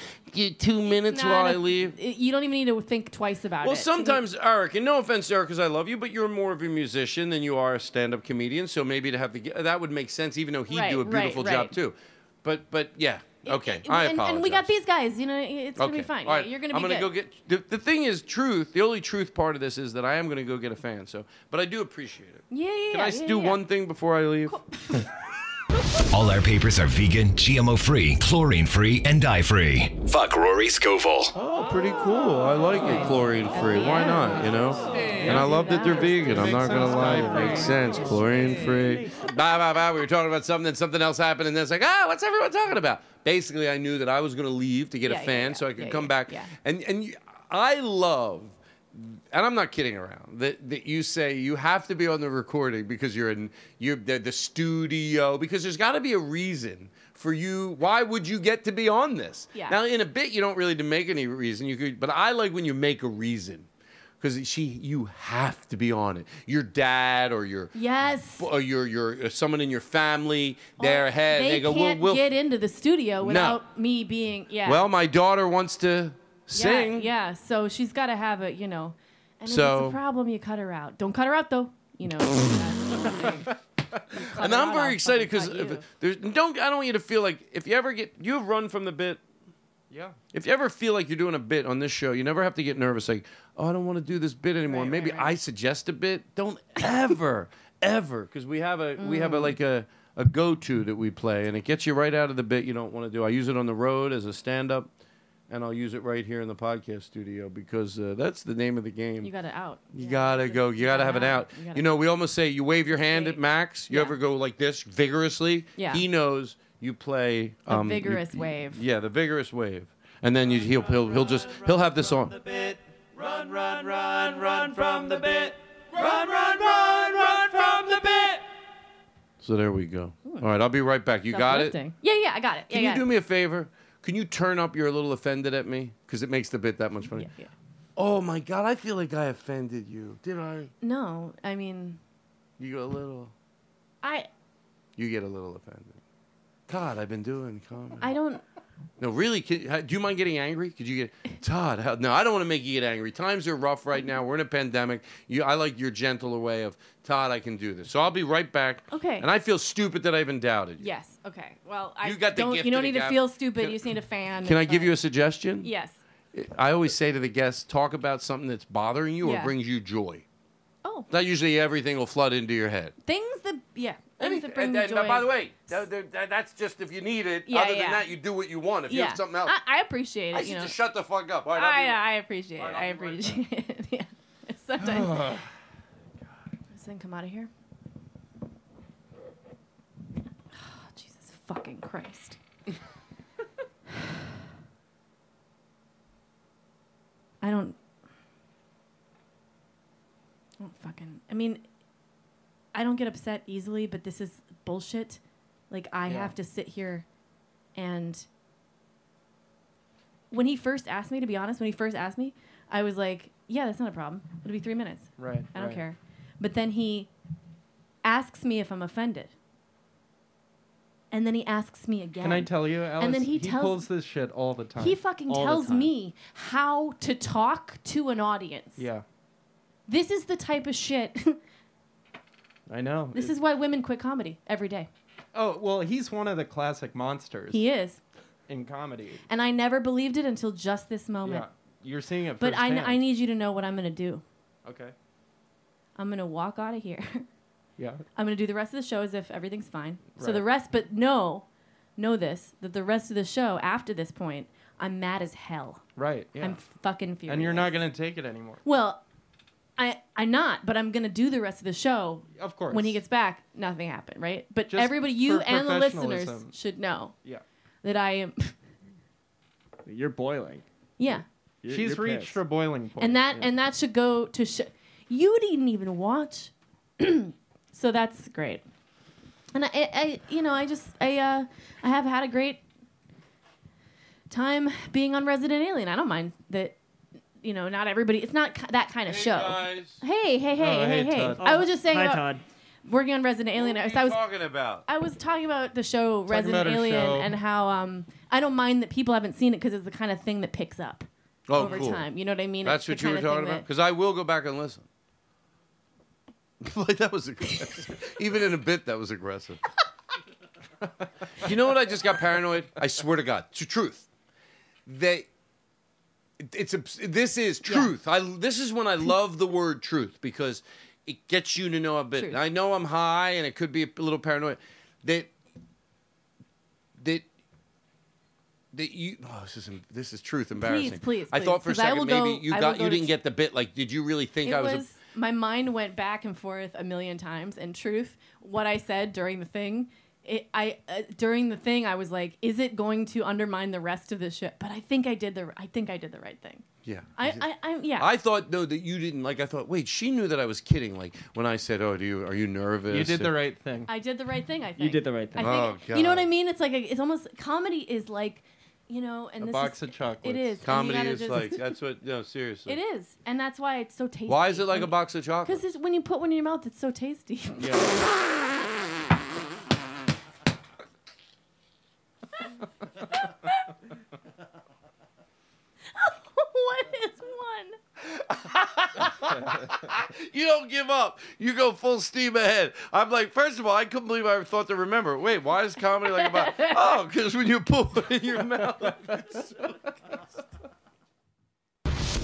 [SPEAKER 4] two minutes
[SPEAKER 7] It's
[SPEAKER 4] while
[SPEAKER 7] not
[SPEAKER 4] I
[SPEAKER 7] a-
[SPEAKER 4] leave?
[SPEAKER 7] it- You don't even need to think twice about
[SPEAKER 4] Well,
[SPEAKER 7] it.
[SPEAKER 4] sometimes, Eric, and no offense, Eric, because I love you, but you're more of a musician than you are a stand-up comedian. So maybe to have the that would make sense, even though he'd
[SPEAKER 7] Right,
[SPEAKER 4] do a
[SPEAKER 7] right,
[SPEAKER 4] beautiful
[SPEAKER 7] right.
[SPEAKER 4] job too. But but yeah, okay,
[SPEAKER 7] And-
[SPEAKER 4] I
[SPEAKER 7] and,
[SPEAKER 4] apologize.
[SPEAKER 7] and we got these guys. You know, it's gonna be
[SPEAKER 4] Okay,
[SPEAKER 7] fine.
[SPEAKER 4] all right,
[SPEAKER 7] Yeah, You're gonna be
[SPEAKER 4] I'm gonna
[SPEAKER 7] good.
[SPEAKER 4] go get the, the thing is truth. The only truth part of this is that I am gonna go get a fan. So, but I do appreciate it.
[SPEAKER 7] Yeah, yeah,
[SPEAKER 4] Can I
[SPEAKER 7] yeah,
[SPEAKER 4] s-
[SPEAKER 7] yeah,
[SPEAKER 4] do
[SPEAKER 7] yeah.
[SPEAKER 4] one thing before I leave?
[SPEAKER 2] All our papers are vegan, GMO free, chlorine free, and dye free. Fuck Rory Scovel.
[SPEAKER 4] Oh, pretty cool. I like it chlorine free. Why not? You know? And I love that they're vegan. I'm not going to lie. It makes sense. Chlorine free. Bye, bye, bye. We were talking about something, then something else happened, and then it's like, ah, what's everyone talking about? Basically, I knew that I was going to leave to get
[SPEAKER 18] Yeah,
[SPEAKER 4] a
[SPEAKER 18] yeah,
[SPEAKER 4] fan
[SPEAKER 18] yeah.
[SPEAKER 4] so I could
[SPEAKER 18] Yeah,
[SPEAKER 4] come
[SPEAKER 18] yeah,
[SPEAKER 4] back.
[SPEAKER 18] yeah.
[SPEAKER 4] And, and you- I love. And I'm not kidding around. That, that you say you have to be on the recording because you're in you're the, the studio because there's got to be a reason for you. Why would you get to be on this?
[SPEAKER 18] Yeah.
[SPEAKER 4] Now in a bit you don't really make any reason. You could, but I like when you make a reason because she you have to be on it. Your dad or your
[SPEAKER 7] Yes.
[SPEAKER 4] or your your or someone in your family they're ahead. They,
[SPEAKER 7] They
[SPEAKER 4] go,
[SPEAKER 7] can't
[SPEAKER 4] well, we'll
[SPEAKER 7] get into the studio without me being. Yeah.
[SPEAKER 4] well, my daughter wants to
[SPEAKER 7] Yeah,
[SPEAKER 4] sing.
[SPEAKER 7] Yeah, so she's got to have it, you know. And if it's
[SPEAKER 4] So-
[SPEAKER 7] a problem, you cut her out. Don't cut her out though. You know.
[SPEAKER 4] and I'm very excited because there's don't I don't want you to feel like if you ever get you have run from the bit.
[SPEAKER 8] Yeah.
[SPEAKER 4] If you ever feel like you're doing a bit on this show, you never have to get nervous. Like, oh, I don't want to do this bit anymore. Maybe I suggest a bit. Don't ever, ever, because we have a we have a
[SPEAKER 8] Mm.
[SPEAKER 4] like a a go to that we play, and it gets you right out of the bit you don't want to do. I use it on the road as a stand up, and I'll use it right here in the podcast studio because uh, that's the name of the game.
[SPEAKER 7] You got it out.
[SPEAKER 4] You gotta go. You gotta have an out.
[SPEAKER 7] You gotta-
[SPEAKER 4] You know, we almost say you wave your hand at Max. You ever go like this vigorously?
[SPEAKER 7] Yeah.
[SPEAKER 4] He knows you play
[SPEAKER 7] A
[SPEAKER 4] um, you-
[SPEAKER 7] vigorous wave.
[SPEAKER 4] yeah, the vigorous wave, and then you, he'll he'll he'll just he'll have this on.
[SPEAKER 16] Run, run, run, run from the bit. Run, run, run, run from the bit.
[SPEAKER 4] So there we go. All right, I'll be right back. You got it.
[SPEAKER 7] Self-lifting. Yeah, yeah, I got it. Yeah,
[SPEAKER 4] Can
[SPEAKER 7] yeah.
[SPEAKER 4] you do me a favor? Can you turn up? You're a little offended at me because it makes the bit that much funnier. Oh my God, I feel like I offended you. Did I?
[SPEAKER 7] No, I mean,
[SPEAKER 4] You go a little.
[SPEAKER 7] I,
[SPEAKER 4] You get a little offended. God, I've been doing comedy.
[SPEAKER 7] I don't.
[SPEAKER 4] No, really? Can, ha- do you mind getting angry? Could you get Todd? how- No, I don't want to make you get angry. Times are rough right now. We're in a pandemic. You, I like your gentler way of Todd. I can do this. So I'll be right back.
[SPEAKER 7] Okay.
[SPEAKER 4] And I feel stupid that I even doubted you.
[SPEAKER 7] Yes. Okay. Well, I
[SPEAKER 4] You got the
[SPEAKER 7] don't.
[SPEAKER 4] gift
[SPEAKER 7] you
[SPEAKER 4] of
[SPEAKER 7] don't
[SPEAKER 4] the
[SPEAKER 7] need to
[SPEAKER 4] gab.
[SPEAKER 7] feel stupid.
[SPEAKER 4] Can-
[SPEAKER 7] you just need a fan.
[SPEAKER 4] Can I give you a suggestion?
[SPEAKER 7] Yes.
[SPEAKER 4] I always say to the guests, talk about something that's bothering you
[SPEAKER 7] Yeah.
[SPEAKER 4] or brings you joy.
[SPEAKER 7] Oh.
[SPEAKER 4] Not usually everything will flood into your head.
[SPEAKER 7] Things that yeah. Things that bring
[SPEAKER 4] And
[SPEAKER 7] me
[SPEAKER 4] then-
[SPEAKER 7] joy.
[SPEAKER 4] but by the way, that- that- that's just if you need it.
[SPEAKER 7] Yeah,
[SPEAKER 4] Other
[SPEAKER 7] yeah.
[SPEAKER 4] than that, you do what you want. If you have something else,
[SPEAKER 7] I, I appreciate it.
[SPEAKER 4] I
[SPEAKER 7] you
[SPEAKER 4] should
[SPEAKER 7] know.
[SPEAKER 4] just shut the fuck up. All right, I'll be
[SPEAKER 7] I,
[SPEAKER 4] right
[SPEAKER 7] I appreciate it. I appreciate it. yeah. Sometimes. Does thing come out of here? Oh, Jesus fucking Christ. I don't. I don't fucking. I mean, I don't get upset easily, but this is bullshit. Like I
[SPEAKER 17] Yeah.
[SPEAKER 7] have to sit here, and when he first asked me, to be honest, when he first asked me, I was like, "Yeah, that's not a problem. It'll be three minutes.
[SPEAKER 8] Right,
[SPEAKER 7] I don't
[SPEAKER 8] right.
[SPEAKER 7] care." But then he asks me if I'm offended, and then he asks me again.
[SPEAKER 8] Can I tell you, Alice?
[SPEAKER 7] and then he,
[SPEAKER 8] he,
[SPEAKER 7] tells
[SPEAKER 8] pulls this shit all the time.
[SPEAKER 7] he fucking
[SPEAKER 8] All the
[SPEAKER 7] tells
[SPEAKER 8] time.
[SPEAKER 7] me how to talk to an audience.
[SPEAKER 8] Yeah,
[SPEAKER 7] This is the type of shit.
[SPEAKER 8] I know.
[SPEAKER 7] this is why women quit comedy every day.
[SPEAKER 8] Oh well, he's one of the classic monsters.
[SPEAKER 7] He is.
[SPEAKER 8] in comedy.
[SPEAKER 7] And I never believed it until just this moment.
[SPEAKER 8] Yeah, you're seeing it.
[SPEAKER 7] but I,
[SPEAKER 8] firsthand.
[SPEAKER 7] I need you to know what I'm going to do.
[SPEAKER 8] Okay.
[SPEAKER 7] I'm going to walk out of here.
[SPEAKER 8] Yeah.
[SPEAKER 7] I'm going to do the rest of the show as if everything's fine. So
[SPEAKER 8] Right.
[SPEAKER 7] the rest, but no, know this that the rest of the show after this point, I'm mad as hell.
[SPEAKER 8] Right. Yeah.
[SPEAKER 7] I'm fucking furious.
[SPEAKER 8] and you're not gonna take it anymore.
[SPEAKER 7] Well, I I'm not, but I'm gonna do the rest of the show.
[SPEAKER 8] Of course.
[SPEAKER 7] When he gets back, nothing happened, right? But
[SPEAKER 8] Just
[SPEAKER 7] everybody, you
[SPEAKER 8] for
[SPEAKER 7] and the listeners,
[SPEAKER 8] professionalism.
[SPEAKER 7] should know
[SPEAKER 8] Yeah.
[SPEAKER 7] that I am.
[SPEAKER 13] You're boiling.
[SPEAKER 7] Yeah,
[SPEAKER 13] You're-
[SPEAKER 8] She's
[SPEAKER 13] you're
[SPEAKER 8] reached
[SPEAKER 13] pissed.
[SPEAKER 8] her boiling point.
[SPEAKER 7] and that and that should go to. Sh- you didn't even watch, so that's great. And I, I, I- you know, I just I uh I have had a great time being on Resident Alien. I don't mind that. You know, not everybody. It's not ki- that kind of show. Hey, hey, hey,
[SPEAKER 4] Oh,
[SPEAKER 7] hey,
[SPEAKER 4] hey,
[SPEAKER 7] hey!
[SPEAKER 4] Todd.
[SPEAKER 7] I was just saying
[SPEAKER 4] Hi,
[SPEAKER 7] about
[SPEAKER 4] Todd.
[SPEAKER 7] working on Resident Alien.
[SPEAKER 4] What are you
[SPEAKER 7] I was
[SPEAKER 4] talking about?
[SPEAKER 7] I was talking about the show
[SPEAKER 4] Talking
[SPEAKER 7] Resident
[SPEAKER 4] about our
[SPEAKER 7] Alien
[SPEAKER 4] show.
[SPEAKER 7] and how um, I don't mind that people haven't seen it because it's the kind of thing that picks up
[SPEAKER 4] Oh,
[SPEAKER 7] over
[SPEAKER 4] cool.
[SPEAKER 7] time. You know what I mean?
[SPEAKER 4] That's
[SPEAKER 7] It's
[SPEAKER 4] what
[SPEAKER 7] the
[SPEAKER 4] you were
[SPEAKER 7] kind of
[SPEAKER 4] talking
[SPEAKER 7] thing
[SPEAKER 4] about? Because I will go back and listen. like, that was aggressive. Even in a bit, that was aggressive. you know what? I just got paranoid. I swear to God. It's the truth. They. It's a, this is truth. I this is when I love the word truth because it gets you to know a bit.
[SPEAKER 8] Truth.
[SPEAKER 4] I know I'm high and it could be a little paranoid. That that that you oh this is this is truth embarrassing.
[SPEAKER 7] please,
[SPEAKER 4] I thought
[SPEAKER 7] please,
[SPEAKER 4] for a
[SPEAKER 7] 'cause I
[SPEAKER 4] second
[SPEAKER 7] will
[SPEAKER 4] maybe
[SPEAKER 7] go-
[SPEAKER 4] you
[SPEAKER 7] I will
[SPEAKER 4] got
[SPEAKER 7] go
[SPEAKER 4] you
[SPEAKER 7] to
[SPEAKER 4] didn't get the bit. Like, did you really think
[SPEAKER 7] It
[SPEAKER 4] I
[SPEAKER 7] was,
[SPEAKER 4] was?
[SPEAKER 7] my mind went back and forth a million times. And truth, what I said during the thing, it, I uh, during the thing I was like, is it going to undermine the rest of the show? But I think I did the I think I did the right thing.
[SPEAKER 4] a, yeah.
[SPEAKER 7] I, I, I yeah.
[SPEAKER 4] I thought no that you didn't like. I thought wait, she knew that I was kidding. Like when I said, "Oh, do you are you nervous?"
[SPEAKER 8] You did the
[SPEAKER 4] And-
[SPEAKER 8] right thing.
[SPEAKER 7] I did the right thing. I think
[SPEAKER 4] did the right thing.
[SPEAKER 7] I think,
[SPEAKER 4] Oh,
[SPEAKER 7] You know
[SPEAKER 4] God.
[SPEAKER 7] what I mean? It's like a, it's almost comedy is like, you know, and
[SPEAKER 4] A
[SPEAKER 7] this
[SPEAKER 4] box
[SPEAKER 7] is,
[SPEAKER 4] of chocolates.
[SPEAKER 7] It is and you
[SPEAKER 4] Comedy
[SPEAKER 7] gotta
[SPEAKER 4] is
[SPEAKER 7] just-
[SPEAKER 4] like that's what. No, seriously.
[SPEAKER 7] It is, and that's why it's so tasty.
[SPEAKER 4] Why is it like a box of chocolates?
[SPEAKER 7] Because when you put one in your mouth, it's so tasty. what is one?
[SPEAKER 4] you don't give up. You go full steam ahead. I'm like, first of all, I couldn't believe I thought to remember. Wait, why is comedy like about? Oh, because when you pull it in your mouth.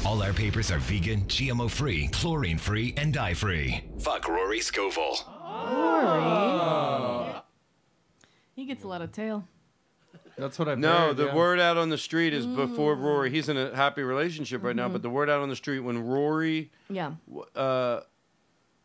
[SPEAKER 2] All our papers are vegan, GMO free, chlorine free, and dye free. Fuck Rory Scovel.
[SPEAKER 7] He gets a lot of tail.
[SPEAKER 8] That's what I've
[SPEAKER 4] No,
[SPEAKER 8] heard,
[SPEAKER 4] the
[SPEAKER 8] yeah.
[SPEAKER 4] word out on the street is before
[SPEAKER 7] Mm.
[SPEAKER 4] Rory. He's in a happy relationship right now,
[SPEAKER 7] Mhm.
[SPEAKER 4] but the word out on the street when Rory
[SPEAKER 7] Yeah.
[SPEAKER 4] uh,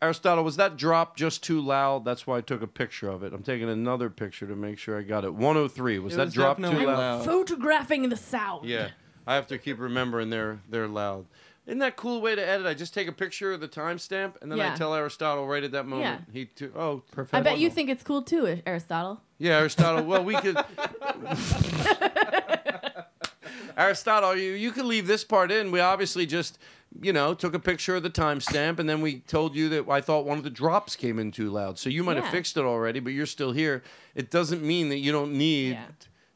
[SPEAKER 4] Aristotle, was that drop just too loud? That's why I took a picture of it. I'm taking another picture to make sure I got it. 103. Was
[SPEAKER 7] It
[SPEAKER 4] that
[SPEAKER 7] was
[SPEAKER 4] drop too
[SPEAKER 7] I'm
[SPEAKER 4] loud?
[SPEAKER 7] photographing the sound.
[SPEAKER 4] Yeah, I have to keep remembering they're they're loud. Isn't that a cool way to edit? I just take a picture of the timestamp and then
[SPEAKER 7] Yeah.
[SPEAKER 4] I tell Aristotle right at that moment. He too. Oh, perfect.
[SPEAKER 7] I bet you think it's cool too, Ar- Aristotle.
[SPEAKER 4] Yeah, Aristotle. Well, we could. Aristotle, you, you could leave this part in. We obviously just, you know, took a picture of the timestamp and then we told you that I thought one of the drops came in too loud. So you might
[SPEAKER 7] Yeah.
[SPEAKER 4] have fixed it already, but you're still here. It doesn't mean that you don't need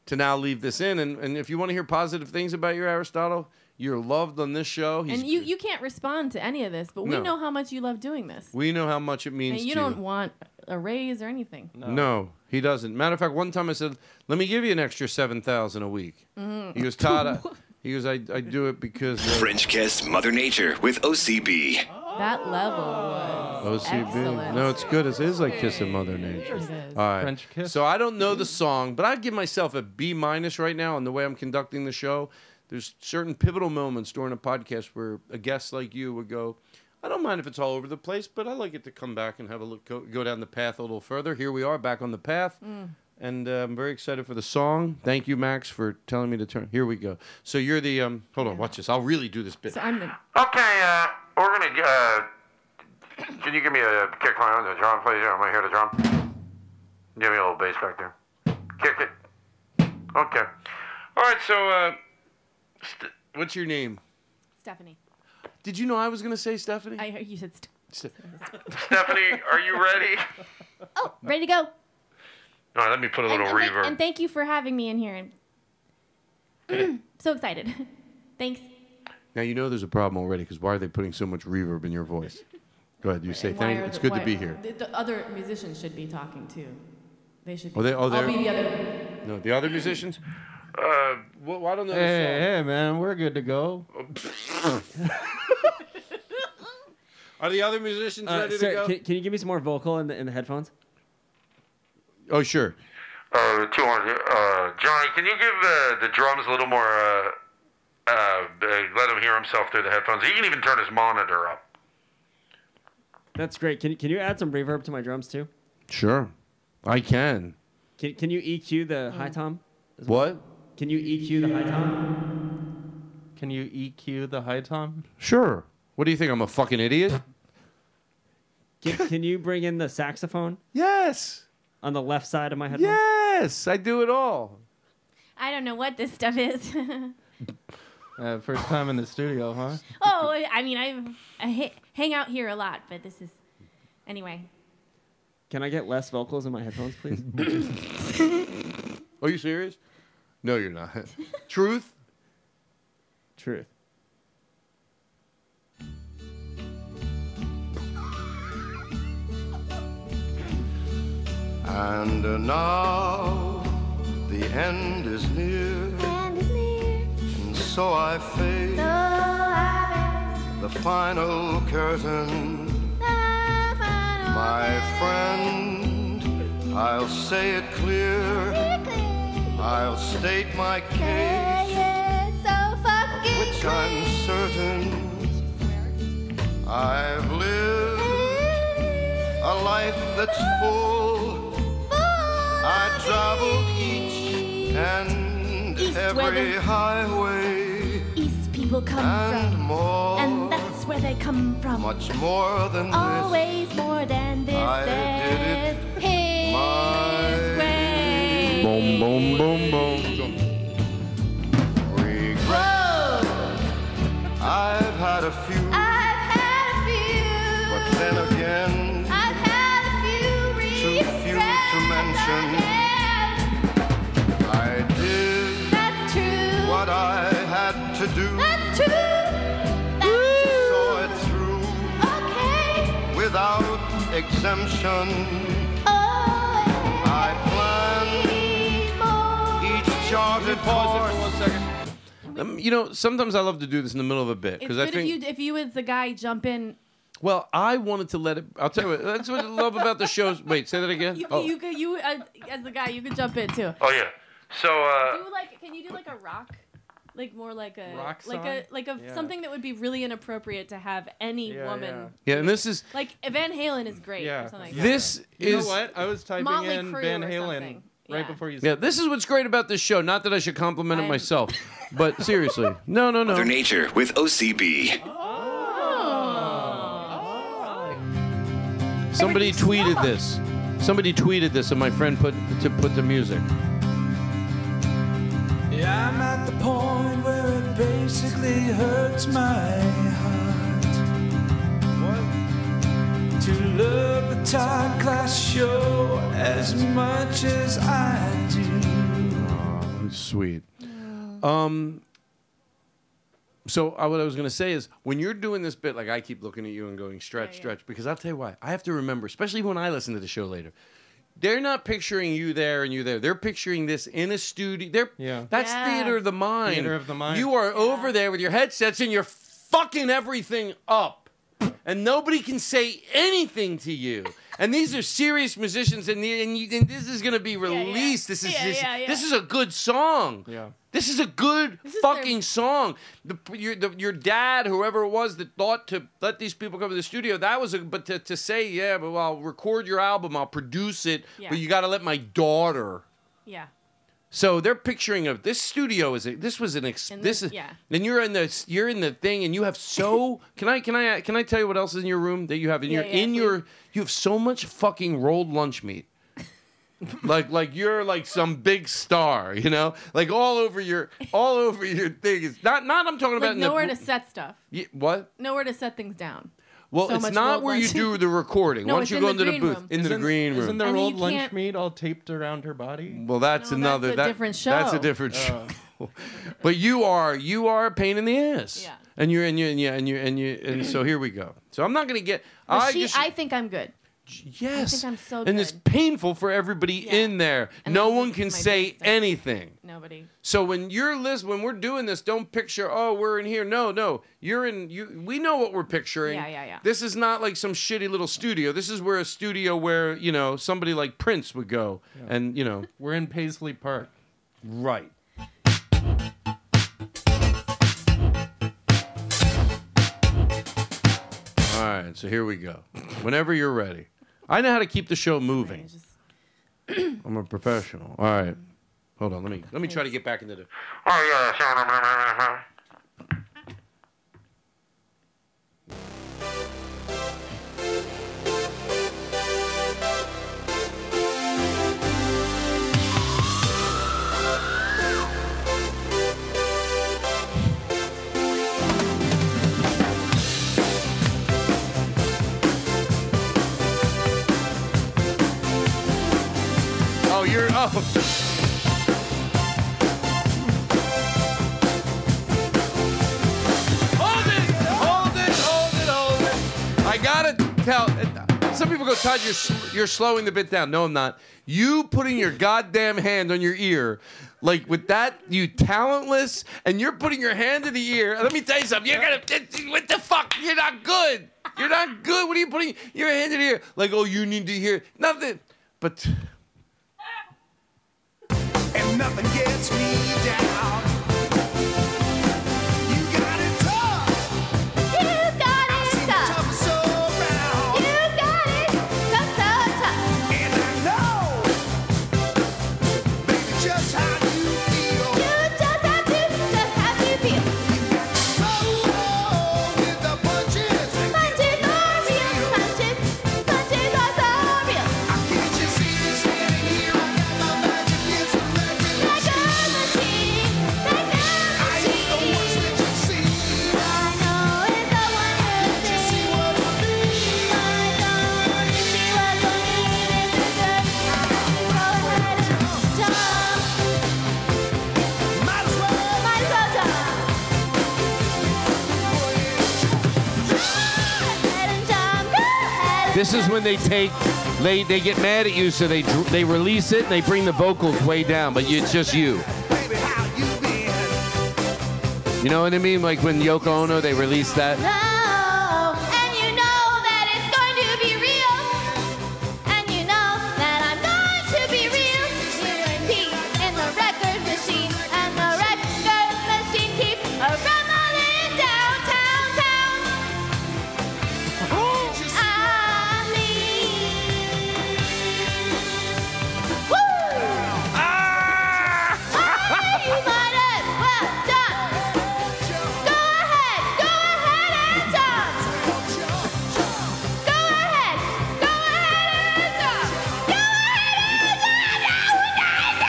[SPEAKER 4] to now leave this in. And, and if you want to hear positive things about your Aristotle, you're loved on this show. He's,
[SPEAKER 7] and you, you can't respond to any of this, but we
[SPEAKER 4] No.
[SPEAKER 7] know how much you love doing this.
[SPEAKER 4] we know how much it means
[SPEAKER 7] and you
[SPEAKER 4] to
[SPEAKER 7] don't want a raise or anything.
[SPEAKER 4] No. he doesn't. Matter of fact, one time I said, "Let me give you an extra seven thousand a week."
[SPEAKER 7] Mm.
[SPEAKER 4] He goes, "Todd, I, he goes, I, I do it because uh,
[SPEAKER 2] French kiss Mother Nature with OCB.
[SPEAKER 7] That level was
[SPEAKER 4] OCB.
[SPEAKER 7] excellent.
[SPEAKER 4] No, it's good. It is like kissing Mother Nature.
[SPEAKER 7] It is.
[SPEAKER 4] All right. French kiss. So I don't know the song, but I give myself a B minus right now in the way I'm conducting the show. There's certain pivotal moments during a podcast where a guest like you would go, I don't mind if it's all over the place, but I like it to come back and have a look, go, go down the path a little further. Here we are, back on the path. And uh, I'm very excited for the song. Thank you, Max, for telling me to turn. Here we go. So you're the. Um, hold on, watch this. I'll really do this bit.
[SPEAKER 7] So I'm the.
[SPEAKER 15] Okay, uh, we're gonna. Uh, can you give me a kick line on the drum, please? I'm gonna hear the drum. Give me a little bass back there. Kick it. Okay.
[SPEAKER 4] All right, so uh, st- what's your name?
[SPEAKER 7] Stephanie.
[SPEAKER 4] Did you know I was going to say Stephanie?
[SPEAKER 7] I heard you said st-
[SPEAKER 4] Ste-
[SPEAKER 15] Stephanie, are you ready?
[SPEAKER 7] Oh, ready to go.
[SPEAKER 15] All right, let me put a little
[SPEAKER 7] and, thank-
[SPEAKER 15] reverb.
[SPEAKER 7] and thank you for having me in here. And so excited. Thanks.
[SPEAKER 4] Now you know there's a problem already because why are they putting so much reverb in your voice? Go ahead, you say
[SPEAKER 7] Why
[SPEAKER 4] thank.
[SPEAKER 7] are
[SPEAKER 4] It's
[SPEAKER 7] the-
[SPEAKER 4] good to
[SPEAKER 7] why-
[SPEAKER 4] be here.
[SPEAKER 7] The, the other musicians should be talking too. They should. Be
[SPEAKER 4] Oh, they. Oh,
[SPEAKER 7] I'll
[SPEAKER 4] they're.
[SPEAKER 7] be the other.
[SPEAKER 4] No, the other musicians. Uh, well, I don't know.
[SPEAKER 13] Hey,
[SPEAKER 15] uh,
[SPEAKER 13] hey, man, we're good to go.
[SPEAKER 4] Are the other musicians
[SPEAKER 13] Uh,
[SPEAKER 4] ready to
[SPEAKER 13] sir,
[SPEAKER 4] go?
[SPEAKER 13] Can, can you give me some more vocal in the, in the headphones?
[SPEAKER 4] Oh, sure.
[SPEAKER 15] Uh, 200. Uh, Johnny, can you give uh, the drums a little more? Uh, uh, uh, let him hear himself through the headphones. He can even turn his monitor up.
[SPEAKER 13] That's great. Can, can you add some reverb to my drums too?
[SPEAKER 4] Sure, I can.
[SPEAKER 13] Can, can you EQ the
[SPEAKER 7] Mm.
[SPEAKER 13] high tom?
[SPEAKER 4] What?
[SPEAKER 13] Can you EQ the high tom?
[SPEAKER 8] Can you EQ the high tom?
[SPEAKER 4] Sure. What do you think? I'm a fucking idiot.
[SPEAKER 13] Can, can you bring in the saxophone?
[SPEAKER 4] Yes.
[SPEAKER 13] On the left side of my headphones?
[SPEAKER 4] Yes, I do it all.
[SPEAKER 7] I don't know what this stuff is.
[SPEAKER 8] Uh, first time in the studio, huh?
[SPEAKER 7] oh, I- I mean, I've, I ha- hang out here a lot, but this is. Anyway.
[SPEAKER 13] Can I get less vocals in my headphones, please?
[SPEAKER 4] Are you serious? No, you're not. Truth.
[SPEAKER 13] Truth.
[SPEAKER 17] And uh, now the end is near. And so I face the final curtain. My friend, I'll say it clear. I'll state my case, which I'm certain. I've lived a life that's full. I traveled each and
[SPEAKER 10] East
[SPEAKER 17] every
[SPEAKER 10] weather.
[SPEAKER 17] highway
[SPEAKER 10] East people come
[SPEAKER 17] and
[SPEAKER 10] from,
[SPEAKER 17] more,
[SPEAKER 10] and that's where they come from.
[SPEAKER 17] much more than
[SPEAKER 10] Always more than this
[SPEAKER 17] I did
[SPEAKER 10] is his way.
[SPEAKER 4] Boom, boom, boom, boom.
[SPEAKER 17] this. I've had a few,
[SPEAKER 10] "Ah."
[SPEAKER 17] but then again, too few to mention. I did what I had to do. So it through. exemption.
[SPEAKER 7] oh,
[SPEAKER 17] I plan each charted course.
[SPEAKER 4] Um, you know, sometimes I love to do this in the middle of a bit
[SPEAKER 7] It's
[SPEAKER 4] because
[SPEAKER 7] good
[SPEAKER 4] I think.
[SPEAKER 7] if you if you as the guy jump in.
[SPEAKER 4] well, I wanted to let it. I'll tell you what. That's what I love about the shows. Wait, say that again.
[SPEAKER 7] You
[SPEAKER 4] oh.
[SPEAKER 7] you could you uh, as the guy you could jump in too.
[SPEAKER 4] oh yeah.
[SPEAKER 15] So uh,
[SPEAKER 7] Do like can you do like a rock? Like more like a
[SPEAKER 15] Rock
[SPEAKER 7] like a
[SPEAKER 15] song?
[SPEAKER 7] like a
[SPEAKER 4] Yeah.
[SPEAKER 7] something that would be really inappropriate to have any
[SPEAKER 8] Yeah,
[SPEAKER 7] woman.
[SPEAKER 4] Yeah, and this is
[SPEAKER 7] Like Van Halen is great
[SPEAKER 8] Yeah.
[SPEAKER 7] or something. like that.
[SPEAKER 4] This
[SPEAKER 8] You
[SPEAKER 4] is-
[SPEAKER 8] know what? I was typing
[SPEAKER 7] Motley
[SPEAKER 8] in
[SPEAKER 7] Crue
[SPEAKER 8] Van
[SPEAKER 7] or
[SPEAKER 8] Halen
[SPEAKER 7] something.
[SPEAKER 8] right before you.
[SPEAKER 4] Yeah, this is what's great about this show. Not that I should compliment it myself, but seriously, no, no, no.
[SPEAKER 2] Mother Nature with OCB.
[SPEAKER 4] Somebody tweeted this. Somebody tweeted this, and my friend put to put the music.
[SPEAKER 10] Yeah, I'm at the point where it basically hurts my heart. To love the top class show as much as I do.
[SPEAKER 4] Oh, sweet. Um. So uh, what I was gonna say is, when you're doing this bit, like I keep looking at you and going stretch, stretch, because I'll tell you why. I have to remember, especially when I listen to the show later. They're not picturing you there and you there. They're picturing this in a studio. They're yeah. That's
[SPEAKER 8] Yeah.
[SPEAKER 4] theater of the mind.
[SPEAKER 8] Theater of the mind.
[SPEAKER 4] You are over there with your headsets and you're fucking everything up, and nobody can say anything to you. And these are serious musicians, and, the- and, you, and this is gonna be released. This is
[SPEAKER 10] Yeah,
[SPEAKER 4] this,
[SPEAKER 10] yeah, yeah.
[SPEAKER 4] this is a good song.
[SPEAKER 8] Yeah.
[SPEAKER 4] This is a good fucking song. The, your, the, your dad, whoever it was that thought to let these people come to the studio, that was a, but to, to say, yeah, but I'll record your album, I'll produce it,
[SPEAKER 7] Yeah.
[SPEAKER 4] but you got to let my daughter.
[SPEAKER 7] Yeah.
[SPEAKER 4] So they're picturing of this studio is a, this was an ex,
[SPEAKER 7] And
[SPEAKER 4] this
[SPEAKER 7] this-
[SPEAKER 4] is
[SPEAKER 7] yeah.
[SPEAKER 4] and you're in the you're in the thing and you have so can I can I can I tell you what else is in your room that you have in
[SPEAKER 7] Yeah,
[SPEAKER 4] your
[SPEAKER 7] yeah,
[SPEAKER 4] in your you have so much fucking rolled lunch meat like like you're like some big star, you know, like all over your all over your thing. It's not not I'm talking about
[SPEAKER 7] Like
[SPEAKER 4] in the-
[SPEAKER 7] nowhere to set stuff.
[SPEAKER 4] Y- what?
[SPEAKER 7] Nowhere to set things down.
[SPEAKER 4] Well,
[SPEAKER 7] So
[SPEAKER 4] it's
[SPEAKER 7] much
[SPEAKER 4] not
[SPEAKER 7] rolled
[SPEAKER 4] where you
[SPEAKER 7] lunch.
[SPEAKER 4] do the recording.
[SPEAKER 7] No,
[SPEAKER 4] Once
[SPEAKER 7] it's
[SPEAKER 4] you
[SPEAKER 7] in
[SPEAKER 4] go into
[SPEAKER 7] the
[SPEAKER 4] the
[SPEAKER 7] green
[SPEAKER 4] booth
[SPEAKER 7] room.
[SPEAKER 4] into the
[SPEAKER 8] Isn't-
[SPEAKER 4] green room.
[SPEAKER 8] Isn't there
[SPEAKER 7] I mean,
[SPEAKER 8] old
[SPEAKER 7] you
[SPEAKER 8] lunch
[SPEAKER 7] can't-
[SPEAKER 8] meat all taped around her body?
[SPEAKER 4] Well, that's another
[SPEAKER 7] a
[SPEAKER 4] that-
[SPEAKER 7] different
[SPEAKER 4] That's a
[SPEAKER 7] show.
[SPEAKER 4] different
[SPEAKER 7] Oh.
[SPEAKER 4] show. but you are you are a pain in the ass. Yeah. And you're and you and yeah and you and you and so here we go. So I'm not gonna get.
[SPEAKER 7] But
[SPEAKER 4] I
[SPEAKER 7] she,
[SPEAKER 4] just
[SPEAKER 7] I think I'm good.
[SPEAKER 4] yes.
[SPEAKER 7] I think I'm so
[SPEAKER 4] and
[SPEAKER 7] good.
[SPEAKER 4] it's painful for everybody in there. no one can say anything.
[SPEAKER 7] Nobody.
[SPEAKER 4] So when you're list when we're doing this, don't picture, oh, we're in here. No, no. You're in you we know what we're picturing.
[SPEAKER 7] Yeah, yeah, yeah.
[SPEAKER 4] This is not like some shitty little studio. This is where a studio where, you know, somebody like Prince would go and you know
[SPEAKER 8] We're in Paisley Park.
[SPEAKER 4] Right. All right, so here we go. Whenever you're ready. I know how to keep the show moving. I'm a professional. All right. Hold on, let me let me try to get back into the
[SPEAKER 15] oh yeah, sure.
[SPEAKER 4] Oh, you're oh. Hold it! Hold it! Hold it! Hold it! I gotta tell. Some people go, Todd, you're sl- you're slowing the bit down. No, I'm not. You putting your goddamn hand on your ear, like with that, you talentless, and you're putting your hand to the ear. Let me tell you something. You're gonna. What the fuck? You're not good. You're not good. What are you putting your hand to the ear? Like, oh, you need to hear nothing. But
[SPEAKER 10] and nothing gets me down. You got it tough. You got it I've tough. toughest around. You got it tough, tough, tough. And I know, baby, just how you feel. You just how you, just how you feel. You got to roll with the punches. Punches are real. Punches, punches are so real. I can't just sit here and hear. I got my back against the magic machine.
[SPEAKER 4] This is when they take they they get mad at you, so they dr- they release it and they bring the vocals way down, but it's just you. You know what I mean? Like when Yoko Ono they released that.
[SPEAKER 10] Love, Oh, and you know that it's going to be real. And you know that I'm going to be real. You and me in the record machine, and the record machine keeps a rumbling downtown town. I leave. Woo! Ah, you might have well done. Go ahead, go ahead and dance. Go ahead, go ahead and dance. Go ahead and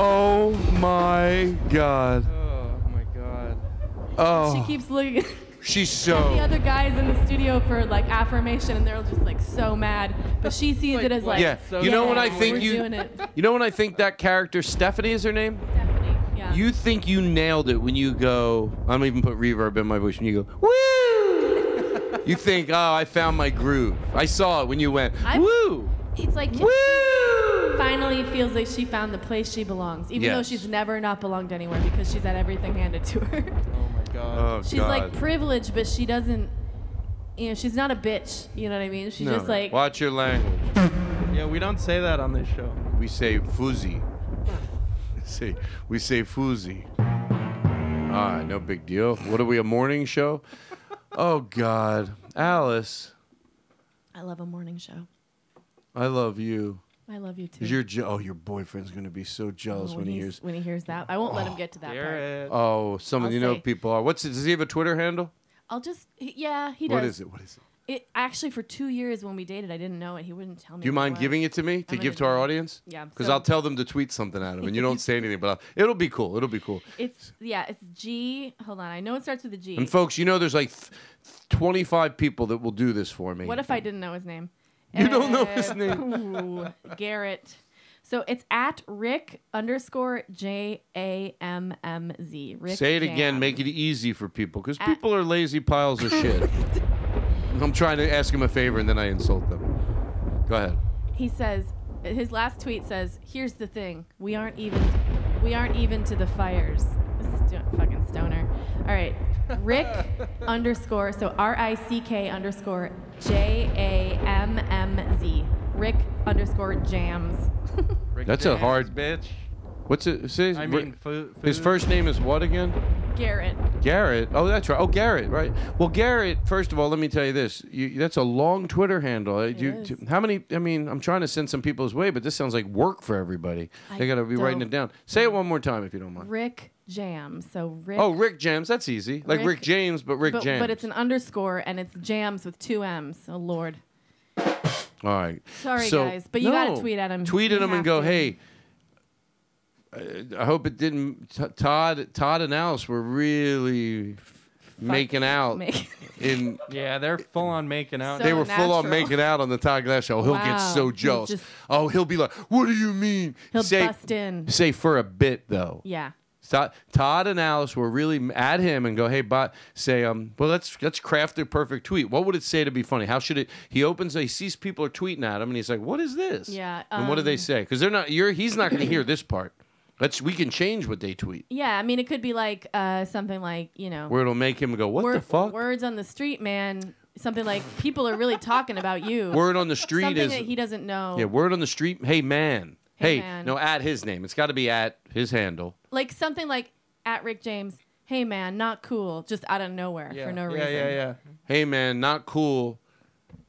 [SPEAKER 4] Oh my god.
[SPEAKER 8] Oh my god.
[SPEAKER 7] She keeps looking.
[SPEAKER 4] She's
[SPEAKER 7] at the
[SPEAKER 4] so
[SPEAKER 7] other guys in the studio for like affirmation, and they're just like so mad. But she sees it as like,
[SPEAKER 4] yeah. you know when I
[SPEAKER 7] yeah,
[SPEAKER 4] think
[SPEAKER 7] we're
[SPEAKER 4] you
[SPEAKER 7] doing it.
[SPEAKER 4] you know when I think that character Stephanie is her name.
[SPEAKER 7] Yeah.
[SPEAKER 4] You think you nailed it when you go. I don't even put reverb in my voice when you go. Woo! you think, oh, I found my groove. I saw it when you went.
[SPEAKER 7] I-
[SPEAKER 4] Woo!
[SPEAKER 7] It's like finally feels like she found the place she belongs, even though
[SPEAKER 4] Yes.
[SPEAKER 7] she's never not belonged anywhere because she's had everything handed to her.
[SPEAKER 4] Oh, God.
[SPEAKER 7] she's like privileged, but she doesn't. You know, she's not a bitch. You know what I mean? She's
[SPEAKER 4] No.
[SPEAKER 7] just like
[SPEAKER 4] Watch your language.
[SPEAKER 8] Yeah, we don't say that on this show.
[SPEAKER 4] We say fuzzy. say we say fuzzy. All right, no big deal. What are we a morning show? Oh God, Alice,
[SPEAKER 7] I love a morning show.
[SPEAKER 4] I love you.
[SPEAKER 7] I love you too.
[SPEAKER 4] Your je- oh, your boyfriend's gonna be so
[SPEAKER 7] Oh,
[SPEAKER 4] jealous when he
[SPEAKER 7] he's-
[SPEAKER 4] hears.
[SPEAKER 7] when he hears that. I won't let him get to that part.
[SPEAKER 4] Oh, some of
[SPEAKER 7] I'll
[SPEAKER 4] you know
[SPEAKER 7] say-
[SPEAKER 4] people are. What's it? Does he have a Twitter handle?
[SPEAKER 7] I'll just he- yeah, he does.
[SPEAKER 4] What is it? What is it?
[SPEAKER 7] It actually for two years when we dated, I didn't know it. He wouldn't tell me.
[SPEAKER 4] Do you
[SPEAKER 7] what
[SPEAKER 4] mind
[SPEAKER 7] was.
[SPEAKER 4] giving it to me to
[SPEAKER 7] I'm
[SPEAKER 4] give to
[SPEAKER 7] gonna
[SPEAKER 4] our
[SPEAKER 7] do it.
[SPEAKER 4] audience?
[SPEAKER 7] Yeah,
[SPEAKER 4] Because
[SPEAKER 7] so-
[SPEAKER 4] I'll tell them to tweet something at him, and you don't say anything, but I'll, it'll be cool. It'll be cool.
[SPEAKER 7] It's yeah, it's G. Hold on, I know it starts with a G.
[SPEAKER 4] And folks, you know there's like th- 25 people that will do this for me.
[SPEAKER 7] What if I didn't know his name?
[SPEAKER 4] You don't know his name.
[SPEAKER 7] ooh, Garrett. So it's at Rick underscore J A M M Z. Rick
[SPEAKER 4] Say it
[SPEAKER 7] Jam.
[SPEAKER 4] again, make it easy for people, because people are lazy piles of shit. I'm trying to ask them a favor and then I insult them. Go ahead.
[SPEAKER 7] He says his last tweet says, "Here's the thing: we aren't even, we aren't even to the fires." Sto- fucking stoner. All right, Rick underscore so R I C K underscore J A M M Z. Rick underscore jams.
[SPEAKER 4] That's a hard
[SPEAKER 8] bitch.
[SPEAKER 4] What's it? Say,
[SPEAKER 8] I mean, fu-
[SPEAKER 4] his
[SPEAKER 8] food.
[SPEAKER 4] first name is what again?
[SPEAKER 7] Garrett.
[SPEAKER 4] Garrett. Oh, that's right. Oh, Garrett. Right. Well, Garrett. First of all, let me tell you this. You, that's a long Twitter handle. Uh, do you-
[SPEAKER 7] is.
[SPEAKER 4] do- how many? I mean, I'm trying to send some people's way, but this sounds like work for everybody.
[SPEAKER 7] I
[SPEAKER 4] they got to be writing
[SPEAKER 7] don't-
[SPEAKER 4] it down. Say it one more time if you don't mind.
[SPEAKER 7] Rick jams. So Rick.
[SPEAKER 4] oh, Rick James. That's easy. Like Rick, James, but Rick
[SPEAKER 7] but,
[SPEAKER 4] James.
[SPEAKER 7] But it's an underscore and it's jams with two M's. Oh Lord.
[SPEAKER 4] all right.
[SPEAKER 7] Sorry,
[SPEAKER 4] So-
[SPEAKER 7] guys, but you gotta
[SPEAKER 4] no.
[SPEAKER 7] tweet at him.
[SPEAKER 4] Tweet at
[SPEAKER 7] You
[SPEAKER 4] him and
[SPEAKER 7] have
[SPEAKER 4] go,
[SPEAKER 7] to.
[SPEAKER 4] hey. I- I hope it didn't. T- Todd, Todd, and Alice were really making out
[SPEAKER 7] make-
[SPEAKER 4] in
[SPEAKER 8] Yeah, they're full on making out.
[SPEAKER 4] they were full on making out on the Todd Glass show. He'll get
[SPEAKER 8] Wow.
[SPEAKER 4] so
[SPEAKER 8] He'll
[SPEAKER 4] jealous.
[SPEAKER 8] just-
[SPEAKER 4] oh, he'll be like, "What do you mean?"
[SPEAKER 7] He'll
[SPEAKER 4] say,
[SPEAKER 7] bust in.
[SPEAKER 4] Say for a bit though.
[SPEAKER 7] Yeah.
[SPEAKER 4] Todd, Todd and Alice were really m- at him and go, "Hey, bot, say, um, well, let's let's craft the perfect tweet. What would it say to be funny? How should it?" He opens, he sees people are tweeting at him, and he's like, "What is this?"
[SPEAKER 7] Yeah,
[SPEAKER 4] and what do they
[SPEAKER 7] um,
[SPEAKER 4] say? Because they're not. You're. He's not going to hear this part. Let's. We can change what they tweet.
[SPEAKER 7] Yeah, I mean it could be like uh, something like you know.
[SPEAKER 4] Where it'll make him go, "What
[SPEAKER 7] wor-
[SPEAKER 4] the fuck?"
[SPEAKER 7] Words on the street, man. Something like people are really talking about you.
[SPEAKER 4] Word on the street
[SPEAKER 7] Something
[SPEAKER 4] is
[SPEAKER 7] that he doesn't know.
[SPEAKER 4] Yeah, word on the street. Hey man. Hey,
[SPEAKER 7] Hey, man.
[SPEAKER 4] no, at his name. It's got to be at his handle.
[SPEAKER 7] Like something like at Rick James. Hey man, not cool. Just out of nowhere for no reason.
[SPEAKER 8] Yeah, yeah, yeah.
[SPEAKER 4] Hey man, not cool.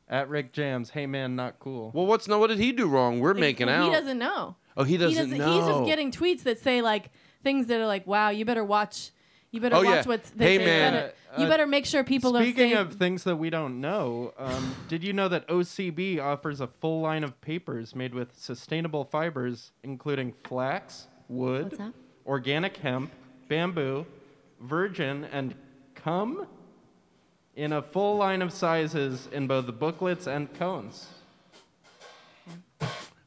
[SPEAKER 8] At Rick Jams, hey man, not cool.
[SPEAKER 4] Well, what's no? What did he do wrong? We're making
[SPEAKER 7] Well,
[SPEAKER 4] out.
[SPEAKER 7] He doesn't know.
[SPEAKER 4] Oh, he doesn't
[SPEAKER 7] He's
[SPEAKER 4] know.
[SPEAKER 7] just getting tweets that say like things that are like, "Wow, you better watch. You better
[SPEAKER 4] Oh,
[SPEAKER 7] watch
[SPEAKER 4] yeah.
[SPEAKER 7] what's.
[SPEAKER 4] Hey,
[SPEAKER 7] they
[SPEAKER 4] man.
[SPEAKER 7] said it.
[SPEAKER 8] Uh,
[SPEAKER 7] you
[SPEAKER 8] uh,
[SPEAKER 7] better make sure people are
[SPEAKER 8] Speaking
[SPEAKER 7] saying-
[SPEAKER 8] of things that we don't know, um, did you know that OCB offers a full line of papers made with sustainable fibers, including flax, wood,
[SPEAKER 7] What's that?
[SPEAKER 8] organic hemp, bamboo, virgin, and cum, in a full line of sizes in both the booklets and cones.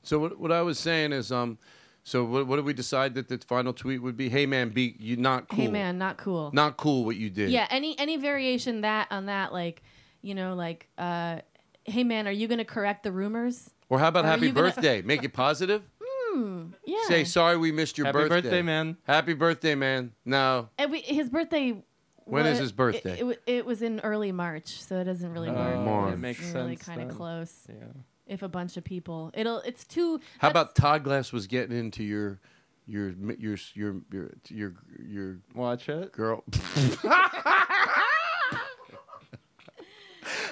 [SPEAKER 4] So what, what I was saying is, um, So what, what did we decide that the final tweet would be? Hey man, be you not cool.
[SPEAKER 7] Hey man, not cool.
[SPEAKER 4] Not cool what you did.
[SPEAKER 7] Yeah, any any variation that on that, like, you know, like, uh, hey man, are you gonna correct the rumors?
[SPEAKER 4] Or how about
[SPEAKER 7] Are
[SPEAKER 4] happy
[SPEAKER 7] you gonna-
[SPEAKER 4] birthday? Make it positive.
[SPEAKER 7] Hmm. Yeah.
[SPEAKER 4] Say sorry we missed your
[SPEAKER 8] Happy
[SPEAKER 4] birthday.
[SPEAKER 8] birthday, man.
[SPEAKER 4] Happy birthday, man. No.
[SPEAKER 7] And we, his birthday.
[SPEAKER 4] When is
[SPEAKER 7] wa-
[SPEAKER 4] his birthday?
[SPEAKER 7] It, it, wa- it was in early March, so it doesn't really
[SPEAKER 4] Oh,
[SPEAKER 7] work.
[SPEAKER 4] March.
[SPEAKER 7] It's
[SPEAKER 4] makes
[SPEAKER 7] really
[SPEAKER 4] sense
[SPEAKER 7] kind
[SPEAKER 4] then.
[SPEAKER 7] of close.
[SPEAKER 8] Yeah.
[SPEAKER 7] If a bunch of people, it'll. It's too.
[SPEAKER 4] How about Todd Glass was getting into your your your your your your, your
[SPEAKER 8] watch it
[SPEAKER 4] girl?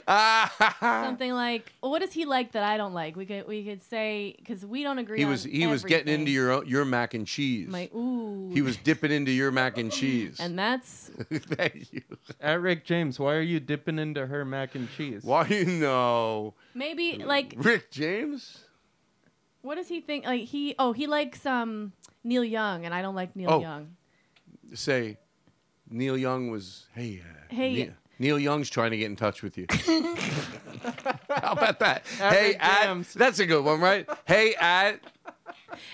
[SPEAKER 7] something like what is he like that I don't like? We could we could say because we don't agree.
[SPEAKER 4] he was
[SPEAKER 7] on
[SPEAKER 4] he was getting into
[SPEAKER 7] everything.
[SPEAKER 4] your own- your mac and cheese.
[SPEAKER 7] My ooh.
[SPEAKER 4] he was dipping into your mac and cheese.
[SPEAKER 7] And that's
[SPEAKER 4] Thank you.
[SPEAKER 8] At Rick James, why are you dipping into her mac and cheese?
[SPEAKER 4] Why you know?
[SPEAKER 7] maybe like
[SPEAKER 4] Rick James.
[SPEAKER 7] what does he think? Like he oh he likes um Neil Young and I don't like Neil
[SPEAKER 4] Oh.
[SPEAKER 7] Young.
[SPEAKER 4] Say, Neil Young was hey. Uh,
[SPEAKER 7] Hey.
[SPEAKER 4] Neil, Neil Young's trying to get in touch with you. How about that?
[SPEAKER 10] At
[SPEAKER 4] hey,
[SPEAKER 10] Rick
[SPEAKER 4] at,
[SPEAKER 10] James.
[SPEAKER 4] that's a good one, right? Hey, at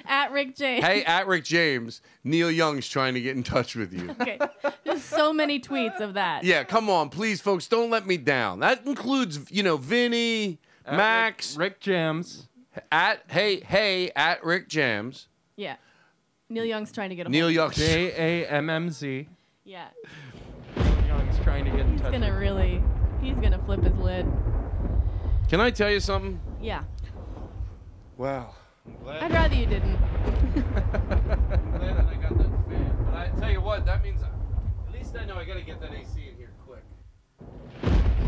[SPEAKER 7] At Rick James.
[SPEAKER 4] hey at Rick James. Neil Young's trying to get in touch with you.
[SPEAKER 7] okay. There's so many tweets of that.
[SPEAKER 4] Yeah, come on, please, folks, don't let me down. That includes, you know, Vinny, Max,
[SPEAKER 8] Rick, Jams,
[SPEAKER 4] at hey hey at Rick Jams,
[SPEAKER 7] Yeah. Neil Young's trying to get a
[SPEAKER 4] Neil
[SPEAKER 7] hold of
[SPEAKER 4] Young,
[SPEAKER 7] him.
[SPEAKER 8] J A M M Z.
[SPEAKER 7] Yeah.
[SPEAKER 8] Young's trying to get in
[SPEAKER 7] He's
[SPEAKER 8] touch.
[SPEAKER 7] gonna really he's gonna flip his lid.
[SPEAKER 4] Can I tell you something?
[SPEAKER 7] Yeah.
[SPEAKER 4] Wow.
[SPEAKER 7] I'd rather you didn't.
[SPEAKER 4] I got that fan, but I tell you what, that means at least I know I gotta get that AC in here quick.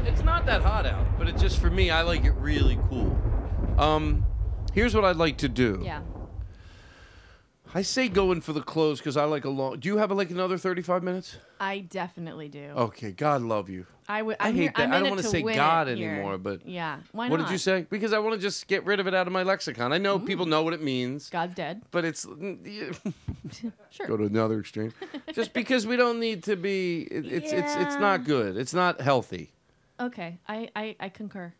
[SPEAKER 4] It's not that hot out, but it just for me, I like it really cool. Um, here's what I'd like to do.
[SPEAKER 7] Yeah.
[SPEAKER 4] I say go in for the close because I like a long. Do you have like another 35 minutes?
[SPEAKER 7] I definitely do.
[SPEAKER 4] Okay, God love you.
[SPEAKER 7] I would.
[SPEAKER 4] Oh. I
[SPEAKER 7] I'm
[SPEAKER 4] hate
[SPEAKER 7] here-
[SPEAKER 4] that.
[SPEAKER 7] I'm
[SPEAKER 4] I
[SPEAKER 7] in
[SPEAKER 4] don't
[SPEAKER 7] it
[SPEAKER 4] wanna
[SPEAKER 7] to
[SPEAKER 4] say
[SPEAKER 7] win
[SPEAKER 4] God
[SPEAKER 7] it here.
[SPEAKER 4] anymore, but
[SPEAKER 7] yeah. Why
[SPEAKER 4] what
[SPEAKER 7] not? Mm.
[SPEAKER 4] did you say? Because I want to just get rid of it out of my lexicon. I know people know what it means,
[SPEAKER 7] God's dead.
[SPEAKER 4] but it's sure.
[SPEAKER 7] Go
[SPEAKER 4] to another extreme. just because we don't need to be. It, it's it's it's
[SPEAKER 7] Yeah.
[SPEAKER 4] not good. It's not healthy.
[SPEAKER 7] Okay. I I, I concur.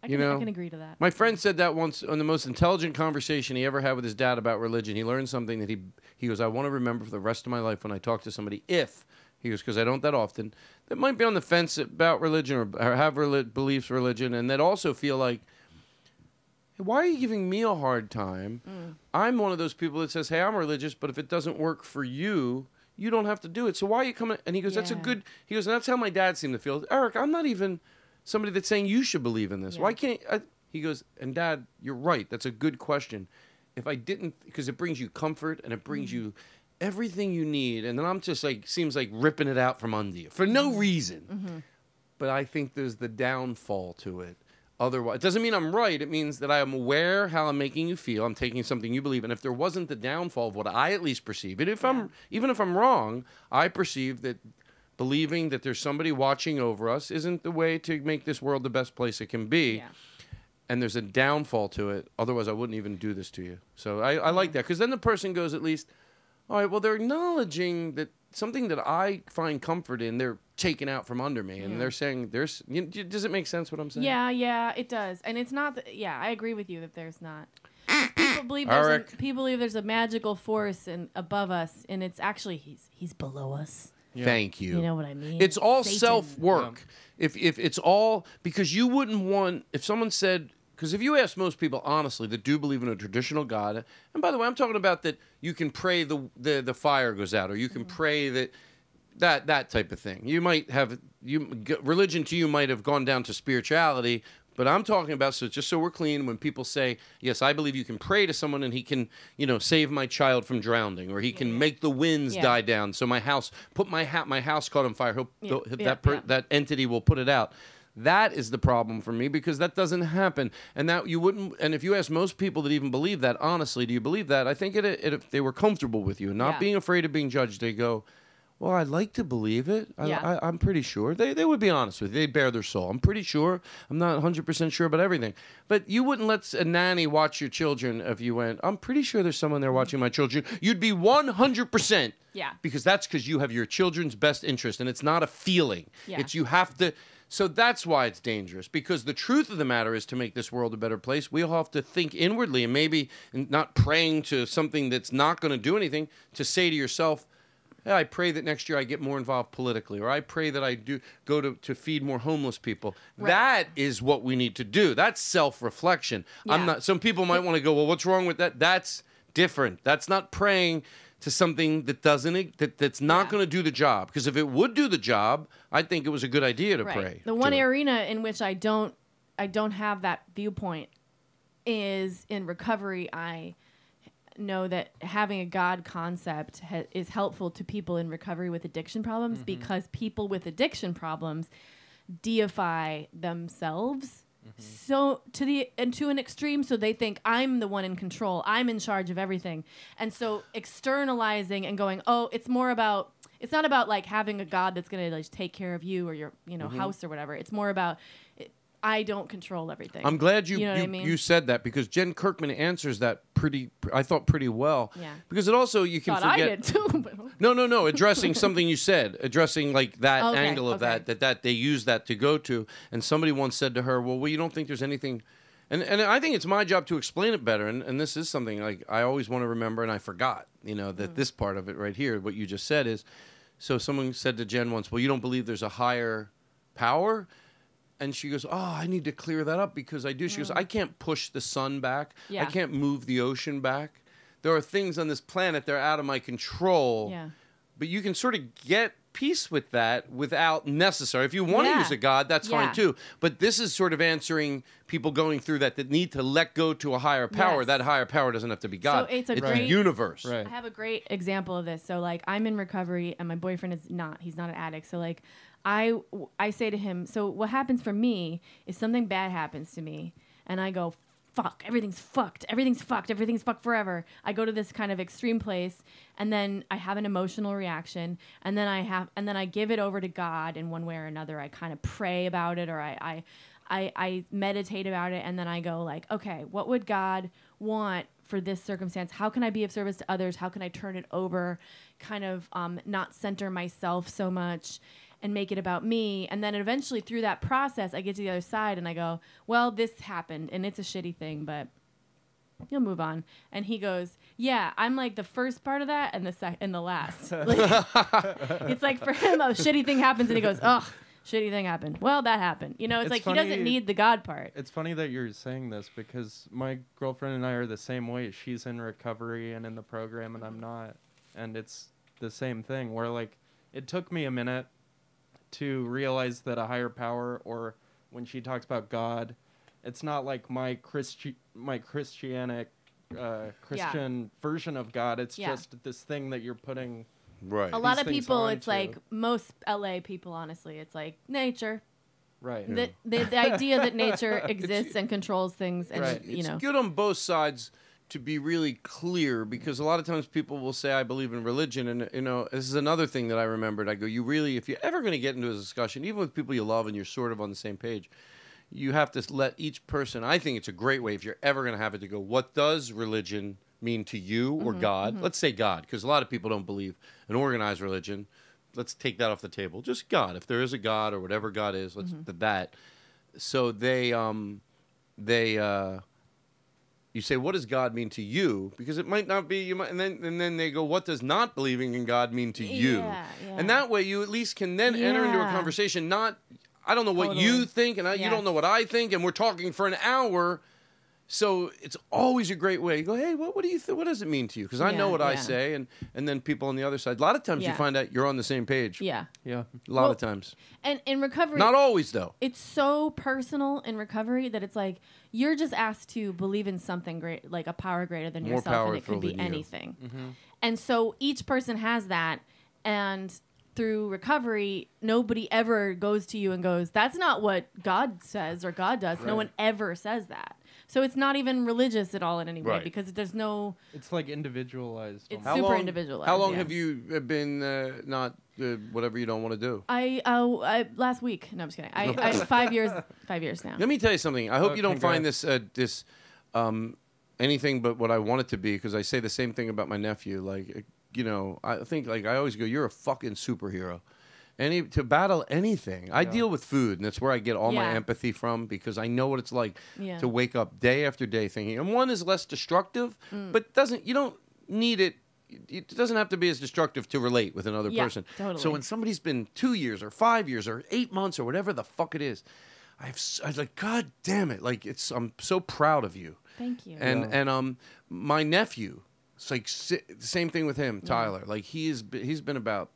[SPEAKER 7] I can,
[SPEAKER 4] you know,
[SPEAKER 7] I can agree to that.
[SPEAKER 4] My friend said that once on the most intelligent conversation he ever had with his dad about religion. He learned something that he he goes, I want to remember for the rest of my life when I talk to somebody. If he goes, because I don't that often, that might be on the fence about religion or, or have reli- beliefs religion, and that also feel like, "Hey, why are you giving me a hard time? I'm one of those people that says, hey, I'm religious, but if it doesn't work for you. You don't have to do it. So why are you coming? And he goes, "That's a
[SPEAKER 8] Yeah.
[SPEAKER 4] good." He goes, and "That's how my dad seemed to feel." Eric, I'm not even somebody that's saying you should believe in this. Why can't I, he goes? And Dad, you're right. That's a good question. If I didn't, because it brings you comfort and it brings you everything you need, and then I'm just like seems like ripping it out from under you for no reason. But I think there's the downfall to it. Otherwise, it doesn't mean I'm right. It means that I am aware how I'm making you feel. I'm taking something you believe, and if there wasn't the downfall of what I at least perceive, and if I'm even if I'm wrong, I perceive that believing that there's somebody watching over us isn't the way to make this world the best place it can be. And there's a downfall to it. Otherwise, I wouldn't even do this to you. So I, I like that because then the person goes at least, all right. Well, they're acknowledging that something that I find comfort in, they're taking out from under me, and
[SPEAKER 7] Yeah.
[SPEAKER 4] they're saying, "There's." You, you- does it make sense what I'm saying?
[SPEAKER 7] Yeah, yeah, it does, and it's not. That, yeah, I agree with you that there's not. People believe there's a,
[SPEAKER 4] Eric.
[SPEAKER 7] people believe there's a magical force in, above us, and it's actually he's he's below us.
[SPEAKER 4] Thank you.
[SPEAKER 7] You know what I mean?
[SPEAKER 4] It's all
[SPEAKER 7] Satan.
[SPEAKER 4] self work. If if it's all because you wouldn't want if someone said because if you ask most people honestly that do believe in a traditional God, and by the way, I'm talking about that you can pray the the, the fire goes out, or you
[SPEAKER 7] Mm.
[SPEAKER 4] can pray that that that type of thing. You might have you g- religion to you might have gone down to spirituality, but I'm talking about so just so we're clean. When people say, "Yes, I believe you can pray to someone and he can, you know, save my child from drowning, or he can make the winds
[SPEAKER 8] Yeah.
[SPEAKER 4] die down, so my house put my hat my house caught on fire, hope
[SPEAKER 8] Yeah,
[SPEAKER 4] th-
[SPEAKER 8] yeah,
[SPEAKER 4] that per-
[SPEAKER 8] yeah.
[SPEAKER 4] that entity will put it out." That is the problem for me because that doesn't happen, and that you wouldn't. And if you ask most people that even believe that, honestly, do you believe that? I think it, it if they were comfortable with you, and not
[SPEAKER 8] Yeah.
[SPEAKER 4] being afraid of being judged, they go, well, I'd like to believe it. I,
[SPEAKER 8] Yeah.
[SPEAKER 4] I, I'm pretty sure. They, they would be honest with you. They bare their soul. I'm pretty sure. I'm not 100% sure about everything. But you wouldn't let a nanny watch your children if you went, I'm pretty sure there's someone there watching my children. You'd be 100%.
[SPEAKER 7] Yeah.
[SPEAKER 4] Because that's because you have your children's best interest and it's not a feeling.
[SPEAKER 7] Yeah.
[SPEAKER 4] It's you have to. So that's why it's dangerous because the truth of the matter is to make this world a better place, we all have to think inwardly and maybe not praying to something that's not going to do anything to say to yourself, "Hey, I pray that next year I get more involved politically, or I pray that I do go to, to feed more homeless people.
[SPEAKER 7] Right.
[SPEAKER 4] That is what we need to do. That's self reflection.
[SPEAKER 7] Yeah.
[SPEAKER 4] I'm not some people might want to go, well, what's wrong with that? That's different. That's not praying to something that doesn't e, that, that's not going to do the job. Because if it would do the job, I think it was a good idea to pray.
[SPEAKER 7] The one arena in which I don't I don't have that viewpoint is in recovery. I know that having a God concept ha- is helpful to people in recovery with addiction problems
[SPEAKER 4] Mm-hmm.
[SPEAKER 19] Mhm.
[SPEAKER 7] because people with addiction problems deify themselves
[SPEAKER 4] Mm-hmm.
[SPEAKER 7] so to the and to an extreme so they think i'm the one in control i'm in charge of everything and so externalizing and going oh it's more about it's not about like having a god that's going to like take care of you or your you know
[SPEAKER 4] Mhm.
[SPEAKER 7] house or whatever it's more about it, i don't control everything
[SPEAKER 4] I'm glad you you,
[SPEAKER 7] know what
[SPEAKER 4] you,
[SPEAKER 7] i mean
[SPEAKER 4] said that because Jen Kirkman answers that pretty I thought pretty well.
[SPEAKER 7] Yeah.
[SPEAKER 4] Because it also you can
[SPEAKER 7] thought
[SPEAKER 4] forget
[SPEAKER 7] i did too but
[SPEAKER 4] No, no, no. Addressing something you said, addressing like that
[SPEAKER 7] Okay,
[SPEAKER 4] angle of that, that that they use that to go to. And somebody once said to her, "Well, well, you don't think there's anything." And, and I think it's my job to explain it better. And, and this is something like I always want to remember, and I forgot, you know,
[SPEAKER 7] Mm.
[SPEAKER 4] that this part of it right here, what you just said is so someone said to Jen once, Well, you don't believe there's a higher power? And she goes, Oh, I need to clear that up because I do. She goes, I can't push the sun back.
[SPEAKER 7] Mm. Yeah.
[SPEAKER 4] I can't move the ocean back. There are things on this planet that are out of my control
[SPEAKER 7] yeah
[SPEAKER 4] but you can sort of get peace with that without necessary. If you want to
[SPEAKER 7] Yeah.
[SPEAKER 4] use a God, that's
[SPEAKER 7] Yeah.
[SPEAKER 4] fine too. But this is sort of answering people going through that that need to let go to a higher power.
[SPEAKER 7] Yes.
[SPEAKER 4] That higher power doesn't have to be God.
[SPEAKER 7] So it's a
[SPEAKER 4] the
[SPEAKER 7] great-
[SPEAKER 4] universe. Right.
[SPEAKER 7] I have a great example of this. So like I'm in recovery and my boyfriend is not. He's not an addict. So like I I say to him, so what happens for me is something bad happens to me and I go fuck, everything's fucked. Everything's fucked. Everything's fucked forever. I go to this kind of extreme place and then I have an emotional reaction and then I have and then I give it over to God in one way or another. I kind of pray about it or I I I, I meditate about it and then I go like, okay, what would God want for this circumstance? How can I be of service to others? How can I turn it over? Kind of um, not center myself so much and make it about me. And then eventually through that process, I get to the other side and I go, well, this happened and it's a shitty thing, but you'll move on. And he goes, yeah, I'm like the first part of that and the sec- and the last. Like, it's like for him, a shitty thing happens and he goes, oh, shitty thing happened. Well, that happened. You know, it's,
[SPEAKER 8] It's
[SPEAKER 7] like he
[SPEAKER 8] funny-
[SPEAKER 7] doesn't need the God part.
[SPEAKER 8] It's funny that you're saying this because my girlfriend and I are the same way. She's in recovery and in the program, and I'm not. And it's the same thing where, like, it took me a minute to realize that a higher power, or when she talks about God, it's not like my Christi- my Christianic, uh, Christian version of God. It's
[SPEAKER 7] Yeah.
[SPEAKER 8] just this thing that you're putting.
[SPEAKER 4] Right.
[SPEAKER 7] a lot of people it's like most la people honestly it's like nature
[SPEAKER 8] Right.
[SPEAKER 7] the, the, the idea that nature exists and controls things and
[SPEAKER 4] Right.
[SPEAKER 7] you
[SPEAKER 4] it's
[SPEAKER 7] know
[SPEAKER 4] good on both sides to be really clear because a lot of times people will say I believe in religion and you know this is another thing that I remembered I go you really if you're ever going to get into a discussion even with people you love and you're sort of on the same page you have to let each person I think it's a great way if you're ever going to have it to go what does religion mean to you or
[SPEAKER 7] Mm-hmm,
[SPEAKER 2] Mhm,
[SPEAKER 4] God
[SPEAKER 2] mhm.
[SPEAKER 4] let's say God because a lot of people don't believe in organized religion let's take that off the table just God if there is a God or whatever God is let's
[SPEAKER 7] Mm-hmm.
[SPEAKER 2] Mhm.
[SPEAKER 4] th- that so they um they uh you say what does god mean to you because it might not be you might and then and then they go what does not believing in god mean to you
[SPEAKER 2] Yeah,
[SPEAKER 4] and that way you at least can then enter into a
[SPEAKER 2] Yeah.
[SPEAKER 4] conversation not i don't know what you
[SPEAKER 2] Totally.
[SPEAKER 4] think and I, you don't know what i think and we're talking for an hour so it's always a great way. You go, hey, what, what do you think? What does it mean to you? Because I know
[SPEAKER 7] Yeah,
[SPEAKER 4] what I
[SPEAKER 7] yeah.
[SPEAKER 4] say, and, and then people on the other side. A lot of times
[SPEAKER 7] Yeah.
[SPEAKER 4] you find out you're on the same page.
[SPEAKER 7] Yeah.
[SPEAKER 8] yeah.
[SPEAKER 4] A lot of times,
[SPEAKER 7] and in recovery
[SPEAKER 4] not always though.
[SPEAKER 7] it's so personal in recovery that it's like you're just asked to believe in something great like a power greater than
[SPEAKER 4] More
[SPEAKER 7] yourself and it
[SPEAKER 4] powerful
[SPEAKER 7] could be
[SPEAKER 4] than you. Mm-hmm.
[SPEAKER 7] anything And so each person has that. And through recovery, nobody ever goes to you and goes, that's not what God says or God does. No
[SPEAKER 8] Right.
[SPEAKER 7] one ever says that. So it's not even religious at all in any way
[SPEAKER 4] Right.
[SPEAKER 7] because there's no.
[SPEAKER 8] It's like individualized.
[SPEAKER 7] It's
[SPEAKER 8] almost.
[SPEAKER 7] super
[SPEAKER 4] long,
[SPEAKER 7] individualized.
[SPEAKER 4] How long
[SPEAKER 7] yeah.
[SPEAKER 4] have you uh, been uh, not uh, whatever you don't want to do?
[SPEAKER 7] I, uh, I last week. No, I'm just kidding. I, I five years. Five years now.
[SPEAKER 4] Let me tell you something. I hope
[SPEAKER 7] Oh,
[SPEAKER 4] you don't find this uh, this um, anything but what I want it to be because I say the same thing about my nephew. Like uh, you know, I think like I always go, "You're a fucking superhero." Any to battle anything. I
[SPEAKER 8] Yeah.
[SPEAKER 4] deal with food, and that's where I get all my
[SPEAKER 8] Yeah.
[SPEAKER 4] empathy from because I know what it's like
[SPEAKER 8] Yeah.
[SPEAKER 4] to wake up day after day thinking. And one is less destructive,
[SPEAKER 8] Mm.
[SPEAKER 4] but doesn't you don't need it. It doesn't have to be as destructive to relate with another
[SPEAKER 8] Yeah,
[SPEAKER 4] person. So
[SPEAKER 8] totally.
[SPEAKER 4] when somebody's been two years or five years or eight months or whatever the fuck it is, I've s- I was like, God damn it! Like it's I'm so proud of you.
[SPEAKER 7] Thank you.
[SPEAKER 4] And and um, my nephew, it's like si- same thing with him, Tyler. Like he is, b- he's been about,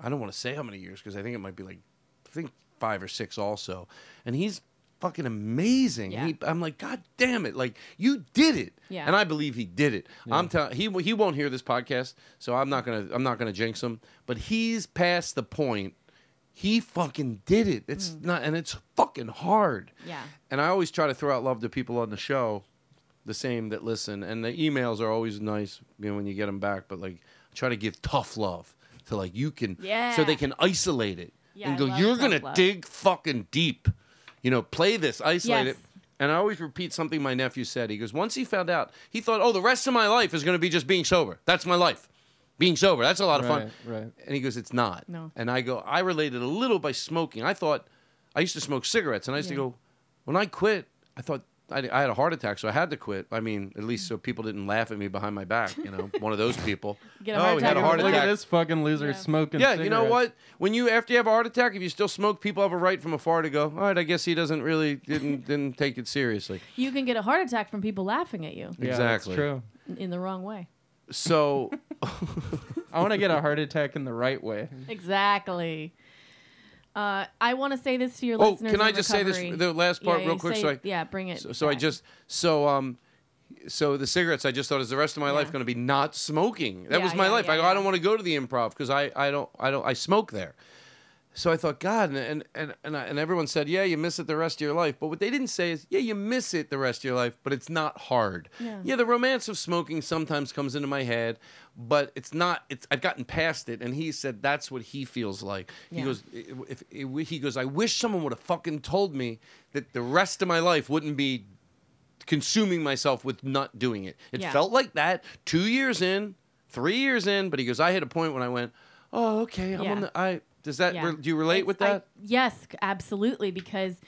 [SPEAKER 4] I don't want to say how many years because I think it might be like, I think five or six also, and he's fucking amazing.
[SPEAKER 8] Yeah.
[SPEAKER 4] He, I'm like, God damn it! Like you did it,
[SPEAKER 8] Yeah.
[SPEAKER 4] and I believe he did it. I'm telling he he won't hear this podcast, so I'm not gonna I'm not gonna jinx him. But he's past the point. He fucking did it. It's not, and it's fucking hard
[SPEAKER 7] Yeah.
[SPEAKER 4] and I always try to throw out love to people on the show, the same that listen. And the emails are always nice, you know, when you get them back. But like, I try to give tough love to like you can, so they
[SPEAKER 8] Yeah.
[SPEAKER 4] can isolate it
[SPEAKER 8] Yeah, I
[SPEAKER 4] and go.
[SPEAKER 8] love
[SPEAKER 4] You're
[SPEAKER 8] tough
[SPEAKER 4] gonna
[SPEAKER 8] love."
[SPEAKER 4] dig fucking deep, you know. Play this, isolate
[SPEAKER 8] Yes.
[SPEAKER 4] it. And I always repeat something my nephew said. He goes, once he found out, he thought, oh, the rest of my life is gonna be just being sober. That's my life. Being sober, that's a lot of fun.
[SPEAKER 8] Right, right.
[SPEAKER 4] And he goes, it's not.
[SPEAKER 8] No.
[SPEAKER 4] And I go, I related a little by smoking. I thought, I used to smoke cigarettes, and I used
[SPEAKER 8] Yeah.
[SPEAKER 4] to go, when I quit, I thought I, I had a heart attack, so I had to quit. I mean, at least so people didn't laugh at me behind my back. You know, one of those people.
[SPEAKER 8] Get a
[SPEAKER 4] oh,
[SPEAKER 8] heart
[SPEAKER 4] he had a
[SPEAKER 8] attack.
[SPEAKER 4] heart
[SPEAKER 8] Look at
[SPEAKER 4] attack.
[SPEAKER 8] this fucking loser Yeah. smoking
[SPEAKER 4] Yeah, you know
[SPEAKER 8] cigarettes.
[SPEAKER 4] what? When you after you have a heart attack, if you still smoke, people have a right from afar to go. All right, I guess he doesn't really didn't didn't take it seriously.
[SPEAKER 7] You can get a heart attack from people laughing at you
[SPEAKER 4] Yeah, that's Exactly. true.
[SPEAKER 7] in the wrong way.
[SPEAKER 4] So
[SPEAKER 8] I want to get a heart attack in the right way.
[SPEAKER 7] Exactly. Uh, I want to say this to your
[SPEAKER 4] oh,
[SPEAKER 7] listeners.
[SPEAKER 4] can I
[SPEAKER 7] in
[SPEAKER 4] just say
[SPEAKER 7] recovery.
[SPEAKER 4] this the last part
[SPEAKER 7] Yeah,
[SPEAKER 4] real
[SPEAKER 7] you
[SPEAKER 4] quick?
[SPEAKER 7] say-
[SPEAKER 4] so I,
[SPEAKER 7] yeah, bring it.
[SPEAKER 4] So, so I just so um so the cigarettes I just thought is the rest of my life going to be not smoking. That
[SPEAKER 8] Yeah,
[SPEAKER 4] was my
[SPEAKER 8] yeah,
[SPEAKER 4] life.
[SPEAKER 8] yeah,
[SPEAKER 4] I go, I don't want to go to the improv because I I don't I don't I smoke there. So I thought, God, and and and and, I, and everyone said, yeah, you miss it the rest of your life. But what they didn't say is, yeah, you miss it the rest of your life, but it's not hard.
[SPEAKER 8] Yeah.
[SPEAKER 4] yeah the romance of smoking sometimes comes into my head, but it's not. It's I've gotten past it. And he said that's what he feels like. He
[SPEAKER 8] Yeah.
[SPEAKER 4] goes, if, if he goes, I wish someone would have fucking told me that the rest of my life wouldn't be consuming myself with not doing it. It
[SPEAKER 8] Yeah.
[SPEAKER 4] felt like that two years in, three years in, but he goes, I hit a point when I went, oh, okay, I'm
[SPEAKER 7] Yeah.
[SPEAKER 4] on the, I, does that,
[SPEAKER 7] Yeah.
[SPEAKER 4] re- uh, do you relate with
[SPEAKER 7] I-
[SPEAKER 4] that?
[SPEAKER 7] yes, c- absolutely. Because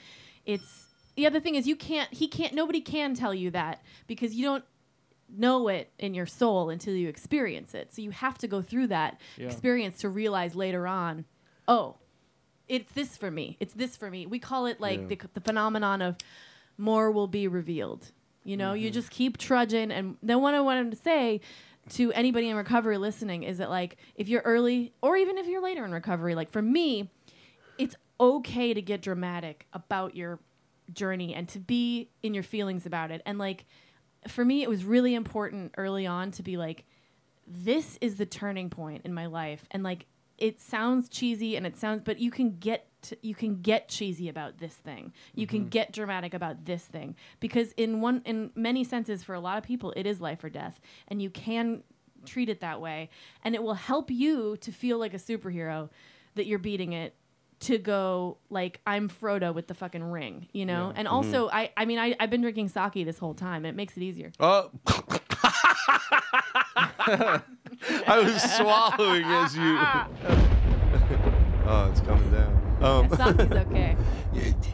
[SPEAKER 7] it's the other thing is you can't. He can't. Nobody can tell you that because you don't know it in your soul until you experience it. So you have to go through that
[SPEAKER 19] Yeah.
[SPEAKER 7] experience to realize later on, oh, it's this for me. It's this for me. We call it like
[SPEAKER 19] Yeah.
[SPEAKER 7] the, the phenomenon of more will be revealed. You know, you just keep trudging. And then what I wanted to say to anybody in recovery listening is that, like, if you're early or even if you're later in recovery, like for me, it's okay to get dramatic about your journey and to be in your feelings about it. And like, for me, it was really important early on to be like, this is the turning point in my life and like it sounds cheesy and it sounds but you can get to, you can get cheesy about this thing you can
[SPEAKER 19] Mhm.
[SPEAKER 7] get dramatic about this thing because in one in many senses for a lot of people it is life or death and you can treat it that way and it will help you to feel like a superhero that you're beating it to go like I'm Frodo with the fucking ring, you know?
[SPEAKER 19] Yeah.
[SPEAKER 7] And
[SPEAKER 19] Mhm.
[SPEAKER 7] also I I mean I, I've been drinking sake this whole time. It makes it easier.
[SPEAKER 4] Oh. I was swallowing as you. oh, it's coming down. Um,
[SPEAKER 7] Sake's okay.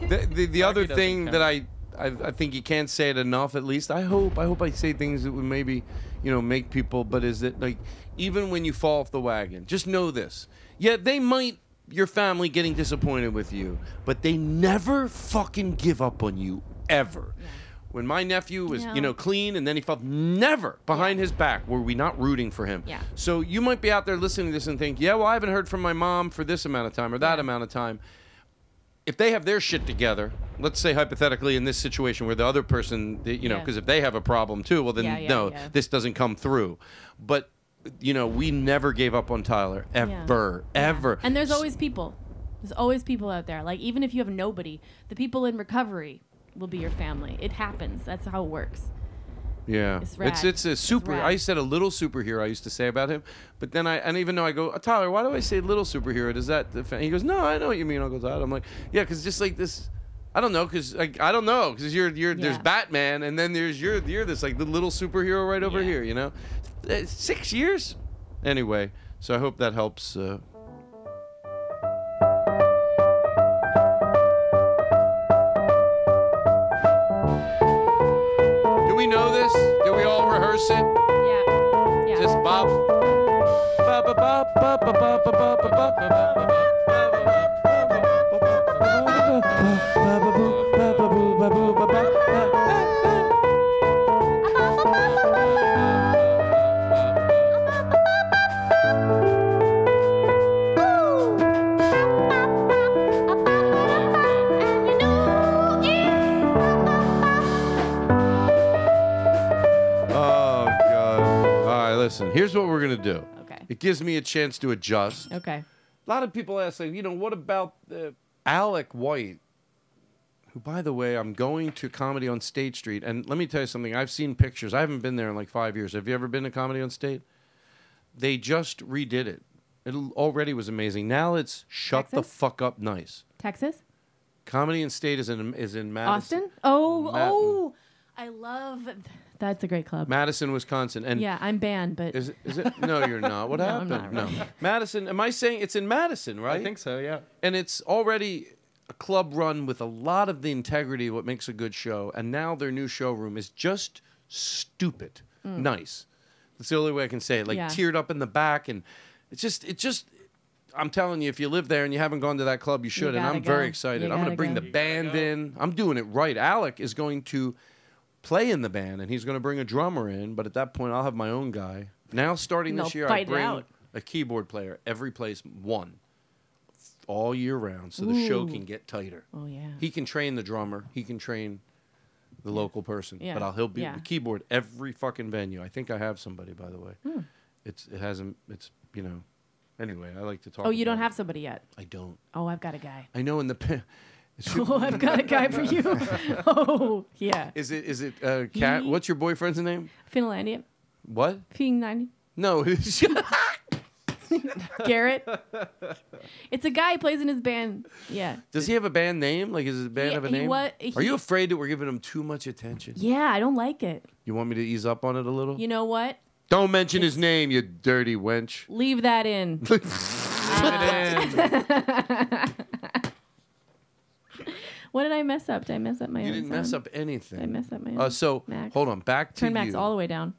[SPEAKER 4] the the, the other
[SPEAKER 8] doesn't
[SPEAKER 4] thing
[SPEAKER 8] count.
[SPEAKER 4] that I, I I think you can't say it enough. At least I hope I hope I say things that would maybe you know make people. But is that like even when you fall off the wagon, just know this. Yeah, they might your family getting disappointed with you, but they never fucking give up on you ever. When my nephew was,
[SPEAKER 8] Yeah.
[SPEAKER 4] you know, clean and then he felt never behind his back were we not rooting for him.
[SPEAKER 8] Yeah.
[SPEAKER 4] So you might be out there listening to this and think, yeah, well, I haven't heard from my mom for this amount of time or that amount of time if they have their shit together, let's say hypothetically in this situation where the other person, the- you know,
[SPEAKER 8] Yeah.
[SPEAKER 4] because if they have a problem too, well then
[SPEAKER 8] Yeah, yeah,
[SPEAKER 4] no,
[SPEAKER 8] yeah.
[SPEAKER 4] this doesn't come through. But you know, we never gave up on Tyler
[SPEAKER 7] Yeah.
[SPEAKER 4] ever, ever.
[SPEAKER 7] And there's always people. There's always people out there. Like even if you have nobody, the people in recovery will be your family. It happens. That's how it works.
[SPEAKER 4] Yeah,
[SPEAKER 7] It's
[SPEAKER 4] it's
[SPEAKER 7] rad.
[SPEAKER 4] it's a super.
[SPEAKER 7] rad.
[SPEAKER 4] I said a little superhero. I used to say about him, but then I and even though I go "Uh, Tyler, why do I say little superhero? Does that defend? He goes, No, I know what you mean, Uncle Todd. I'm like, Yeah, because just like this, I don't know, because like I don't know, because you're you're there's
[SPEAKER 8] Yeah.
[SPEAKER 4] Batman, and then there's you're you're this like the little superhero right over here, you know, Uh, six years. Anyway, so I hope that helps. Uh, Oh, Oh god. All right, listen. Here's what we're gonna do.
[SPEAKER 7] Okay.
[SPEAKER 4] It gives me a chance to adjust.
[SPEAKER 7] Okay.
[SPEAKER 4] A lot of people ask, like, you know, what about uh, Alec White? Who, by the way, I'm going to comedy on State Street, and let me tell you something. I've seen pictures. I haven't been there in like five years. Have you ever been to comedy on State? They just redid it. It already was amazing. Now it's shut the
[SPEAKER 7] Texas?
[SPEAKER 4] fuck up, nice.
[SPEAKER 7] Texas?
[SPEAKER 4] Comedy on State is in is in Madison,
[SPEAKER 7] Austin? Oh,
[SPEAKER 4] Madison.
[SPEAKER 7] oh. I love That's a great club.
[SPEAKER 4] Madison, Wisconsin, and
[SPEAKER 7] yeah, I'm banned, but
[SPEAKER 4] Is it, is it? No, you're not. What
[SPEAKER 7] No, I'm
[SPEAKER 4] happened?
[SPEAKER 7] not
[SPEAKER 4] no.
[SPEAKER 7] really.
[SPEAKER 4] Madison, am I saying it's in Madison, right? I think
[SPEAKER 8] so, yeah.
[SPEAKER 4] And it's already a club run with a lot of the integrity of what makes a good show. And now their new showroom is just stupid
[SPEAKER 18] Mm.
[SPEAKER 4] nice. That's the only way I can say it. Like
[SPEAKER 18] Yeah.
[SPEAKER 4] teared up in the back. And it's just, it just, I'm telling you, if you live there and you haven't gone to that club, you should. and
[SPEAKER 18] gotta
[SPEAKER 4] I'm very
[SPEAKER 18] go.
[SPEAKER 4] excited.
[SPEAKER 18] You
[SPEAKER 4] I'm going
[SPEAKER 18] gotta
[SPEAKER 4] to bring
[SPEAKER 18] go.
[SPEAKER 4] the band in. I'm doing it right. Alec is going to play in the band and he's going to bring a drummer in. But at that point, I'll have my own guy. Now, starting
[SPEAKER 18] And
[SPEAKER 4] this
[SPEAKER 18] they'll
[SPEAKER 4] year, I
[SPEAKER 18] fight it
[SPEAKER 4] bring
[SPEAKER 18] out.
[SPEAKER 4] a keyboard player every place, one, all year round, so the show
[SPEAKER 18] Ooh.
[SPEAKER 4] can get tighter.
[SPEAKER 7] Oh yeah.
[SPEAKER 4] He can train the drummer. He can train the local person.
[SPEAKER 18] Yeah.
[SPEAKER 4] But I'll he'll be
[SPEAKER 18] Yeah.
[SPEAKER 4] the keyboard every fucking venue. I think I have somebody by the way.
[SPEAKER 7] Hmm.
[SPEAKER 4] It's it hasn't it's you know. Anyway, I like to talk.
[SPEAKER 7] Oh, you don't
[SPEAKER 4] about
[SPEAKER 7] have somebody yet.
[SPEAKER 4] it. I don't.
[SPEAKER 7] Oh, I've got a guy.
[SPEAKER 4] I know in the. pa-
[SPEAKER 7] Oh, I've got a guy for you. oh, yeah.
[SPEAKER 4] Is it is it uh cat?
[SPEAKER 7] He-
[SPEAKER 4] What's your boyfriend's name?
[SPEAKER 7] Finlandia.
[SPEAKER 4] What?
[SPEAKER 7] Finlandia.
[SPEAKER 4] No. it's-
[SPEAKER 7] Garrett. It's a guy who plays in his band. Yeah.
[SPEAKER 4] Does he have a band name? Like, is his band
[SPEAKER 7] He-
[SPEAKER 4] have a
[SPEAKER 7] he
[SPEAKER 4] name?
[SPEAKER 7] wa-
[SPEAKER 4] Are
[SPEAKER 7] he-
[SPEAKER 4] you afraid that we're giving him too much attention?
[SPEAKER 7] Yeah, I don't like it.
[SPEAKER 4] You want me to ease up on it a little?
[SPEAKER 7] You know what?
[SPEAKER 4] don't mention his name, you dirty wench.
[SPEAKER 7] Leave that in. what did I mess up? Did I mess up my
[SPEAKER 4] You
[SPEAKER 7] own
[SPEAKER 4] didn't mess
[SPEAKER 7] sound?
[SPEAKER 4] up anything.
[SPEAKER 7] Did I mess up my own?
[SPEAKER 4] Uh, so
[SPEAKER 7] Max.
[SPEAKER 4] hold on, back to
[SPEAKER 7] Turn Max
[SPEAKER 4] you.
[SPEAKER 7] all the way down.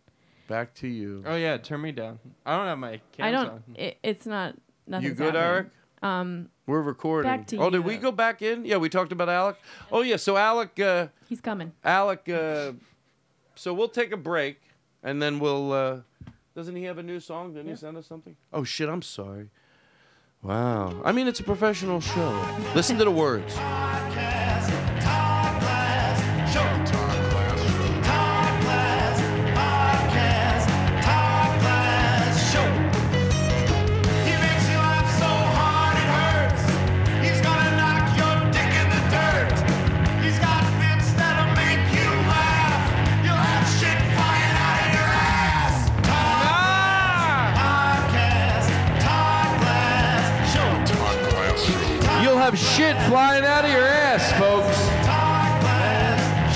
[SPEAKER 4] Back to you.
[SPEAKER 8] Oh yeah, turn me down. I don't have my cams
[SPEAKER 7] I don't.
[SPEAKER 8] on.
[SPEAKER 7] It, it's not. Nothing.
[SPEAKER 4] good, Eric?
[SPEAKER 7] Um,
[SPEAKER 4] We're recording.
[SPEAKER 7] Back to
[SPEAKER 4] oh, did
[SPEAKER 7] you.
[SPEAKER 4] we go back in? Yeah, we talked about Alec. Oh yeah, so Alec. Uh,
[SPEAKER 7] he's coming.
[SPEAKER 4] Alec. Uh, so we'll take a break, and then we'll. Uh, doesn't he have a new song? Didn't he send us something? oh shit! I'm sorry. Wow. I mean, it's a professional show. Listen to the words. You'll have shit flying out of your ass, folks.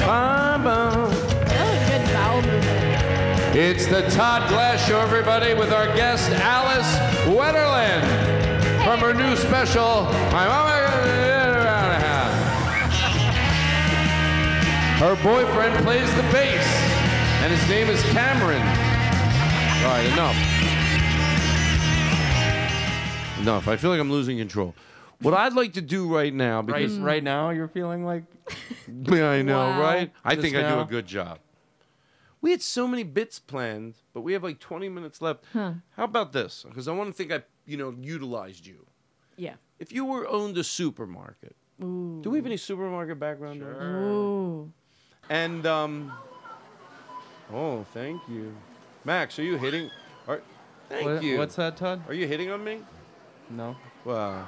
[SPEAKER 4] Bum, bum. It's the Todd Glass Show, everybody, with our guest Alice Wetterland from her new special, My Mama Got It Around the House. Her boyfriend plays the bass, and his name is Cameron. All right, enough. Enough. I feel like I'm losing control. What I'd like to do right now,
[SPEAKER 8] Right,
[SPEAKER 7] Mm.
[SPEAKER 4] because
[SPEAKER 8] right now you're feeling like
[SPEAKER 4] yeah, I know,
[SPEAKER 8] Wow.
[SPEAKER 4] right? I
[SPEAKER 8] Just
[SPEAKER 4] think I do
[SPEAKER 8] now?
[SPEAKER 4] a good job. We had so many bits planned, but we have like 20 minutes left.
[SPEAKER 7] Huh.
[SPEAKER 4] How about this? Because I want to think I, you know, utilized you.
[SPEAKER 7] Yeah.
[SPEAKER 4] If you were owned a supermarket,
[SPEAKER 7] Ooh.
[SPEAKER 4] do we have any supermarket background? Sure.
[SPEAKER 7] Ooh.
[SPEAKER 4] And um, oh, thank you, Max. Are you hitting? Are, thank
[SPEAKER 8] What-
[SPEAKER 4] you.
[SPEAKER 8] what's that, Todd?
[SPEAKER 4] Are you hitting on me?
[SPEAKER 8] No.
[SPEAKER 4] Wow.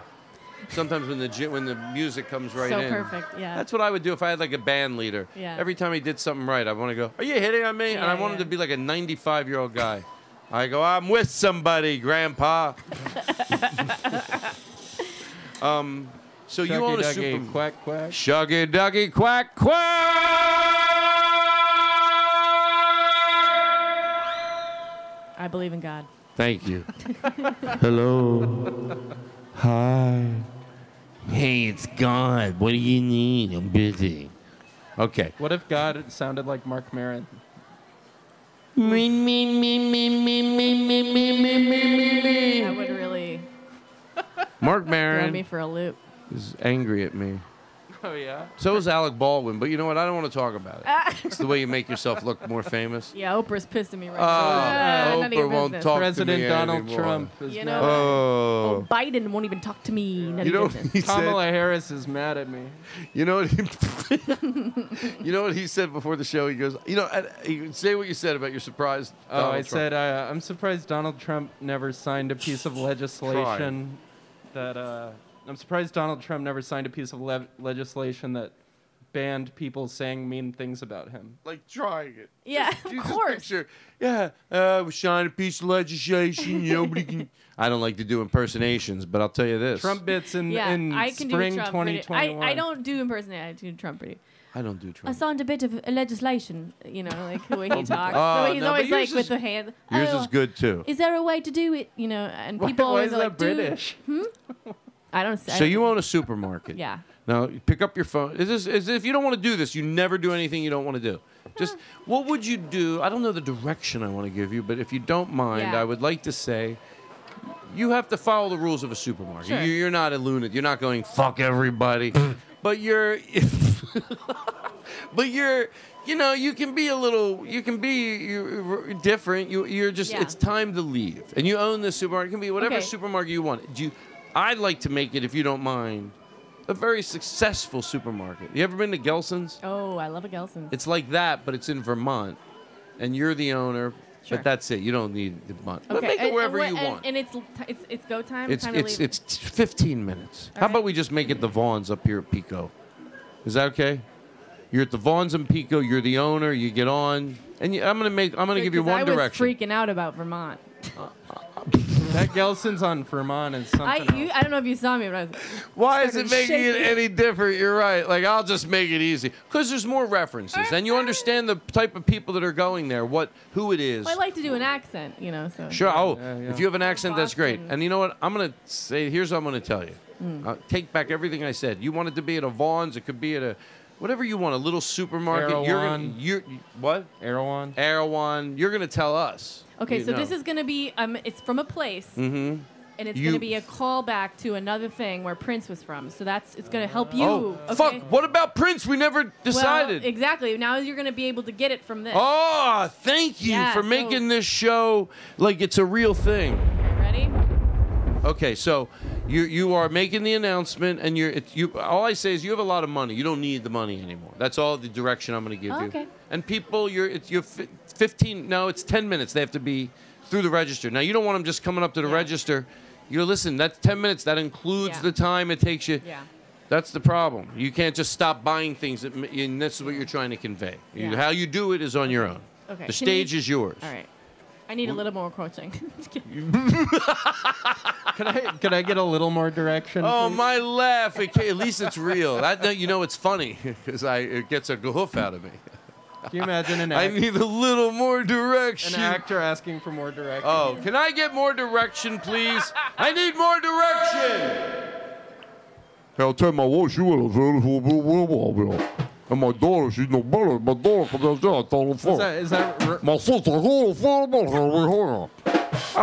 [SPEAKER 4] Sometimes when the gi- when the music comes right
[SPEAKER 7] So
[SPEAKER 4] in,
[SPEAKER 7] perfect, yeah.
[SPEAKER 4] That's what I would do if I had like a band leader.
[SPEAKER 7] Yeah.
[SPEAKER 4] Every time he did something right, I want to go, "Are you hitting on me?" and I
[SPEAKER 7] Yeah,
[SPEAKER 4] want him
[SPEAKER 7] yeah.
[SPEAKER 4] to be like a 95 year old guy. I go, "I'm with somebody, Grandpa." um, so you
[SPEAKER 8] Shucky
[SPEAKER 4] own a
[SPEAKER 8] ducky,
[SPEAKER 4] super
[SPEAKER 8] quack, quack.
[SPEAKER 4] Shuggy duggy quack quack.
[SPEAKER 7] I believe in God.
[SPEAKER 4] Thank you. Hello. Hi. Hey, it's God. What do you need? I'm busy. Okay.
[SPEAKER 8] What if God sounded like Mark Maron?
[SPEAKER 4] Me, me, me, me, me, me, me, me, me, me, me, me.
[SPEAKER 7] That would really.
[SPEAKER 4] Mark
[SPEAKER 7] Throw me
[SPEAKER 4] Maron
[SPEAKER 7] for a loop.
[SPEAKER 4] is angry at me.
[SPEAKER 8] Oh yeah.
[SPEAKER 4] So is Alec Baldwin, but you know what? I don't want to talk about it.
[SPEAKER 7] Uh,
[SPEAKER 4] It's the way you make yourself look more famous.
[SPEAKER 7] Yeah, Oprah's pissed at me right
[SPEAKER 4] Oh,
[SPEAKER 7] now. Ah, none of your
[SPEAKER 4] Oprah won't
[SPEAKER 7] business.
[SPEAKER 4] talk to
[SPEAKER 8] President
[SPEAKER 4] me
[SPEAKER 8] Donald
[SPEAKER 4] anymore.
[SPEAKER 8] Trump is
[SPEAKER 7] You
[SPEAKER 8] now-
[SPEAKER 7] know,
[SPEAKER 4] Oh.
[SPEAKER 7] oh. Biden won't even talk to me.
[SPEAKER 4] You
[SPEAKER 7] None of your
[SPEAKER 4] know,
[SPEAKER 7] business.
[SPEAKER 4] he
[SPEAKER 8] Kamala
[SPEAKER 4] said-
[SPEAKER 8] Harris is mad at me.
[SPEAKER 4] You know what? He, you know what he said before the show. He goes, you know, I, he- say what you said about your surprise.
[SPEAKER 8] Oh, I said uh, I'm surprised Donald Trump never signed a piece of legislation that. Uh, I'm surprised Donald Trump never signed a piece of lev legislation that banned people saying mean things about him.
[SPEAKER 4] like trying it.
[SPEAKER 7] Yeah, of course.
[SPEAKER 4] Yeah, uh, we signed a piece of legislation. Nobody can. I don't like to do impersonations, but I'll tell you this.
[SPEAKER 8] Trump bits in
[SPEAKER 7] yeah,
[SPEAKER 8] in
[SPEAKER 7] I can
[SPEAKER 8] spring
[SPEAKER 7] do Trump pretty-
[SPEAKER 8] 2021.
[SPEAKER 7] I, I don't do impersonate. I do Trump pretty.
[SPEAKER 4] I don't do
[SPEAKER 7] I
[SPEAKER 4] Trump.
[SPEAKER 7] signed a bit of uh, legislation, you know, like the way he talks.
[SPEAKER 4] Oh,
[SPEAKER 7] the way he's
[SPEAKER 4] no, but
[SPEAKER 7] always like
[SPEAKER 4] yours
[SPEAKER 7] with
[SPEAKER 4] is-
[SPEAKER 7] the hand.
[SPEAKER 4] yours
[SPEAKER 7] oh,
[SPEAKER 4] is good, too.
[SPEAKER 7] Is there a way to do it? You know, and
[SPEAKER 4] Why-
[SPEAKER 7] people
[SPEAKER 4] why
[SPEAKER 7] always
[SPEAKER 4] is
[SPEAKER 7] are
[SPEAKER 4] that
[SPEAKER 7] like, "Do-"
[SPEAKER 4] British?
[SPEAKER 7] Hmm? I don't say.
[SPEAKER 4] So you own a supermarket.
[SPEAKER 7] Yeah.
[SPEAKER 4] Now you pick up your phone. Is this is if you don't want to do this, you never do anything you don't want to do. Just what would you do? I don't know the direction I want to give you, but if you don't mind,
[SPEAKER 7] Yeah.
[SPEAKER 4] I would like to say you have to follow the rules of a supermarket.
[SPEAKER 7] Sure.
[SPEAKER 4] You, you're not a lunatic. You're not going fuck everybody, but you're but you're you know you can be a little you can be you're different. You you're just
[SPEAKER 7] Yeah.
[SPEAKER 4] it's time to leave, and you own this supermarket. It can be whatever
[SPEAKER 7] Okay.
[SPEAKER 4] supermarket you want. Do you, I'd like to make it, if you don't mind, a very successful supermarket. You ever been to Gelson's?
[SPEAKER 7] Oh, I love a Gelson.
[SPEAKER 4] It's like that, but it's in Vermont, and you're the owner.
[SPEAKER 7] Sure.
[SPEAKER 4] But that's it. You don't need the money. But make
[SPEAKER 7] and-
[SPEAKER 4] it
[SPEAKER 7] and
[SPEAKER 4] wherever
[SPEAKER 7] what-
[SPEAKER 4] you
[SPEAKER 7] and-
[SPEAKER 4] want.
[SPEAKER 7] And it's l- ti- it's it's go time.
[SPEAKER 4] it's
[SPEAKER 7] time
[SPEAKER 4] it's
[SPEAKER 7] to leave.
[SPEAKER 4] it's t- 15 minutes. How about we just make it the Vaughn's up here at Pico? Is that okay? You're at the Vaughn's and Pico. You're the owner. You get on, and you, I'm gonna make. I'm gonna give you
[SPEAKER 7] 'Cause
[SPEAKER 4] one
[SPEAKER 7] I
[SPEAKER 4] direction.
[SPEAKER 7] was freaking out about Vermont.
[SPEAKER 8] that Gelson's on Vermont is something.
[SPEAKER 7] I you, I don't know if you saw me, but I was.
[SPEAKER 4] Why is
[SPEAKER 7] Started
[SPEAKER 4] it making it
[SPEAKER 7] shaking.
[SPEAKER 4] any different? You're right. Like I'll just make it easy because there's more references, and you understand the type of people that are going there, what who it is.
[SPEAKER 7] Well, I like to do an accent, you know. So
[SPEAKER 4] Sure. Oh, if you have an accent, that's great. And you know what? I'm gonna say. Here's what I'm gonna tell you.
[SPEAKER 7] Mm.
[SPEAKER 4] Uh, take back everything I said. You want it to be at a Vaughn's. It could be at a whatever you want. A little supermarket. You're gonna.
[SPEAKER 8] Erewhon.
[SPEAKER 4] You're what?
[SPEAKER 8] Erewhon.
[SPEAKER 4] Erewhon. You're gonna tell us.
[SPEAKER 7] Okay,
[SPEAKER 4] You
[SPEAKER 7] so
[SPEAKER 4] know.
[SPEAKER 7] this is gonna be um, it's from a place,
[SPEAKER 4] Mm-hmm.
[SPEAKER 7] and it's
[SPEAKER 4] You-
[SPEAKER 7] gonna be a callback to another thing where Prince was from. So that's it's gonna help you.
[SPEAKER 4] Oh
[SPEAKER 7] okay?
[SPEAKER 4] fuck! What about Prince? We never decided.
[SPEAKER 7] Well, exactly. Now you're gonna be able to get it from this.
[SPEAKER 4] Oh, thank you
[SPEAKER 7] Yeah,
[SPEAKER 4] for
[SPEAKER 7] so-
[SPEAKER 4] making this show like it's a real thing.
[SPEAKER 7] Ready?
[SPEAKER 4] Okay, so you you are making the announcement, and you're it, you. All I say is you have a lot of money. You don't need the money anymore. That's all the direction I'm going to give
[SPEAKER 7] Oh,
[SPEAKER 4] you.
[SPEAKER 7] okay.
[SPEAKER 4] And people, you're it's you're fi- 15. No, it's 10 minutes. They have to be through the register. Now you don't want them just coming up to the register. You're listen. That's 10 minutes. That includes
[SPEAKER 7] Yeah.
[SPEAKER 4] the time it takes you.
[SPEAKER 7] Yeah.
[SPEAKER 4] That's the problem. You can't just stop buying things, that, m- and this is what you're trying to convey. You-
[SPEAKER 7] Yeah.
[SPEAKER 4] how you do it is on your own.
[SPEAKER 7] Okay.
[SPEAKER 4] The
[SPEAKER 7] Can
[SPEAKER 4] stage
[SPEAKER 7] you-
[SPEAKER 4] is yours.
[SPEAKER 7] All right. I need a little more coaching. Just kidding.
[SPEAKER 8] Can I can I get a little more direction?
[SPEAKER 4] Oh,
[SPEAKER 8] please?
[SPEAKER 4] my laugh! It ca- at least it's real. That, that- you know it's funny because I it gets a goof out of me.
[SPEAKER 8] Can you imagine an
[SPEAKER 4] I
[SPEAKER 8] act-
[SPEAKER 4] need a little more
[SPEAKER 8] an
[SPEAKER 4] direction.
[SPEAKER 8] actor asking for more direction?
[SPEAKER 4] Oh, can I get more direction, please? I need more direction.
[SPEAKER 19] Hey, I'll tell my wife she was a beautiful woman. And my daughter, she's no better. My daughter comes downstairs, I tell her
[SPEAKER 8] Is that,
[SPEAKER 19] first.
[SPEAKER 8] is that r-
[SPEAKER 19] My sister, who the fuck about her? We heard her.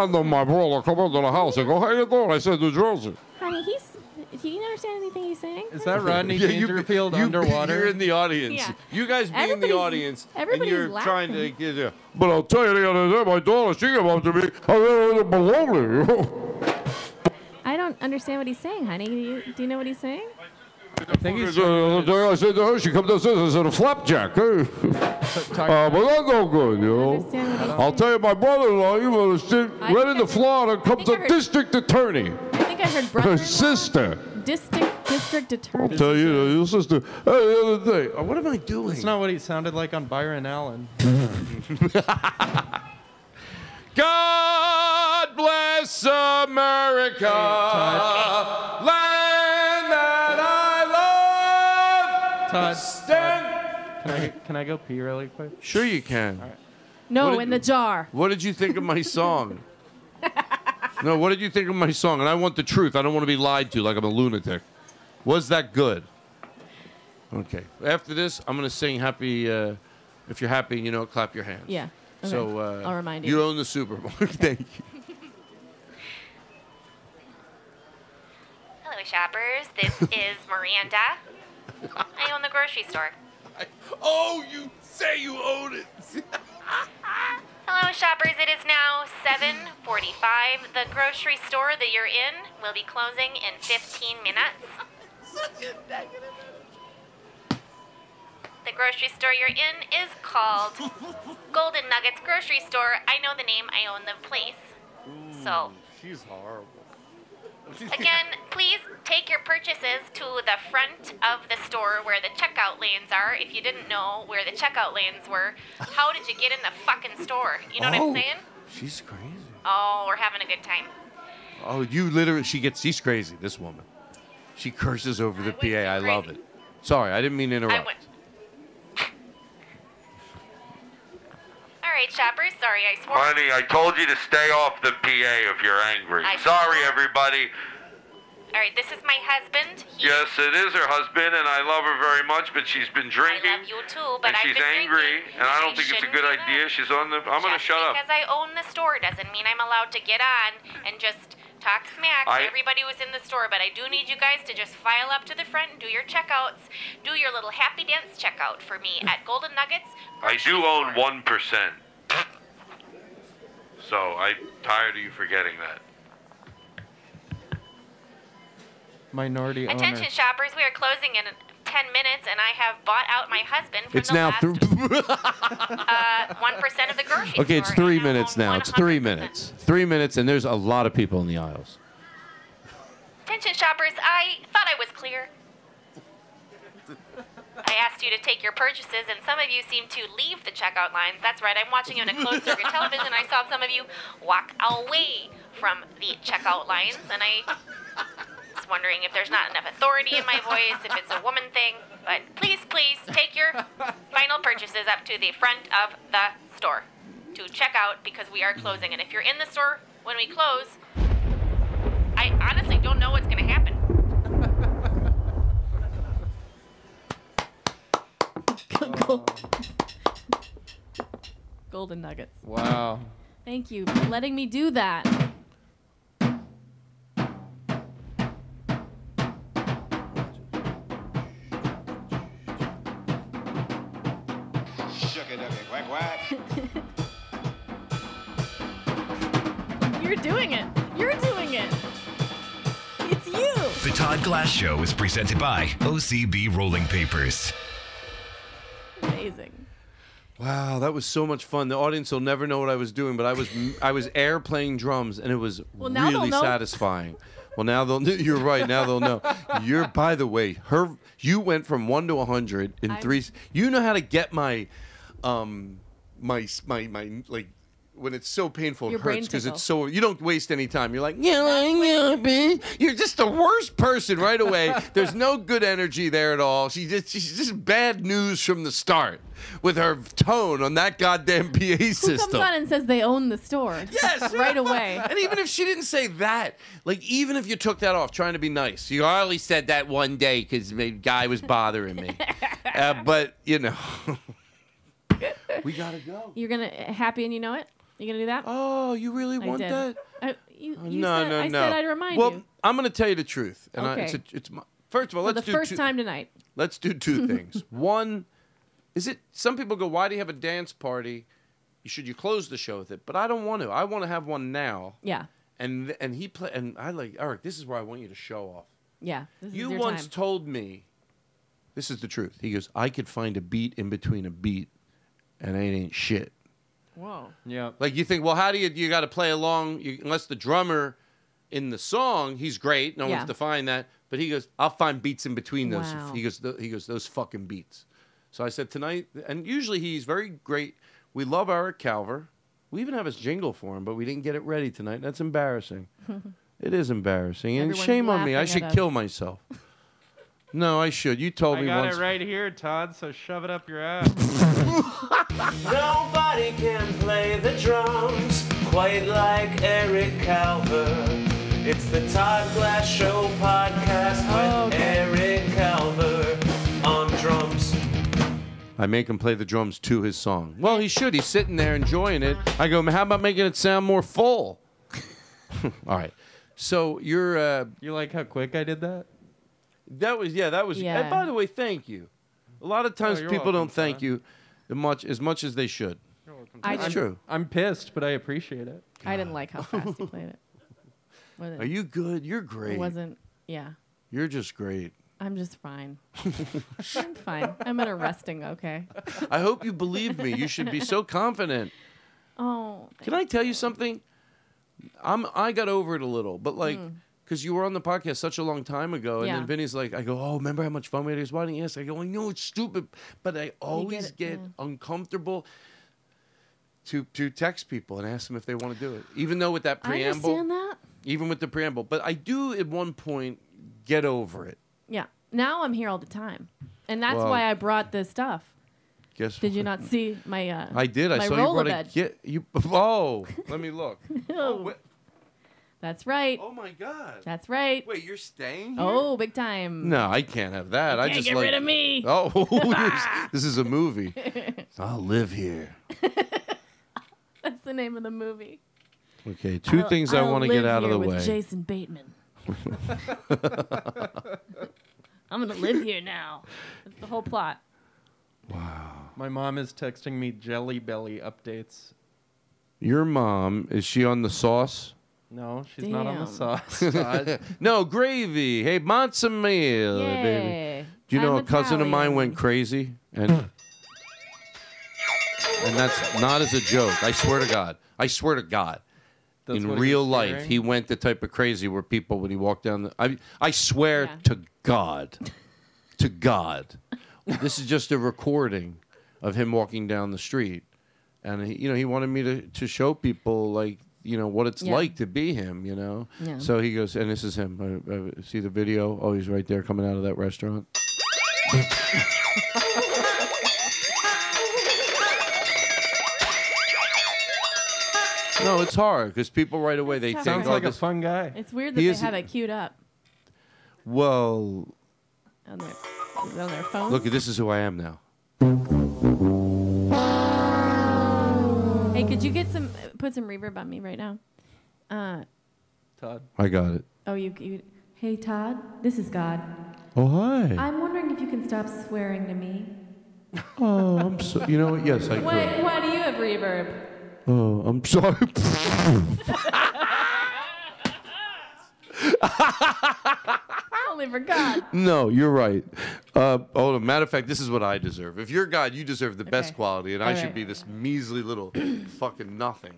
[SPEAKER 19] And then my brother come into the house and go, how you doing? I said, New Jersey.
[SPEAKER 7] Honey, he's. Do you understand anything he's saying?
[SPEAKER 8] is that Rodney
[SPEAKER 19] Yeah, you-
[SPEAKER 8] Dangerfield
[SPEAKER 19] you-
[SPEAKER 8] underwater?
[SPEAKER 4] You're in the audience.
[SPEAKER 7] Yeah.
[SPEAKER 4] You guys be in the
[SPEAKER 7] Everybody's-
[SPEAKER 4] audience, and
[SPEAKER 7] everybody's
[SPEAKER 4] you're trying to
[SPEAKER 7] laughing.
[SPEAKER 4] get. A,
[SPEAKER 19] But I'll tell you the other day, my daughter, she came up to me, "Oh, I said, "It's baloney.
[SPEAKER 7] I don't understand what he's saying, honey. Do you, do you know what he's saying?
[SPEAKER 19] I think he's the other day, I said to her, she comes downstairs, I said, a flapjack. Hey. Uh, but that's no good, you know. I'll tell you, my brother-in-law, you understand,
[SPEAKER 7] I
[SPEAKER 19] right
[SPEAKER 7] think
[SPEAKER 19] into
[SPEAKER 7] I-
[SPEAKER 19] Florida comes
[SPEAKER 7] think
[SPEAKER 19] the
[SPEAKER 7] I heard-
[SPEAKER 19] district attorney.
[SPEAKER 7] I think I heard
[SPEAKER 19] Her
[SPEAKER 7] brother,
[SPEAKER 19] sister.
[SPEAKER 7] district, district
[SPEAKER 19] I'll
[SPEAKER 7] attorney.
[SPEAKER 19] tell you, your sister. Hey, the other day, uh, what am I
[SPEAKER 8] That's
[SPEAKER 19] doing?
[SPEAKER 8] not what he sounded like on Byron Allen.
[SPEAKER 4] God bless America, land that I love.
[SPEAKER 8] Todd,
[SPEAKER 4] Stand-
[SPEAKER 8] Todd, can I can I go pee really quick?
[SPEAKER 4] Sure, you can.
[SPEAKER 7] No,
[SPEAKER 4] What
[SPEAKER 7] in
[SPEAKER 4] did-
[SPEAKER 7] the jar.
[SPEAKER 4] What did you think of my song? no, what did you think of my song? And I want the truth. I don't want to be lied to like I'm a lunatic. Was that good? Okay. After this, I'm going to sing happy. Uh, if you're happy, you know, clap your hands.
[SPEAKER 7] Yeah. okay.
[SPEAKER 4] So uh,
[SPEAKER 7] I'll remind
[SPEAKER 4] you own the supermarket. Thank you.
[SPEAKER 12] shoppers. This is Miranda. I own the grocery store.
[SPEAKER 4] Oh, you say you own it.
[SPEAKER 12] Hello, shoppers. It is now 7:45. The grocery store that you're in will be closing in 15 minutes.
[SPEAKER 10] Such a negative.
[SPEAKER 12] The grocery store you're in is called Golden Nuggets Grocery Store. I know the name. I own the place. So.
[SPEAKER 4] She's horrible.
[SPEAKER 12] Again, please take your purchases to the front of the store where the checkout lanes are. If you didn't know where the checkout lanes were, how did you get in the fucking store? You know what
[SPEAKER 4] Oh.
[SPEAKER 12] I'm saying?
[SPEAKER 4] She's crazy.
[SPEAKER 12] Oh, we're having a good time.
[SPEAKER 4] Oh, you literally. She gets. She's crazy. This woman. She curses over the PA. I love it. Sorry, I didn't mean to
[SPEAKER 12] I
[SPEAKER 4] interrupt.
[SPEAKER 12] went. All right, shoppers. Sorry, I swore.
[SPEAKER 15] Honey, I told you to stay off the PA if you're angry.
[SPEAKER 12] I-
[SPEAKER 15] Sorry, everybody.
[SPEAKER 12] All right, this is my husband. He,
[SPEAKER 15] Yes, it is her husband, and I love her very much, but she's been
[SPEAKER 12] I
[SPEAKER 15] drinking.
[SPEAKER 12] love you too, but
[SPEAKER 15] and
[SPEAKER 12] I've
[SPEAKER 15] she's
[SPEAKER 12] been
[SPEAKER 15] angry,
[SPEAKER 12] drinking.
[SPEAKER 15] and I don't
[SPEAKER 12] She
[SPEAKER 15] think it's a
[SPEAKER 12] shouldn't
[SPEAKER 15] good
[SPEAKER 12] do that.
[SPEAKER 15] idea. She's on the. I'm gonna
[SPEAKER 12] Just
[SPEAKER 15] shut up.
[SPEAKER 12] because I own the store doesn't mean I'm allowed to get on and just talk smack
[SPEAKER 15] I-
[SPEAKER 12] to everybody who's in the store. But I do need you guys to just file up to the front and do your checkouts. Do your little happy dance checkout for me at Golden Nuggets.
[SPEAKER 4] Oh,
[SPEAKER 15] I do own one percent. So I'm tired of you forgetting that.
[SPEAKER 8] Minority
[SPEAKER 12] Attention, shoppers, we are closing in 10 minutes, and I have bought out my husband from
[SPEAKER 4] It's
[SPEAKER 12] the
[SPEAKER 4] now
[SPEAKER 12] last
[SPEAKER 4] through.
[SPEAKER 12] uh, 1% of the grocery
[SPEAKER 4] okay, it's
[SPEAKER 12] store.
[SPEAKER 4] three minutes now. It's three minutes. Three minutes, and there's a lot of people in the aisles.
[SPEAKER 12] Attention, shoppers, I thought I was clear. I asked you to take your purchases, and some of you seem to leave the checkout lines. That's right, I'm watching on a closed circuit television. I saw some of you walk away from the checkout lines, and I was wondering if there's not enough authority in my voice, if it's a woman thing. But please, please take your final purchases up to the front of the store to check out because we are closing. And if you're in the store when we close, I honestly don't know what's going to happen.
[SPEAKER 7] Golden Nuggets.
[SPEAKER 8] Wow.
[SPEAKER 7] Thank you for letting me do that. You're doing it. You're doing it. It's you.
[SPEAKER 2] The Todd Glass Show is presented by OCB Rolling Papers.
[SPEAKER 7] Amazing.
[SPEAKER 4] Wow, that was so much fun. The audience will never know what I was doing, but I was I was air playing drums, and it was
[SPEAKER 7] Well, now they'll
[SPEAKER 4] really
[SPEAKER 7] know.
[SPEAKER 4] satisfying. Well, now they'll. You're right. Now they'll know. You're. By the way, her. You went from one to hundred in
[SPEAKER 7] I-
[SPEAKER 4] three. You know how to get my, um, my my my like. When it's so painful,
[SPEAKER 7] Your
[SPEAKER 4] it
[SPEAKER 7] brain
[SPEAKER 4] hurts because
[SPEAKER 7] tickle.
[SPEAKER 4] it's so you don't waste any time. You're like, yeah, yeah, man. You're just the worst person right away. There's no good energy there at all. She just she's just bad news from the start with her tone on that goddamn PA
[SPEAKER 7] Who comes
[SPEAKER 4] system.
[SPEAKER 7] on and says they own the store?
[SPEAKER 4] Yes,
[SPEAKER 7] right away.
[SPEAKER 4] And even if she didn't say that, like even if you took that off, trying to be nice, you only said that one day because the guy was bothering me. uh, but you know, we gotta go.
[SPEAKER 7] You're gonna happy and you know it. You gonna do that?
[SPEAKER 4] Oh, you really
[SPEAKER 7] I
[SPEAKER 4] want
[SPEAKER 7] did.
[SPEAKER 4] that?
[SPEAKER 7] I, you, you
[SPEAKER 4] no,
[SPEAKER 7] said,
[SPEAKER 4] no,
[SPEAKER 7] I
[SPEAKER 4] no.
[SPEAKER 7] said I'd remind
[SPEAKER 4] well,
[SPEAKER 7] you.
[SPEAKER 4] I'm going to tell you the truth. And I, it's, a,
[SPEAKER 7] Okay.
[SPEAKER 4] it's my, first of all,
[SPEAKER 7] For
[SPEAKER 4] let's
[SPEAKER 7] the
[SPEAKER 4] do
[SPEAKER 7] first
[SPEAKER 4] two,
[SPEAKER 7] time tonight.
[SPEAKER 4] Let's do two things. One, is it some people go, why do you have a dance party? You should you close the show with it? But I don't want to. I want to have one now.
[SPEAKER 7] Yeah,
[SPEAKER 4] And and he play and I like Eric. This is where I want you to show off.
[SPEAKER 7] yeah. This
[SPEAKER 4] you
[SPEAKER 7] is your
[SPEAKER 4] once
[SPEAKER 7] time.
[SPEAKER 4] told me, this is the truth. He goes, I could find a beat in between a beat, and it ain't shit.
[SPEAKER 7] Whoa.
[SPEAKER 4] Yeah. Like you think, well, how do you you got to play along? You, unless the drummer in the song, he's great. No
[SPEAKER 7] Yeah.
[SPEAKER 4] one's defined that. But he goes, I'll find beats in between those.
[SPEAKER 7] Wow.
[SPEAKER 4] He goes, "Tho- he goes, those fucking beats. So I said tonight, and usually he's very great. We love Eric Calver. We even have his jingle for him, but we didn't get it ready tonight. That's embarrassing. It is embarrassing, and
[SPEAKER 8] Everyone's
[SPEAKER 4] shame on me. I
[SPEAKER 8] laughing
[SPEAKER 4] should
[SPEAKER 8] at
[SPEAKER 4] kill
[SPEAKER 8] us.
[SPEAKER 4] myself. No, I should. You told
[SPEAKER 8] I
[SPEAKER 4] me
[SPEAKER 8] got
[SPEAKER 4] once.
[SPEAKER 8] it right here, Todd. So shove it up your ass.
[SPEAKER 20] Nobody can play the drums quite like Eric Calver. It's the Todd Glass Show podcast with Eric Calver on drums.
[SPEAKER 4] I make him play the drums to his song. Well, he should. He's sitting there enjoying it. I go, how about making it sound more full? All right. So you're. Uh,
[SPEAKER 8] you like how quick I did that?
[SPEAKER 4] That was yeah. That was.
[SPEAKER 8] Yeah.
[SPEAKER 4] And by the way, thank you. A lot of times
[SPEAKER 8] Oh, you're
[SPEAKER 4] people
[SPEAKER 8] welcome,
[SPEAKER 4] don't thank you much as much as they should.
[SPEAKER 7] I
[SPEAKER 4] That's
[SPEAKER 7] didn't-
[SPEAKER 4] true.
[SPEAKER 8] I'm pissed, but I appreciate it.
[SPEAKER 7] I didn't like how fast he played it. Wasn't-
[SPEAKER 4] Are you good? You're
[SPEAKER 7] It
[SPEAKER 4] great.
[SPEAKER 7] wasn't. Yeah,
[SPEAKER 4] You're just great.
[SPEAKER 7] I'm just fine. I'm fine. I'm at a resting. Okay.
[SPEAKER 4] I hope you believe me. You should be so confident.
[SPEAKER 7] Oh,
[SPEAKER 4] Can I tell you something? I'm I got over it a little, but like
[SPEAKER 7] Mm.
[SPEAKER 4] because you were on the podcast such a long time ago, and
[SPEAKER 7] Yeah.
[SPEAKER 4] then Vinny's like, I go, oh, remember how much fun we had his wedding? Yes, I go, I know it's stupid, but I always
[SPEAKER 7] it,
[SPEAKER 4] get uncomfortable to to text people and ask them if they want to do it, even though with that
[SPEAKER 7] I
[SPEAKER 4] preamble,
[SPEAKER 7] understand that.
[SPEAKER 4] even with the preamble. But I do at one point get over it.
[SPEAKER 7] Yeah. Now I'm here all the time, and that's
[SPEAKER 4] Well-
[SPEAKER 7] why I brought this stuff.
[SPEAKER 4] Guess
[SPEAKER 7] Did you
[SPEAKER 4] what?
[SPEAKER 7] not see my? Uh,
[SPEAKER 4] I did. I
[SPEAKER 7] my
[SPEAKER 4] saw you brought a
[SPEAKER 7] Rolobed.
[SPEAKER 4] get you. Oh, let me look.
[SPEAKER 7] Oh, that's right. Oh
[SPEAKER 4] my god.
[SPEAKER 7] That's right.
[SPEAKER 4] Wait, you're staying?
[SPEAKER 7] Oh, big time.
[SPEAKER 4] No, I can't have that. I
[SPEAKER 7] can't
[SPEAKER 4] just
[SPEAKER 7] get
[SPEAKER 4] like
[SPEAKER 7] rid of me.
[SPEAKER 4] Oh, you're- this is a movie. I'll live here.
[SPEAKER 7] That's the name of the movie.
[SPEAKER 4] Okay, two
[SPEAKER 7] I'll-
[SPEAKER 4] things I
[SPEAKER 7] I'll
[SPEAKER 4] want to get
[SPEAKER 7] live
[SPEAKER 4] out of
[SPEAKER 7] here
[SPEAKER 4] the
[SPEAKER 7] with
[SPEAKER 4] way.
[SPEAKER 7] Jason Bateman. I'm gonna live here now. That's the whole plot.
[SPEAKER 8] My mom is texting me Jelly Belly updates.
[SPEAKER 4] Your mom is she on the sauce?
[SPEAKER 8] No, she's not on the sauce. Todd.
[SPEAKER 4] no gravy. Hey, mozzarella,
[SPEAKER 8] Yay.
[SPEAKER 4] baby. Uh, Do you know a cousin of mine went crazy and and that's not as a joke. I swear to God. I swear to God.
[SPEAKER 8] That's
[SPEAKER 4] in
[SPEAKER 8] what he
[SPEAKER 4] real
[SPEAKER 8] was
[SPEAKER 4] life,
[SPEAKER 8] hearing?
[SPEAKER 4] he went the type of crazy where people when he walked down the I I swear to God. to God. this is just a recording of him walking down the street. And he, you know, he wanted me to, to show people like, you know, what it's
[SPEAKER 21] Yeah.
[SPEAKER 4] like to be him, you know.
[SPEAKER 21] Yeah.
[SPEAKER 4] So he goes, and this is him. I, I see the video. Oh, he's right there coming out of that restaurant. No, it's hard because people right away they
[SPEAKER 7] That's
[SPEAKER 4] think
[SPEAKER 7] Sounds like
[SPEAKER 4] oh,
[SPEAKER 7] a
[SPEAKER 4] this-
[SPEAKER 8] fun guy.
[SPEAKER 7] It's weird that
[SPEAKER 4] He
[SPEAKER 7] they
[SPEAKER 4] is-
[SPEAKER 7] have it queued up
[SPEAKER 4] Well,
[SPEAKER 7] on their is it on their phone.
[SPEAKER 4] look, this is who I am now.
[SPEAKER 7] Hey, could you get some put some reverb on me right now? Uh,
[SPEAKER 8] Todd.
[SPEAKER 4] I got it.
[SPEAKER 7] Oh, you, you. Hey, Todd. This is God.
[SPEAKER 4] Oh hi.
[SPEAKER 7] I'm wondering if you can stop swearing to me.
[SPEAKER 4] oh, I'm so. You know what? Yes, I could.
[SPEAKER 7] Why, why do you have reverb?
[SPEAKER 4] Oh, I'm sorry.
[SPEAKER 7] I only forgot.
[SPEAKER 4] no, you're right. Uh, oh, matter of fact, this is what I deserve. If you're God, you deserve the best quality, and I
[SPEAKER 7] All
[SPEAKER 4] should
[SPEAKER 7] right.
[SPEAKER 4] be this measly little fucking nothing.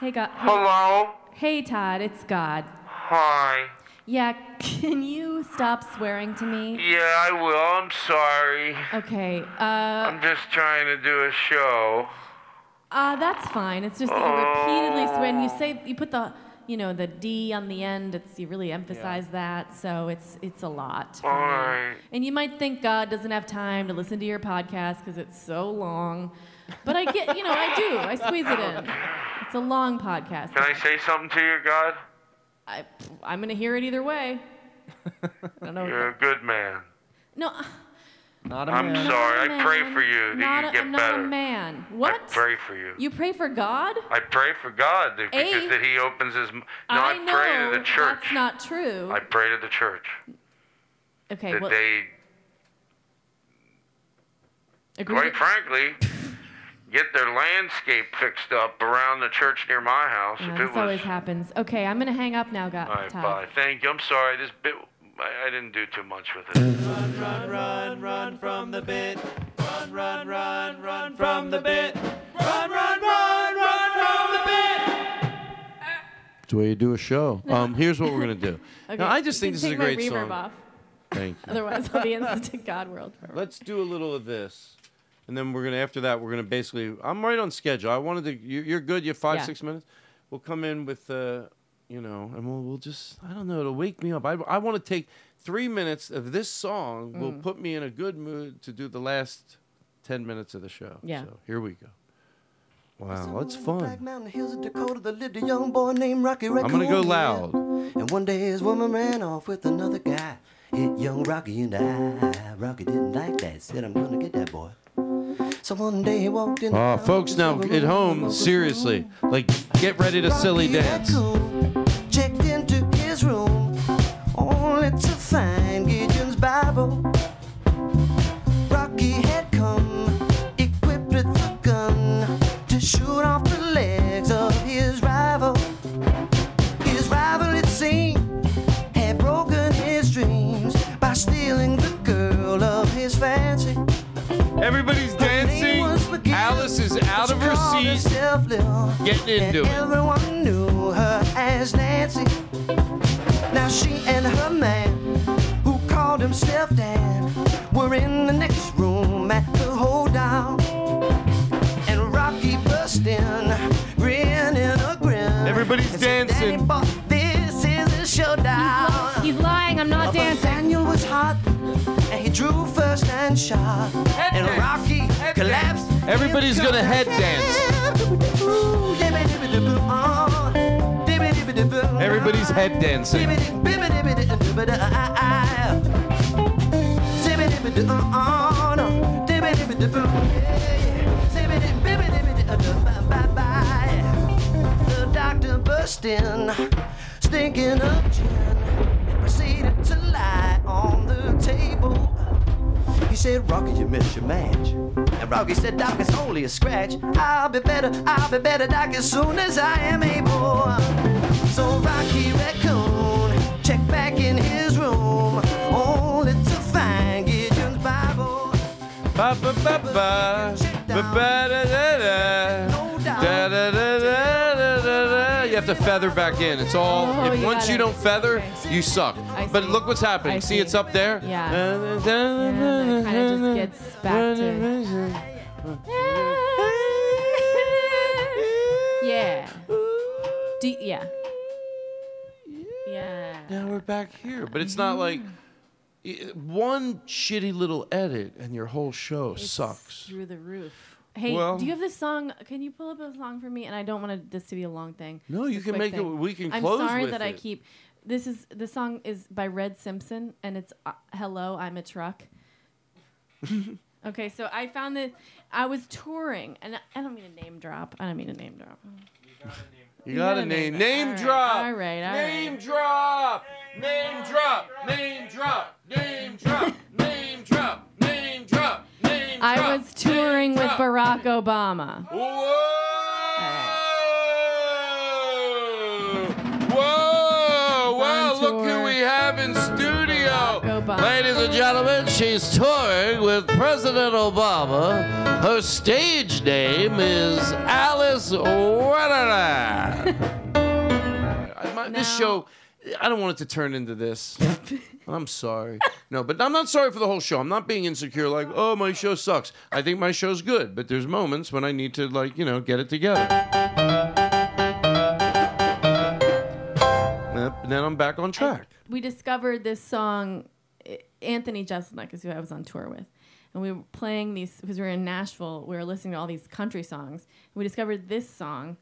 [SPEAKER 7] Hey, God.
[SPEAKER 15] Hello?
[SPEAKER 7] Hey, Todd. It's God.
[SPEAKER 15] Hi.
[SPEAKER 7] Yeah, can you stop swearing to me?
[SPEAKER 15] Yeah, I will. I'm sorry.
[SPEAKER 7] Okay. Uh,
[SPEAKER 15] I'm just trying to do a show.
[SPEAKER 7] uh, that's fine. It's just that you repeatedly swear, and you say you put the, you know, the D on the end. It's you really emphasize that, so it's it's a lot. for me.
[SPEAKER 15] Alright.
[SPEAKER 7] And you might think God doesn't have time to listen to your podcast because it's so long, but I get, you know, I do. I squeeze it in. It's a long podcast.
[SPEAKER 15] Can I say something to you, God?
[SPEAKER 7] I, I'm gonna hear it either way. I don't know. what
[SPEAKER 15] You're a good man.
[SPEAKER 7] the- No,
[SPEAKER 8] Not
[SPEAKER 7] a
[SPEAKER 15] I'm
[SPEAKER 7] man.
[SPEAKER 15] sorry.
[SPEAKER 7] Not a
[SPEAKER 15] I pray for you
[SPEAKER 7] not
[SPEAKER 15] that
[SPEAKER 7] a-
[SPEAKER 15] you get
[SPEAKER 7] I'm not
[SPEAKER 15] better.
[SPEAKER 7] a Oh, man. What?
[SPEAKER 15] I pray for you.
[SPEAKER 7] You pray for God?
[SPEAKER 15] I pray for God that,
[SPEAKER 7] A-
[SPEAKER 15] because that He opens His. m- No, I,
[SPEAKER 7] I know
[SPEAKER 15] pray to the church.
[SPEAKER 7] that's not true.
[SPEAKER 15] I pray to the church
[SPEAKER 7] okay,
[SPEAKER 15] that
[SPEAKER 7] well,
[SPEAKER 15] they,
[SPEAKER 7] agree
[SPEAKER 15] quite
[SPEAKER 7] with-
[SPEAKER 15] frankly, get their landscape fixed up around the church near my house.
[SPEAKER 7] Yeah,
[SPEAKER 15] if it
[SPEAKER 7] this
[SPEAKER 15] was,
[SPEAKER 7] always happens. Okay, I'm gonna hang up now, God.
[SPEAKER 15] all right,
[SPEAKER 7] Todd.
[SPEAKER 15] bye. Thank you. I'm sorry. This bit, I, I didn't do too much with it.
[SPEAKER 16] Run, run, run from the bit. Run, run, run, run from the bit. Run, run, run, run from the bit.
[SPEAKER 4] It's the way you do a show. Um, here's what we're gonna do.
[SPEAKER 7] Okay,
[SPEAKER 4] Now, I just think
[SPEAKER 7] you can
[SPEAKER 4] this is
[SPEAKER 7] take
[SPEAKER 4] a great
[SPEAKER 7] my reverb
[SPEAKER 4] song.
[SPEAKER 7] Off.
[SPEAKER 4] Thank you.
[SPEAKER 7] Otherwise, I'll be in the God world.
[SPEAKER 4] Let's do a little of this, and then we're gonna. After that, we're gonna basically. I'm right on schedule. I wanted to. You, you're good. You have five,
[SPEAKER 7] Yeah.
[SPEAKER 4] six minutes. We'll come in with, uh, you know, and we'll we'll just. I don't know. It'll wake me up. I I want to take three minutes of this song. Will
[SPEAKER 7] Mm.
[SPEAKER 4] put me in a good mood to do the last ten minutes of the show.
[SPEAKER 22] Yeah.
[SPEAKER 4] So here we go. Wow, that's fun.
[SPEAKER 22] Mountain hills of Dakota that lived a young boy named Rocky
[SPEAKER 4] I'm
[SPEAKER 22] Raccoon.
[SPEAKER 4] gonna go loud.
[SPEAKER 22] And one day his woman ran off with another guy. Hit young Rocky and I. Rocky didn't like that. Said I'm gonna get that boy. So one day he walked in. the
[SPEAKER 4] Uh,
[SPEAKER 22] house
[SPEAKER 4] folks,
[SPEAKER 22] and
[SPEAKER 4] now
[SPEAKER 22] saw a
[SPEAKER 4] at
[SPEAKER 22] little
[SPEAKER 4] home, seriously, like, get ready to silly dance.
[SPEAKER 22] Checked into his
[SPEAKER 4] Everybody's dancing. Alice is out of her seat, getting into it.
[SPEAKER 22] Everyone knew her as Nancy. Now she and her man, who called himself Dan, were in the next room at the holdout. And Rocky burst in, grinning a grin.
[SPEAKER 4] Everybody's dancing.
[SPEAKER 22] But this is a showdown.
[SPEAKER 7] He's lying, I'm not dancing.
[SPEAKER 22] Daniel was hot, and he drew first and shot. and
[SPEAKER 4] dance.
[SPEAKER 22] Rocky collapsed.
[SPEAKER 4] Everybody's gonna head dance. Everybody's head dancing.
[SPEAKER 22] The doctor burst in, stinking of gin, and proceeded to lie on the table. He said, Rocky, you missed your match. And Rocky said, Doc, it's only a scratch. I'll be better, I'll be better, Doc, as soon as I am able. So Rocky Raccoon checked back in his room, only to find Gideon's Bible.
[SPEAKER 4] Ba ba ba ba ba ba da da da da da da da da da da. You have to feather back in. It's all.
[SPEAKER 7] Oh,
[SPEAKER 4] if
[SPEAKER 7] you
[SPEAKER 4] once
[SPEAKER 7] got
[SPEAKER 4] you
[SPEAKER 7] it.
[SPEAKER 4] don't feather, you suck.
[SPEAKER 7] I
[SPEAKER 4] But
[SPEAKER 7] see.
[SPEAKER 4] look what's happening.
[SPEAKER 7] I
[SPEAKER 4] see,
[SPEAKER 7] see.
[SPEAKER 4] it's up there.
[SPEAKER 7] Yeah.
[SPEAKER 4] Da, da, da,
[SPEAKER 7] Yeah, that kind of just gets back to. yeah. Do, yeah. Yeah.
[SPEAKER 4] Now we're back here, but it's not like i- one shitty little edit and your whole show sucks.
[SPEAKER 7] Through the roof. Hey,
[SPEAKER 4] Well-
[SPEAKER 7] do you have this song? Can you pull up a song for me? And I don't want this to be a long thing.
[SPEAKER 4] No,
[SPEAKER 7] It's
[SPEAKER 4] you
[SPEAKER 7] a
[SPEAKER 4] can
[SPEAKER 7] quick
[SPEAKER 4] make it-
[SPEAKER 7] thing.
[SPEAKER 4] we can
[SPEAKER 7] I'm
[SPEAKER 4] close
[SPEAKER 7] sorry
[SPEAKER 4] with
[SPEAKER 7] that I
[SPEAKER 4] it.
[SPEAKER 7] keep. This is the song is by Red Simpson, and it's uh, "Hello, I'm a Truck." okay, so I found this. I was touring, and I- I don't mean to name drop. I don't mean to name drop.
[SPEAKER 4] You got a name. Name
[SPEAKER 7] All right,
[SPEAKER 4] drop.
[SPEAKER 7] all right, all
[SPEAKER 4] Name drop. Name drop. Name drop. Name drop. Name drop. Name drop. Name drop.
[SPEAKER 7] I was touring with Barack Obama.
[SPEAKER 4] Whoa! Wow! Look who we have in studio, ladies and gentlemen. She's touring with President Obama. Her stage name is Alice Wenner. This show, I don't want it to turn into this. I'm sorry. No, but I'm not sorry for the whole show. I'm not being insecure like, oh, my show sucks. I think my show's good, but there's moments when I need to, like, you know, get it together. Yep, and then I'm back on track.
[SPEAKER 7] we discovered this song. I- Anthony Jeselnik is who I was on tour with, and we were playing these because we were in Nashville. We were listening to all these country songs. We discovered this song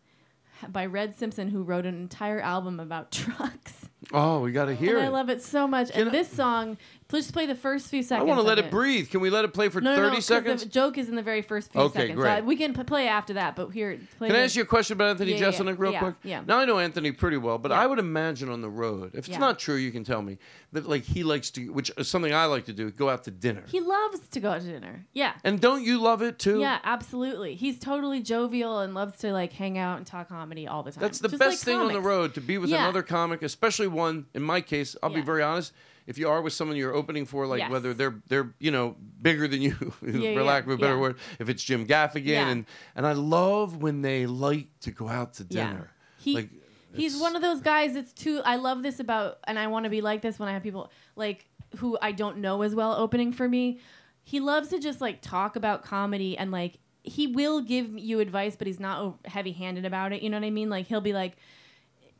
[SPEAKER 7] by Red Simpson, who wrote an entire album about trucks.
[SPEAKER 4] Oh, we got to hear
[SPEAKER 7] and I
[SPEAKER 4] it.
[SPEAKER 7] love it so much.
[SPEAKER 4] Can
[SPEAKER 7] and
[SPEAKER 4] I-
[SPEAKER 7] this song, please just play the first few
[SPEAKER 4] I
[SPEAKER 7] seconds.
[SPEAKER 4] want to
[SPEAKER 7] of
[SPEAKER 4] let it breathe. Can we let it play for
[SPEAKER 7] No, no, no,
[SPEAKER 4] 30
[SPEAKER 7] 'cause
[SPEAKER 4] seconds?
[SPEAKER 7] The joke is in the very first few
[SPEAKER 4] Okay,
[SPEAKER 7] seconds. So
[SPEAKER 4] great.
[SPEAKER 7] I- we can p- play after that, but here, play
[SPEAKER 4] Can I
[SPEAKER 7] the-
[SPEAKER 4] ask you a question about Anthony
[SPEAKER 7] Yeah, yeah,
[SPEAKER 4] Jeselnik
[SPEAKER 7] yeah,
[SPEAKER 4] real
[SPEAKER 7] yeah,
[SPEAKER 4] quick?
[SPEAKER 7] Yeah.
[SPEAKER 4] Now I know Anthony pretty well, but I would imagine on the road, if it's
[SPEAKER 7] Yeah.
[SPEAKER 4] not true, you can tell me that like he likes to, which is something I like to do, go out to dinner.
[SPEAKER 7] He loves to go out to dinner. Yeah.
[SPEAKER 4] And don't you love it too?
[SPEAKER 7] Yeah, absolutely. He's totally jovial and loves to like hang out and talk comedy all the time.
[SPEAKER 4] That's the
[SPEAKER 7] Just
[SPEAKER 4] best
[SPEAKER 7] like
[SPEAKER 4] thing on the
[SPEAKER 7] comics.
[SPEAKER 4] road to be with
[SPEAKER 7] Yeah.
[SPEAKER 4] another comic, especially one. In my case, I'll be
[SPEAKER 7] Yeah.
[SPEAKER 4] very honest. If you are with someone you're opening for, like
[SPEAKER 7] Yes.
[SPEAKER 4] whether they're they're you know bigger than you,
[SPEAKER 7] Yeah,
[SPEAKER 4] for
[SPEAKER 7] yeah,
[SPEAKER 4] lack of a better
[SPEAKER 7] yeah.
[SPEAKER 4] word, if it's Jim Gaffigan,
[SPEAKER 7] Yeah.
[SPEAKER 4] and and I love when they like to go out to
[SPEAKER 7] Yeah.
[SPEAKER 4] dinner.
[SPEAKER 7] He
[SPEAKER 4] like
[SPEAKER 7] he's one of those guys that's too I love this about and I want to be like this when I have people like who I don't know as well opening for me. He loves to just like talk about comedy and like he will give you advice but he's not heavy-handed about it. You know what I mean? Like he'll be like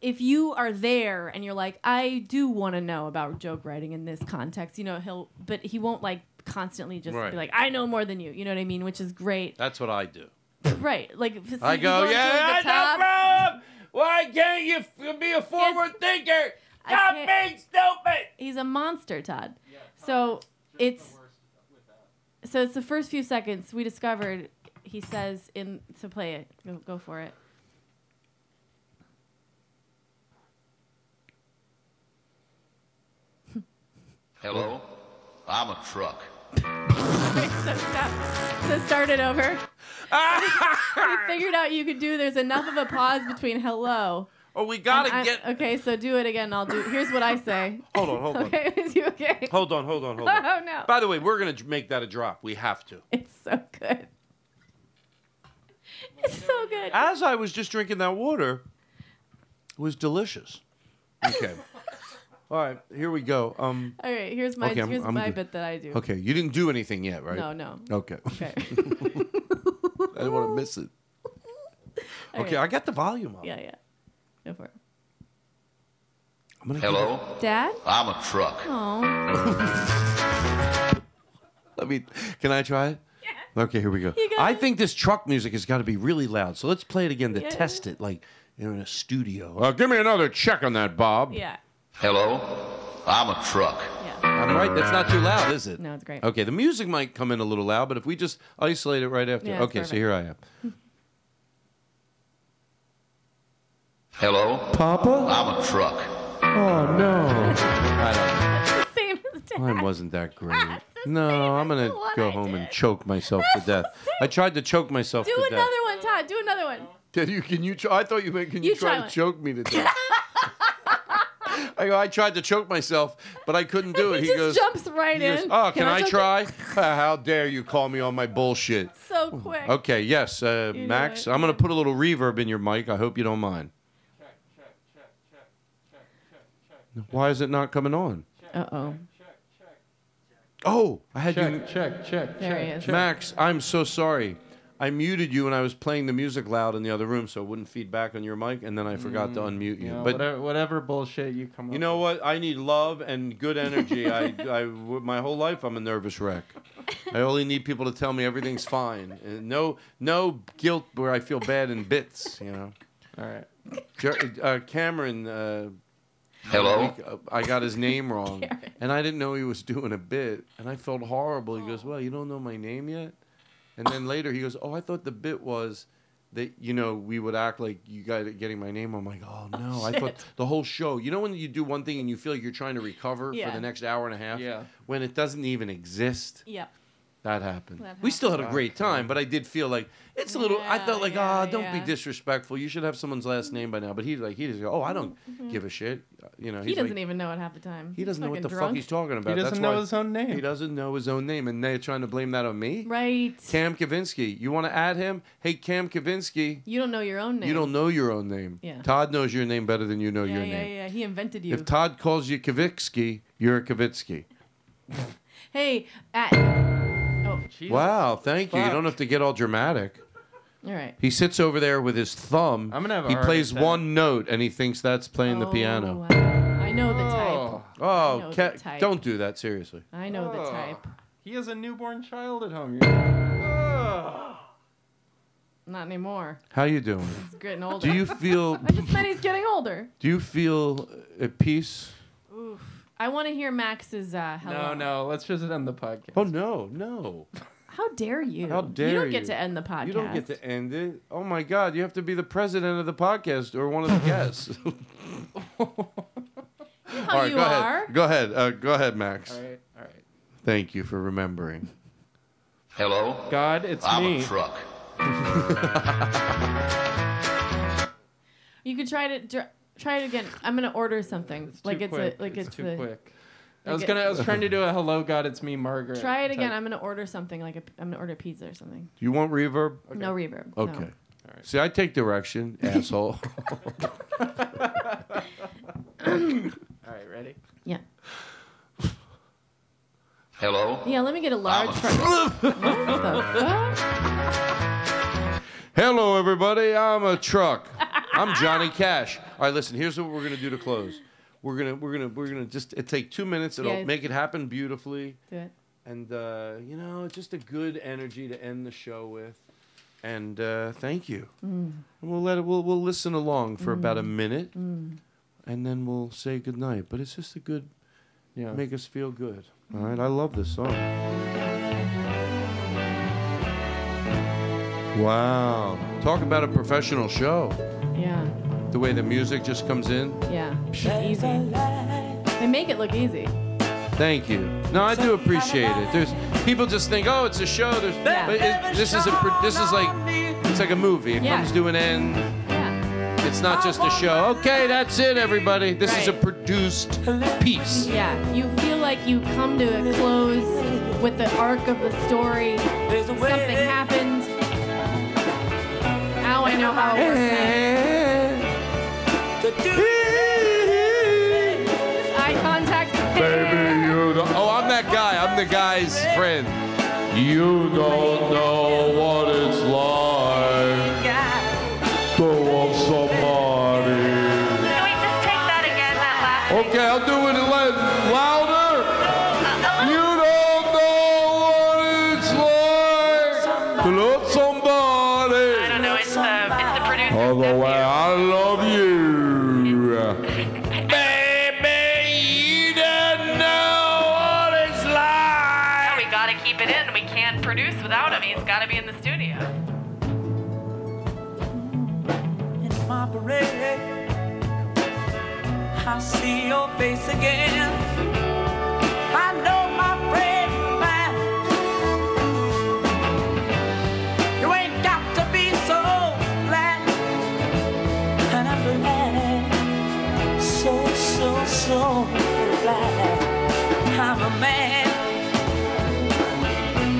[SPEAKER 7] if you are there and you're like, I do want to know about joke writing in this context, you know, he'll, but he won't like constantly just
[SPEAKER 4] Right.
[SPEAKER 7] be like, I know more than you, you know what I mean? Which is great.
[SPEAKER 4] that's what I do.
[SPEAKER 7] right. Like, if it's-
[SPEAKER 4] I
[SPEAKER 7] you
[SPEAKER 4] go,
[SPEAKER 7] up to
[SPEAKER 4] yeah,
[SPEAKER 7] the
[SPEAKER 4] I
[SPEAKER 7] top,
[SPEAKER 4] know, problem. Why can't you f- be a forward thinker?
[SPEAKER 7] I
[SPEAKER 4] Stop
[SPEAKER 7] can't-
[SPEAKER 4] being stupid.
[SPEAKER 7] He's a monster, Todd. so it's so it's the first few seconds we discovered. He says in to play it. Go, go for it.
[SPEAKER 21] Hello? I'm a truck.
[SPEAKER 7] so stop. So start it over. we figured out you could do. There's enough of a pause between hello.
[SPEAKER 4] Oh, we gotta
[SPEAKER 7] and I-
[SPEAKER 4] get-
[SPEAKER 7] Okay, so do it again. I'll do. Here's what I say.
[SPEAKER 4] Hold on, hold on.
[SPEAKER 7] okay, is you okay?
[SPEAKER 4] Hold on, hold on, hold on.
[SPEAKER 7] Oh, no.
[SPEAKER 4] By the way, we're gonna j- make that a drop. We have to.
[SPEAKER 7] It's so good. It's so good.
[SPEAKER 4] As I was just drinking that water, it was delicious. Okay. All right, here we go. Um,
[SPEAKER 7] All right, here's my
[SPEAKER 4] okay, I'm-
[SPEAKER 7] here's
[SPEAKER 4] I'm
[SPEAKER 7] my
[SPEAKER 4] good.
[SPEAKER 7] bit that I do.
[SPEAKER 4] Okay, you didn't do anything yet, right?
[SPEAKER 7] No, no.
[SPEAKER 4] Okay.
[SPEAKER 7] Okay.
[SPEAKER 4] I didn't want to miss it.
[SPEAKER 7] All
[SPEAKER 4] Okay,
[SPEAKER 7] right.
[SPEAKER 4] I got the volume up.
[SPEAKER 7] Yeah, yeah. Go for it.
[SPEAKER 21] Hello?
[SPEAKER 7] Dad?
[SPEAKER 21] I'm a truck.
[SPEAKER 7] Oh,
[SPEAKER 4] Let me. Can I try it? Yeah. Okay, here we go.
[SPEAKER 7] You got
[SPEAKER 4] I think this truck music has got to be really loud. So let's play it again to
[SPEAKER 7] Yeah.
[SPEAKER 4] test it, like you know, in a studio. Uh, give me another check on that, Bob.
[SPEAKER 7] yeah.
[SPEAKER 4] Hello, I'm a truck. I'm right. That's not too loud, is it?
[SPEAKER 7] No, it's great.
[SPEAKER 4] Okay, the music might come in a little loud, but if we just isolate it right after.
[SPEAKER 7] Yeah, it's
[SPEAKER 4] okay, so
[SPEAKER 7] perfect.
[SPEAKER 4] here I am.
[SPEAKER 21] Hello? Papa? I'm a truck.
[SPEAKER 4] Oh no.
[SPEAKER 7] It's the same as Dad.
[SPEAKER 4] Mine wasn't that great. No, I'm gonna go home and choke myself to death. I tried to choke myself
[SPEAKER 7] Do
[SPEAKER 4] to
[SPEAKER 7] another
[SPEAKER 4] death.
[SPEAKER 7] one, Todd. Do another one.
[SPEAKER 4] Did you? Can you? Try, I thought you meant can you,
[SPEAKER 7] You
[SPEAKER 4] try,
[SPEAKER 7] try
[SPEAKER 4] to
[SPEAKER 7] one.
[SPEAKER 4] choke me to death. I, go, I tried to choke myself, but I couldn't do it.
[SPEAKER 7] He
[SPEAKER 4] He,
[SPEAKER 7] just
[SPEAKER 4] goes,
[SPEAKER 7] jumps right
[SPEAKER 4] he goes,
[SPEAKER 7] in.
[SPEAKER 4] oh, can,
[SPEAKER 7] Can I
[SPEAKER 4] I,
[SPEAKER 7] choke
[SPEAKER 4] try? Ah, How dare you call me on my bullshit?
[SPEAKER 7] So quick.
[SPEAKER 4] Oh, Okay, yes, uh,
[SPEAKER 7] You know
[SPEAKER 4] Max.
[SPEAKER 7] it.
[SPEAKER 4] I'm gonna put a little reverb in your mic. I hope you don't mind. Why is it not coming on?
[SPEAKER 7] Uh oh.
[SPEAKER 4] Oh, I had
[SPEAKER 8] check,
[SPEAKER 4] you.
[SPEAKER 8] check, check,
[SPEAKER 7] There
[SPEAKER 8] check,
[SPEAKER 7] he is.
[SPEAKER 8] check.
[SPEAKER 4] Max, I'm so sorry. I muted you when I was playing the music loud in the other room, so it wouldn't feed back on your mic, and then I forgot to unmute you.
[SPEAKER 8] No,
[SPEAKER 4] but
[SPEAKER 8] Mm. whatever, whatever bullshit you come
[SPEAKER 4] you know what? I need love and good energy. I, I, my whole life, I'm a nervous wreck. I only need people to tell me everything's fine. And no, no guilt where I feel bad in bits. You know. All right. uh, Cameron. Uh,
[SPEAKER 21] Hello?
[SPEAKER 4] I got his name wrong, and I didn't know he was doing a bit, and I felt horrible. He goes, "Well, you don't know my name yet," and then later he goes, "Oh, I thought the bit was." That you know, we would act like you got getting my name. I'm like, oh no! I thought
[SPEAKER 21] shit.
[SPEAKER 4] the whole show. You know when you do one thing and you feel like you're trying to recover
[SPEAKER 7] Yeah.
[SPEAKER 4] for the next hour and a half,
[SPEAKER 7] Yeah.
[SPEAKER 4] when it doesn't even exist.
[SPEAKER 7] Yeah.
[SPEAKER 4] That happened.
[SPEAKER 7] That
[SPEAKER 4] we still had a
[SPEAKER 7] happened.
[SPEAKER 4] great time, but I did feel like it's a little. I
[SPEAKER 7] Yeah,
[SPEAKER 4] felt like, ah,
[SPEAKER 7] yeah,
[SPEAKER 4] don't be
[SPEAKER 7] yeah. Mm-hmm.
[SPEAKER 4] disrespectful. You should have someone's last name by now. But he like he just go, oh, I don't
[SPEAKER 7] Mhm.
[SPEAKER 4] give a shit. You know, he's
[SPEAKER 7] He doesn't
[SPEAKER 4] like,
[SPEAKER 7] even know it half the time.
[SPEAKER 4] he doesn't know what
[SPEAKER 7] Fucking
[SPEAKER 4] the fuck
[SPEAKER 7] drunk.
[SPEAKER 4] he's talking about.
[SPEAKER 8] doesn't
[SPEAKER 4] That's
[SPEAKER 8] know
[SPEAKER 4] why
[SPEAKER 8] his own name.
[SPEAKER 4] He doesn't know his own name, and they're trying to blame that on me.
[SPEAKER 7] Right.
[SPEAKER 4] Cam Kavinsky. You want to add him? Hey, Cam Kavinsky.
[SPEAKER 7] You don't know your own name.
[SPEAKER 4] You don't know your own name.
[SPEAKER 7] Yeah.
[SPEAKER 4] Todd knows your name better than you know
[SPEAKER 7] yeah,
[SPEAKER 4] your
[SPEAKER 7] yeah,
[SPEAKER 4] name.
[SPEAKER 7] yeah. He invented you.
[SPEAKER 4] If Todd calls you Kavinsky, you're a Kavinsky.
[SPEAKER 7] hey, at. Oh.
[SPEAKER 4] Wow, thank you. You don't have to get all dramatic.
[SPEAKER 7] All right.
[SPEAKER 4] He sits over there with his thumb.
[SPEAKER 7] I'm gonna have a
[SPEAKER 4] he
[SPEAKER 7] heart
[SPEAKER 4] plays
[SPEAKER 7] attack.
[SPEAKER 4] one note and he thinks that's playing the piano.
[SPEAKER 7] I know the type. Oh, I
[SPEAKER 4] Oh,
[SPEAKER 7] know
[SPEAKER 4] ca-
[SPEAKER 7] the type.
[SPEAKER 4] don't do that seriously.
[SPEAKER 7] I know the type.
[SPEAKER 8] He has a newborn child at home. You're-
[SPEAKER 7] Not anymore.
[SPEAKER 4] How you doing?
[SPEAKER 7] He's getting older.
[SPEAKER 4] Do you feel
[SPEAKER 7] I just meant he's getting older.
[SPEAKER 4] do you feel uh, at peace?
[SPEAKER 7] Oof. I want to hear Max's uh, hello.
[SPEAKER 8] No, no. Let's just end the podcast.
[SPEAKER 4] Oh no, no.
[SPEAKER 7] How dare you?
[SPEAKER 4] How dare
[SPEAKER 7] you? don't
[SPEAKER 4] you.
[SPEAKER 7] get to end the podcast.
[SPEAKER 4] You don't get to end it. Oh my god, you have to be the president of the podcast or one of the guests.
[SPEAKER 7] how you
[SPEAKER 4] go
[SPEAKER 7] are.
[SPEAKER 4] ahead. Go ahead. Uh, go ahead, Max.
[SPEAKER 8] All right, all right.
[SPEAKER 4] Thank you for remembering.
[SPEAKER 21] Hello?
[SPEAKER 8] God, it's
[SPEAKER 21] I'm
[SPEAKER 8] me.
[SPEAKER 21] a truck.
[SPEAKER 7] You could try to dr- try it again. I'm gonna order something. like
[SPEAKER 8] too
[SPEAKER 7] it's
[SPEAKER 8] quick.
[SPEAKER 7] a like it's,
[SPEAKER 8] too
[SPEAKER 7] a,
[SPEAKER 8] quick. I
[SPEAKER 7] like
[SPEAKER 8] was
[SPEAKER 7] it-
[SPEAKER 8] gonna. I was trying to do a hello, God, it's me, Margaret.
[SPEAKER 7] Try it again.
[SPEAKER 8] type.
[SPEAKER 7] I'm gonna order something. Like a, I'm gonna order pizza or something.
[SPEAKER 4] Do you want reverb?
[SPEAKER 7] No reverb. no.
[SPEAKER 4] Okay. See, I take direction, asshole.
[SPEAKER 8] All right, ready?
[SPEAKER 7] Yeah.
[SPEAKER 21] Hello?
[SPEAKER 7] Yeah. Let me get a
[SPEAKER 4] Ah.
[SPEAKER 7] large. fry- what the fuck?
[SPEAKER 4] Hello, everybody. I'm a truck. I'm Johnny Cash. All right, listen. Here's what we're gonna do to close. We're gonna we're gonna we're gonna just it take two minutes. It'll
[SPEAKER 7] Yeah.
[SPEAKER 4] make it happen beautifully.
[SPEAKER 7] Do it.
[SPEAKER 4] And uh, you know, it's just a good energy to end the show with. And uh, thank you.
[SPEAKER 7] Mm.
[SPEAKER 4] And we'll let it. We'll we'll listen along for about a minute,
[SPEAKER 7] Mm.
[SPEAKER 4] and then we'll say goodnight. But it's just a good.
[SPEAKER 8] Yeah.
[SPEAKER 4] Make us feel good.
[SPEAKER 7] Mm.
[SPEAKER 4] All right. I love this song. Wow. Talk about a professional show.
[SPEAKER 7] Yeah.
[SPEAKER 4] The way the music just comes in.
[SPEAKER 7] Yeah. It's easy. They make it look easy.
[SPEAKER 4] Thank you. No, I do appreciate it. There's people just think, oh, it's a show. There's,
[SPEAKER 7] Yeah.
[SPEAKER 4] but it, this is a, pro- this is like, it's like a movie. It
[SPEAKER 7] Yeah.
[SPEAKER 4] comes to an end. It's not just a show. Okay, that's it, everybody. This is a produced piece.
[SPEAKER 7] Yeah, you feel like you come to a close with the arc of the story, something
[SPEAKER 19] Oh, You don't know what it's like to love somebody.
[SPEAKER 23] Can we just take that again, that last?
[SPEAKER 19] Okay, I'll do it la- louder. You don't know what it's like to love somebody.
[SPEAKER 7] I don't know. It's the it's the
[SPEAKER 19] Oh,
[SPEAKER 7] producer.
[SPEAKER 19] the way I love you.
[SPEAKER 7] Baby, you don't know what it's like. we gotta keep it in. We can't produce without him. He's gotta be in the studio.
[SPEAKER 10] in my parade. I see your face again. I know my friend of mine. You ain't got to be so glad. And I'm glad. So, so, so glad. I'm a man.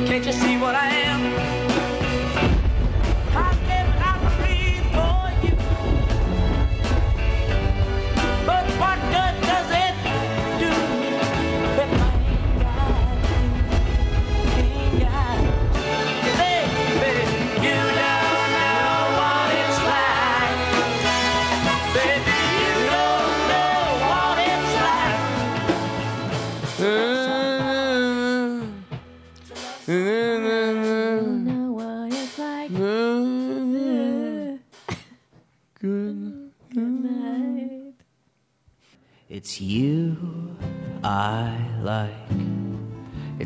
[SPEAKER 10] Can't you see what I am? I live and I breathe for you. But what good does it do if I ain't got you? Baby, you don't know what it's like. Baby, you don't know what it's like.
[SPEAKER 4] 음. 음.
[SPEAKER 24] It's you I like.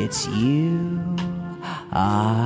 [SPEAKER 24] It's you I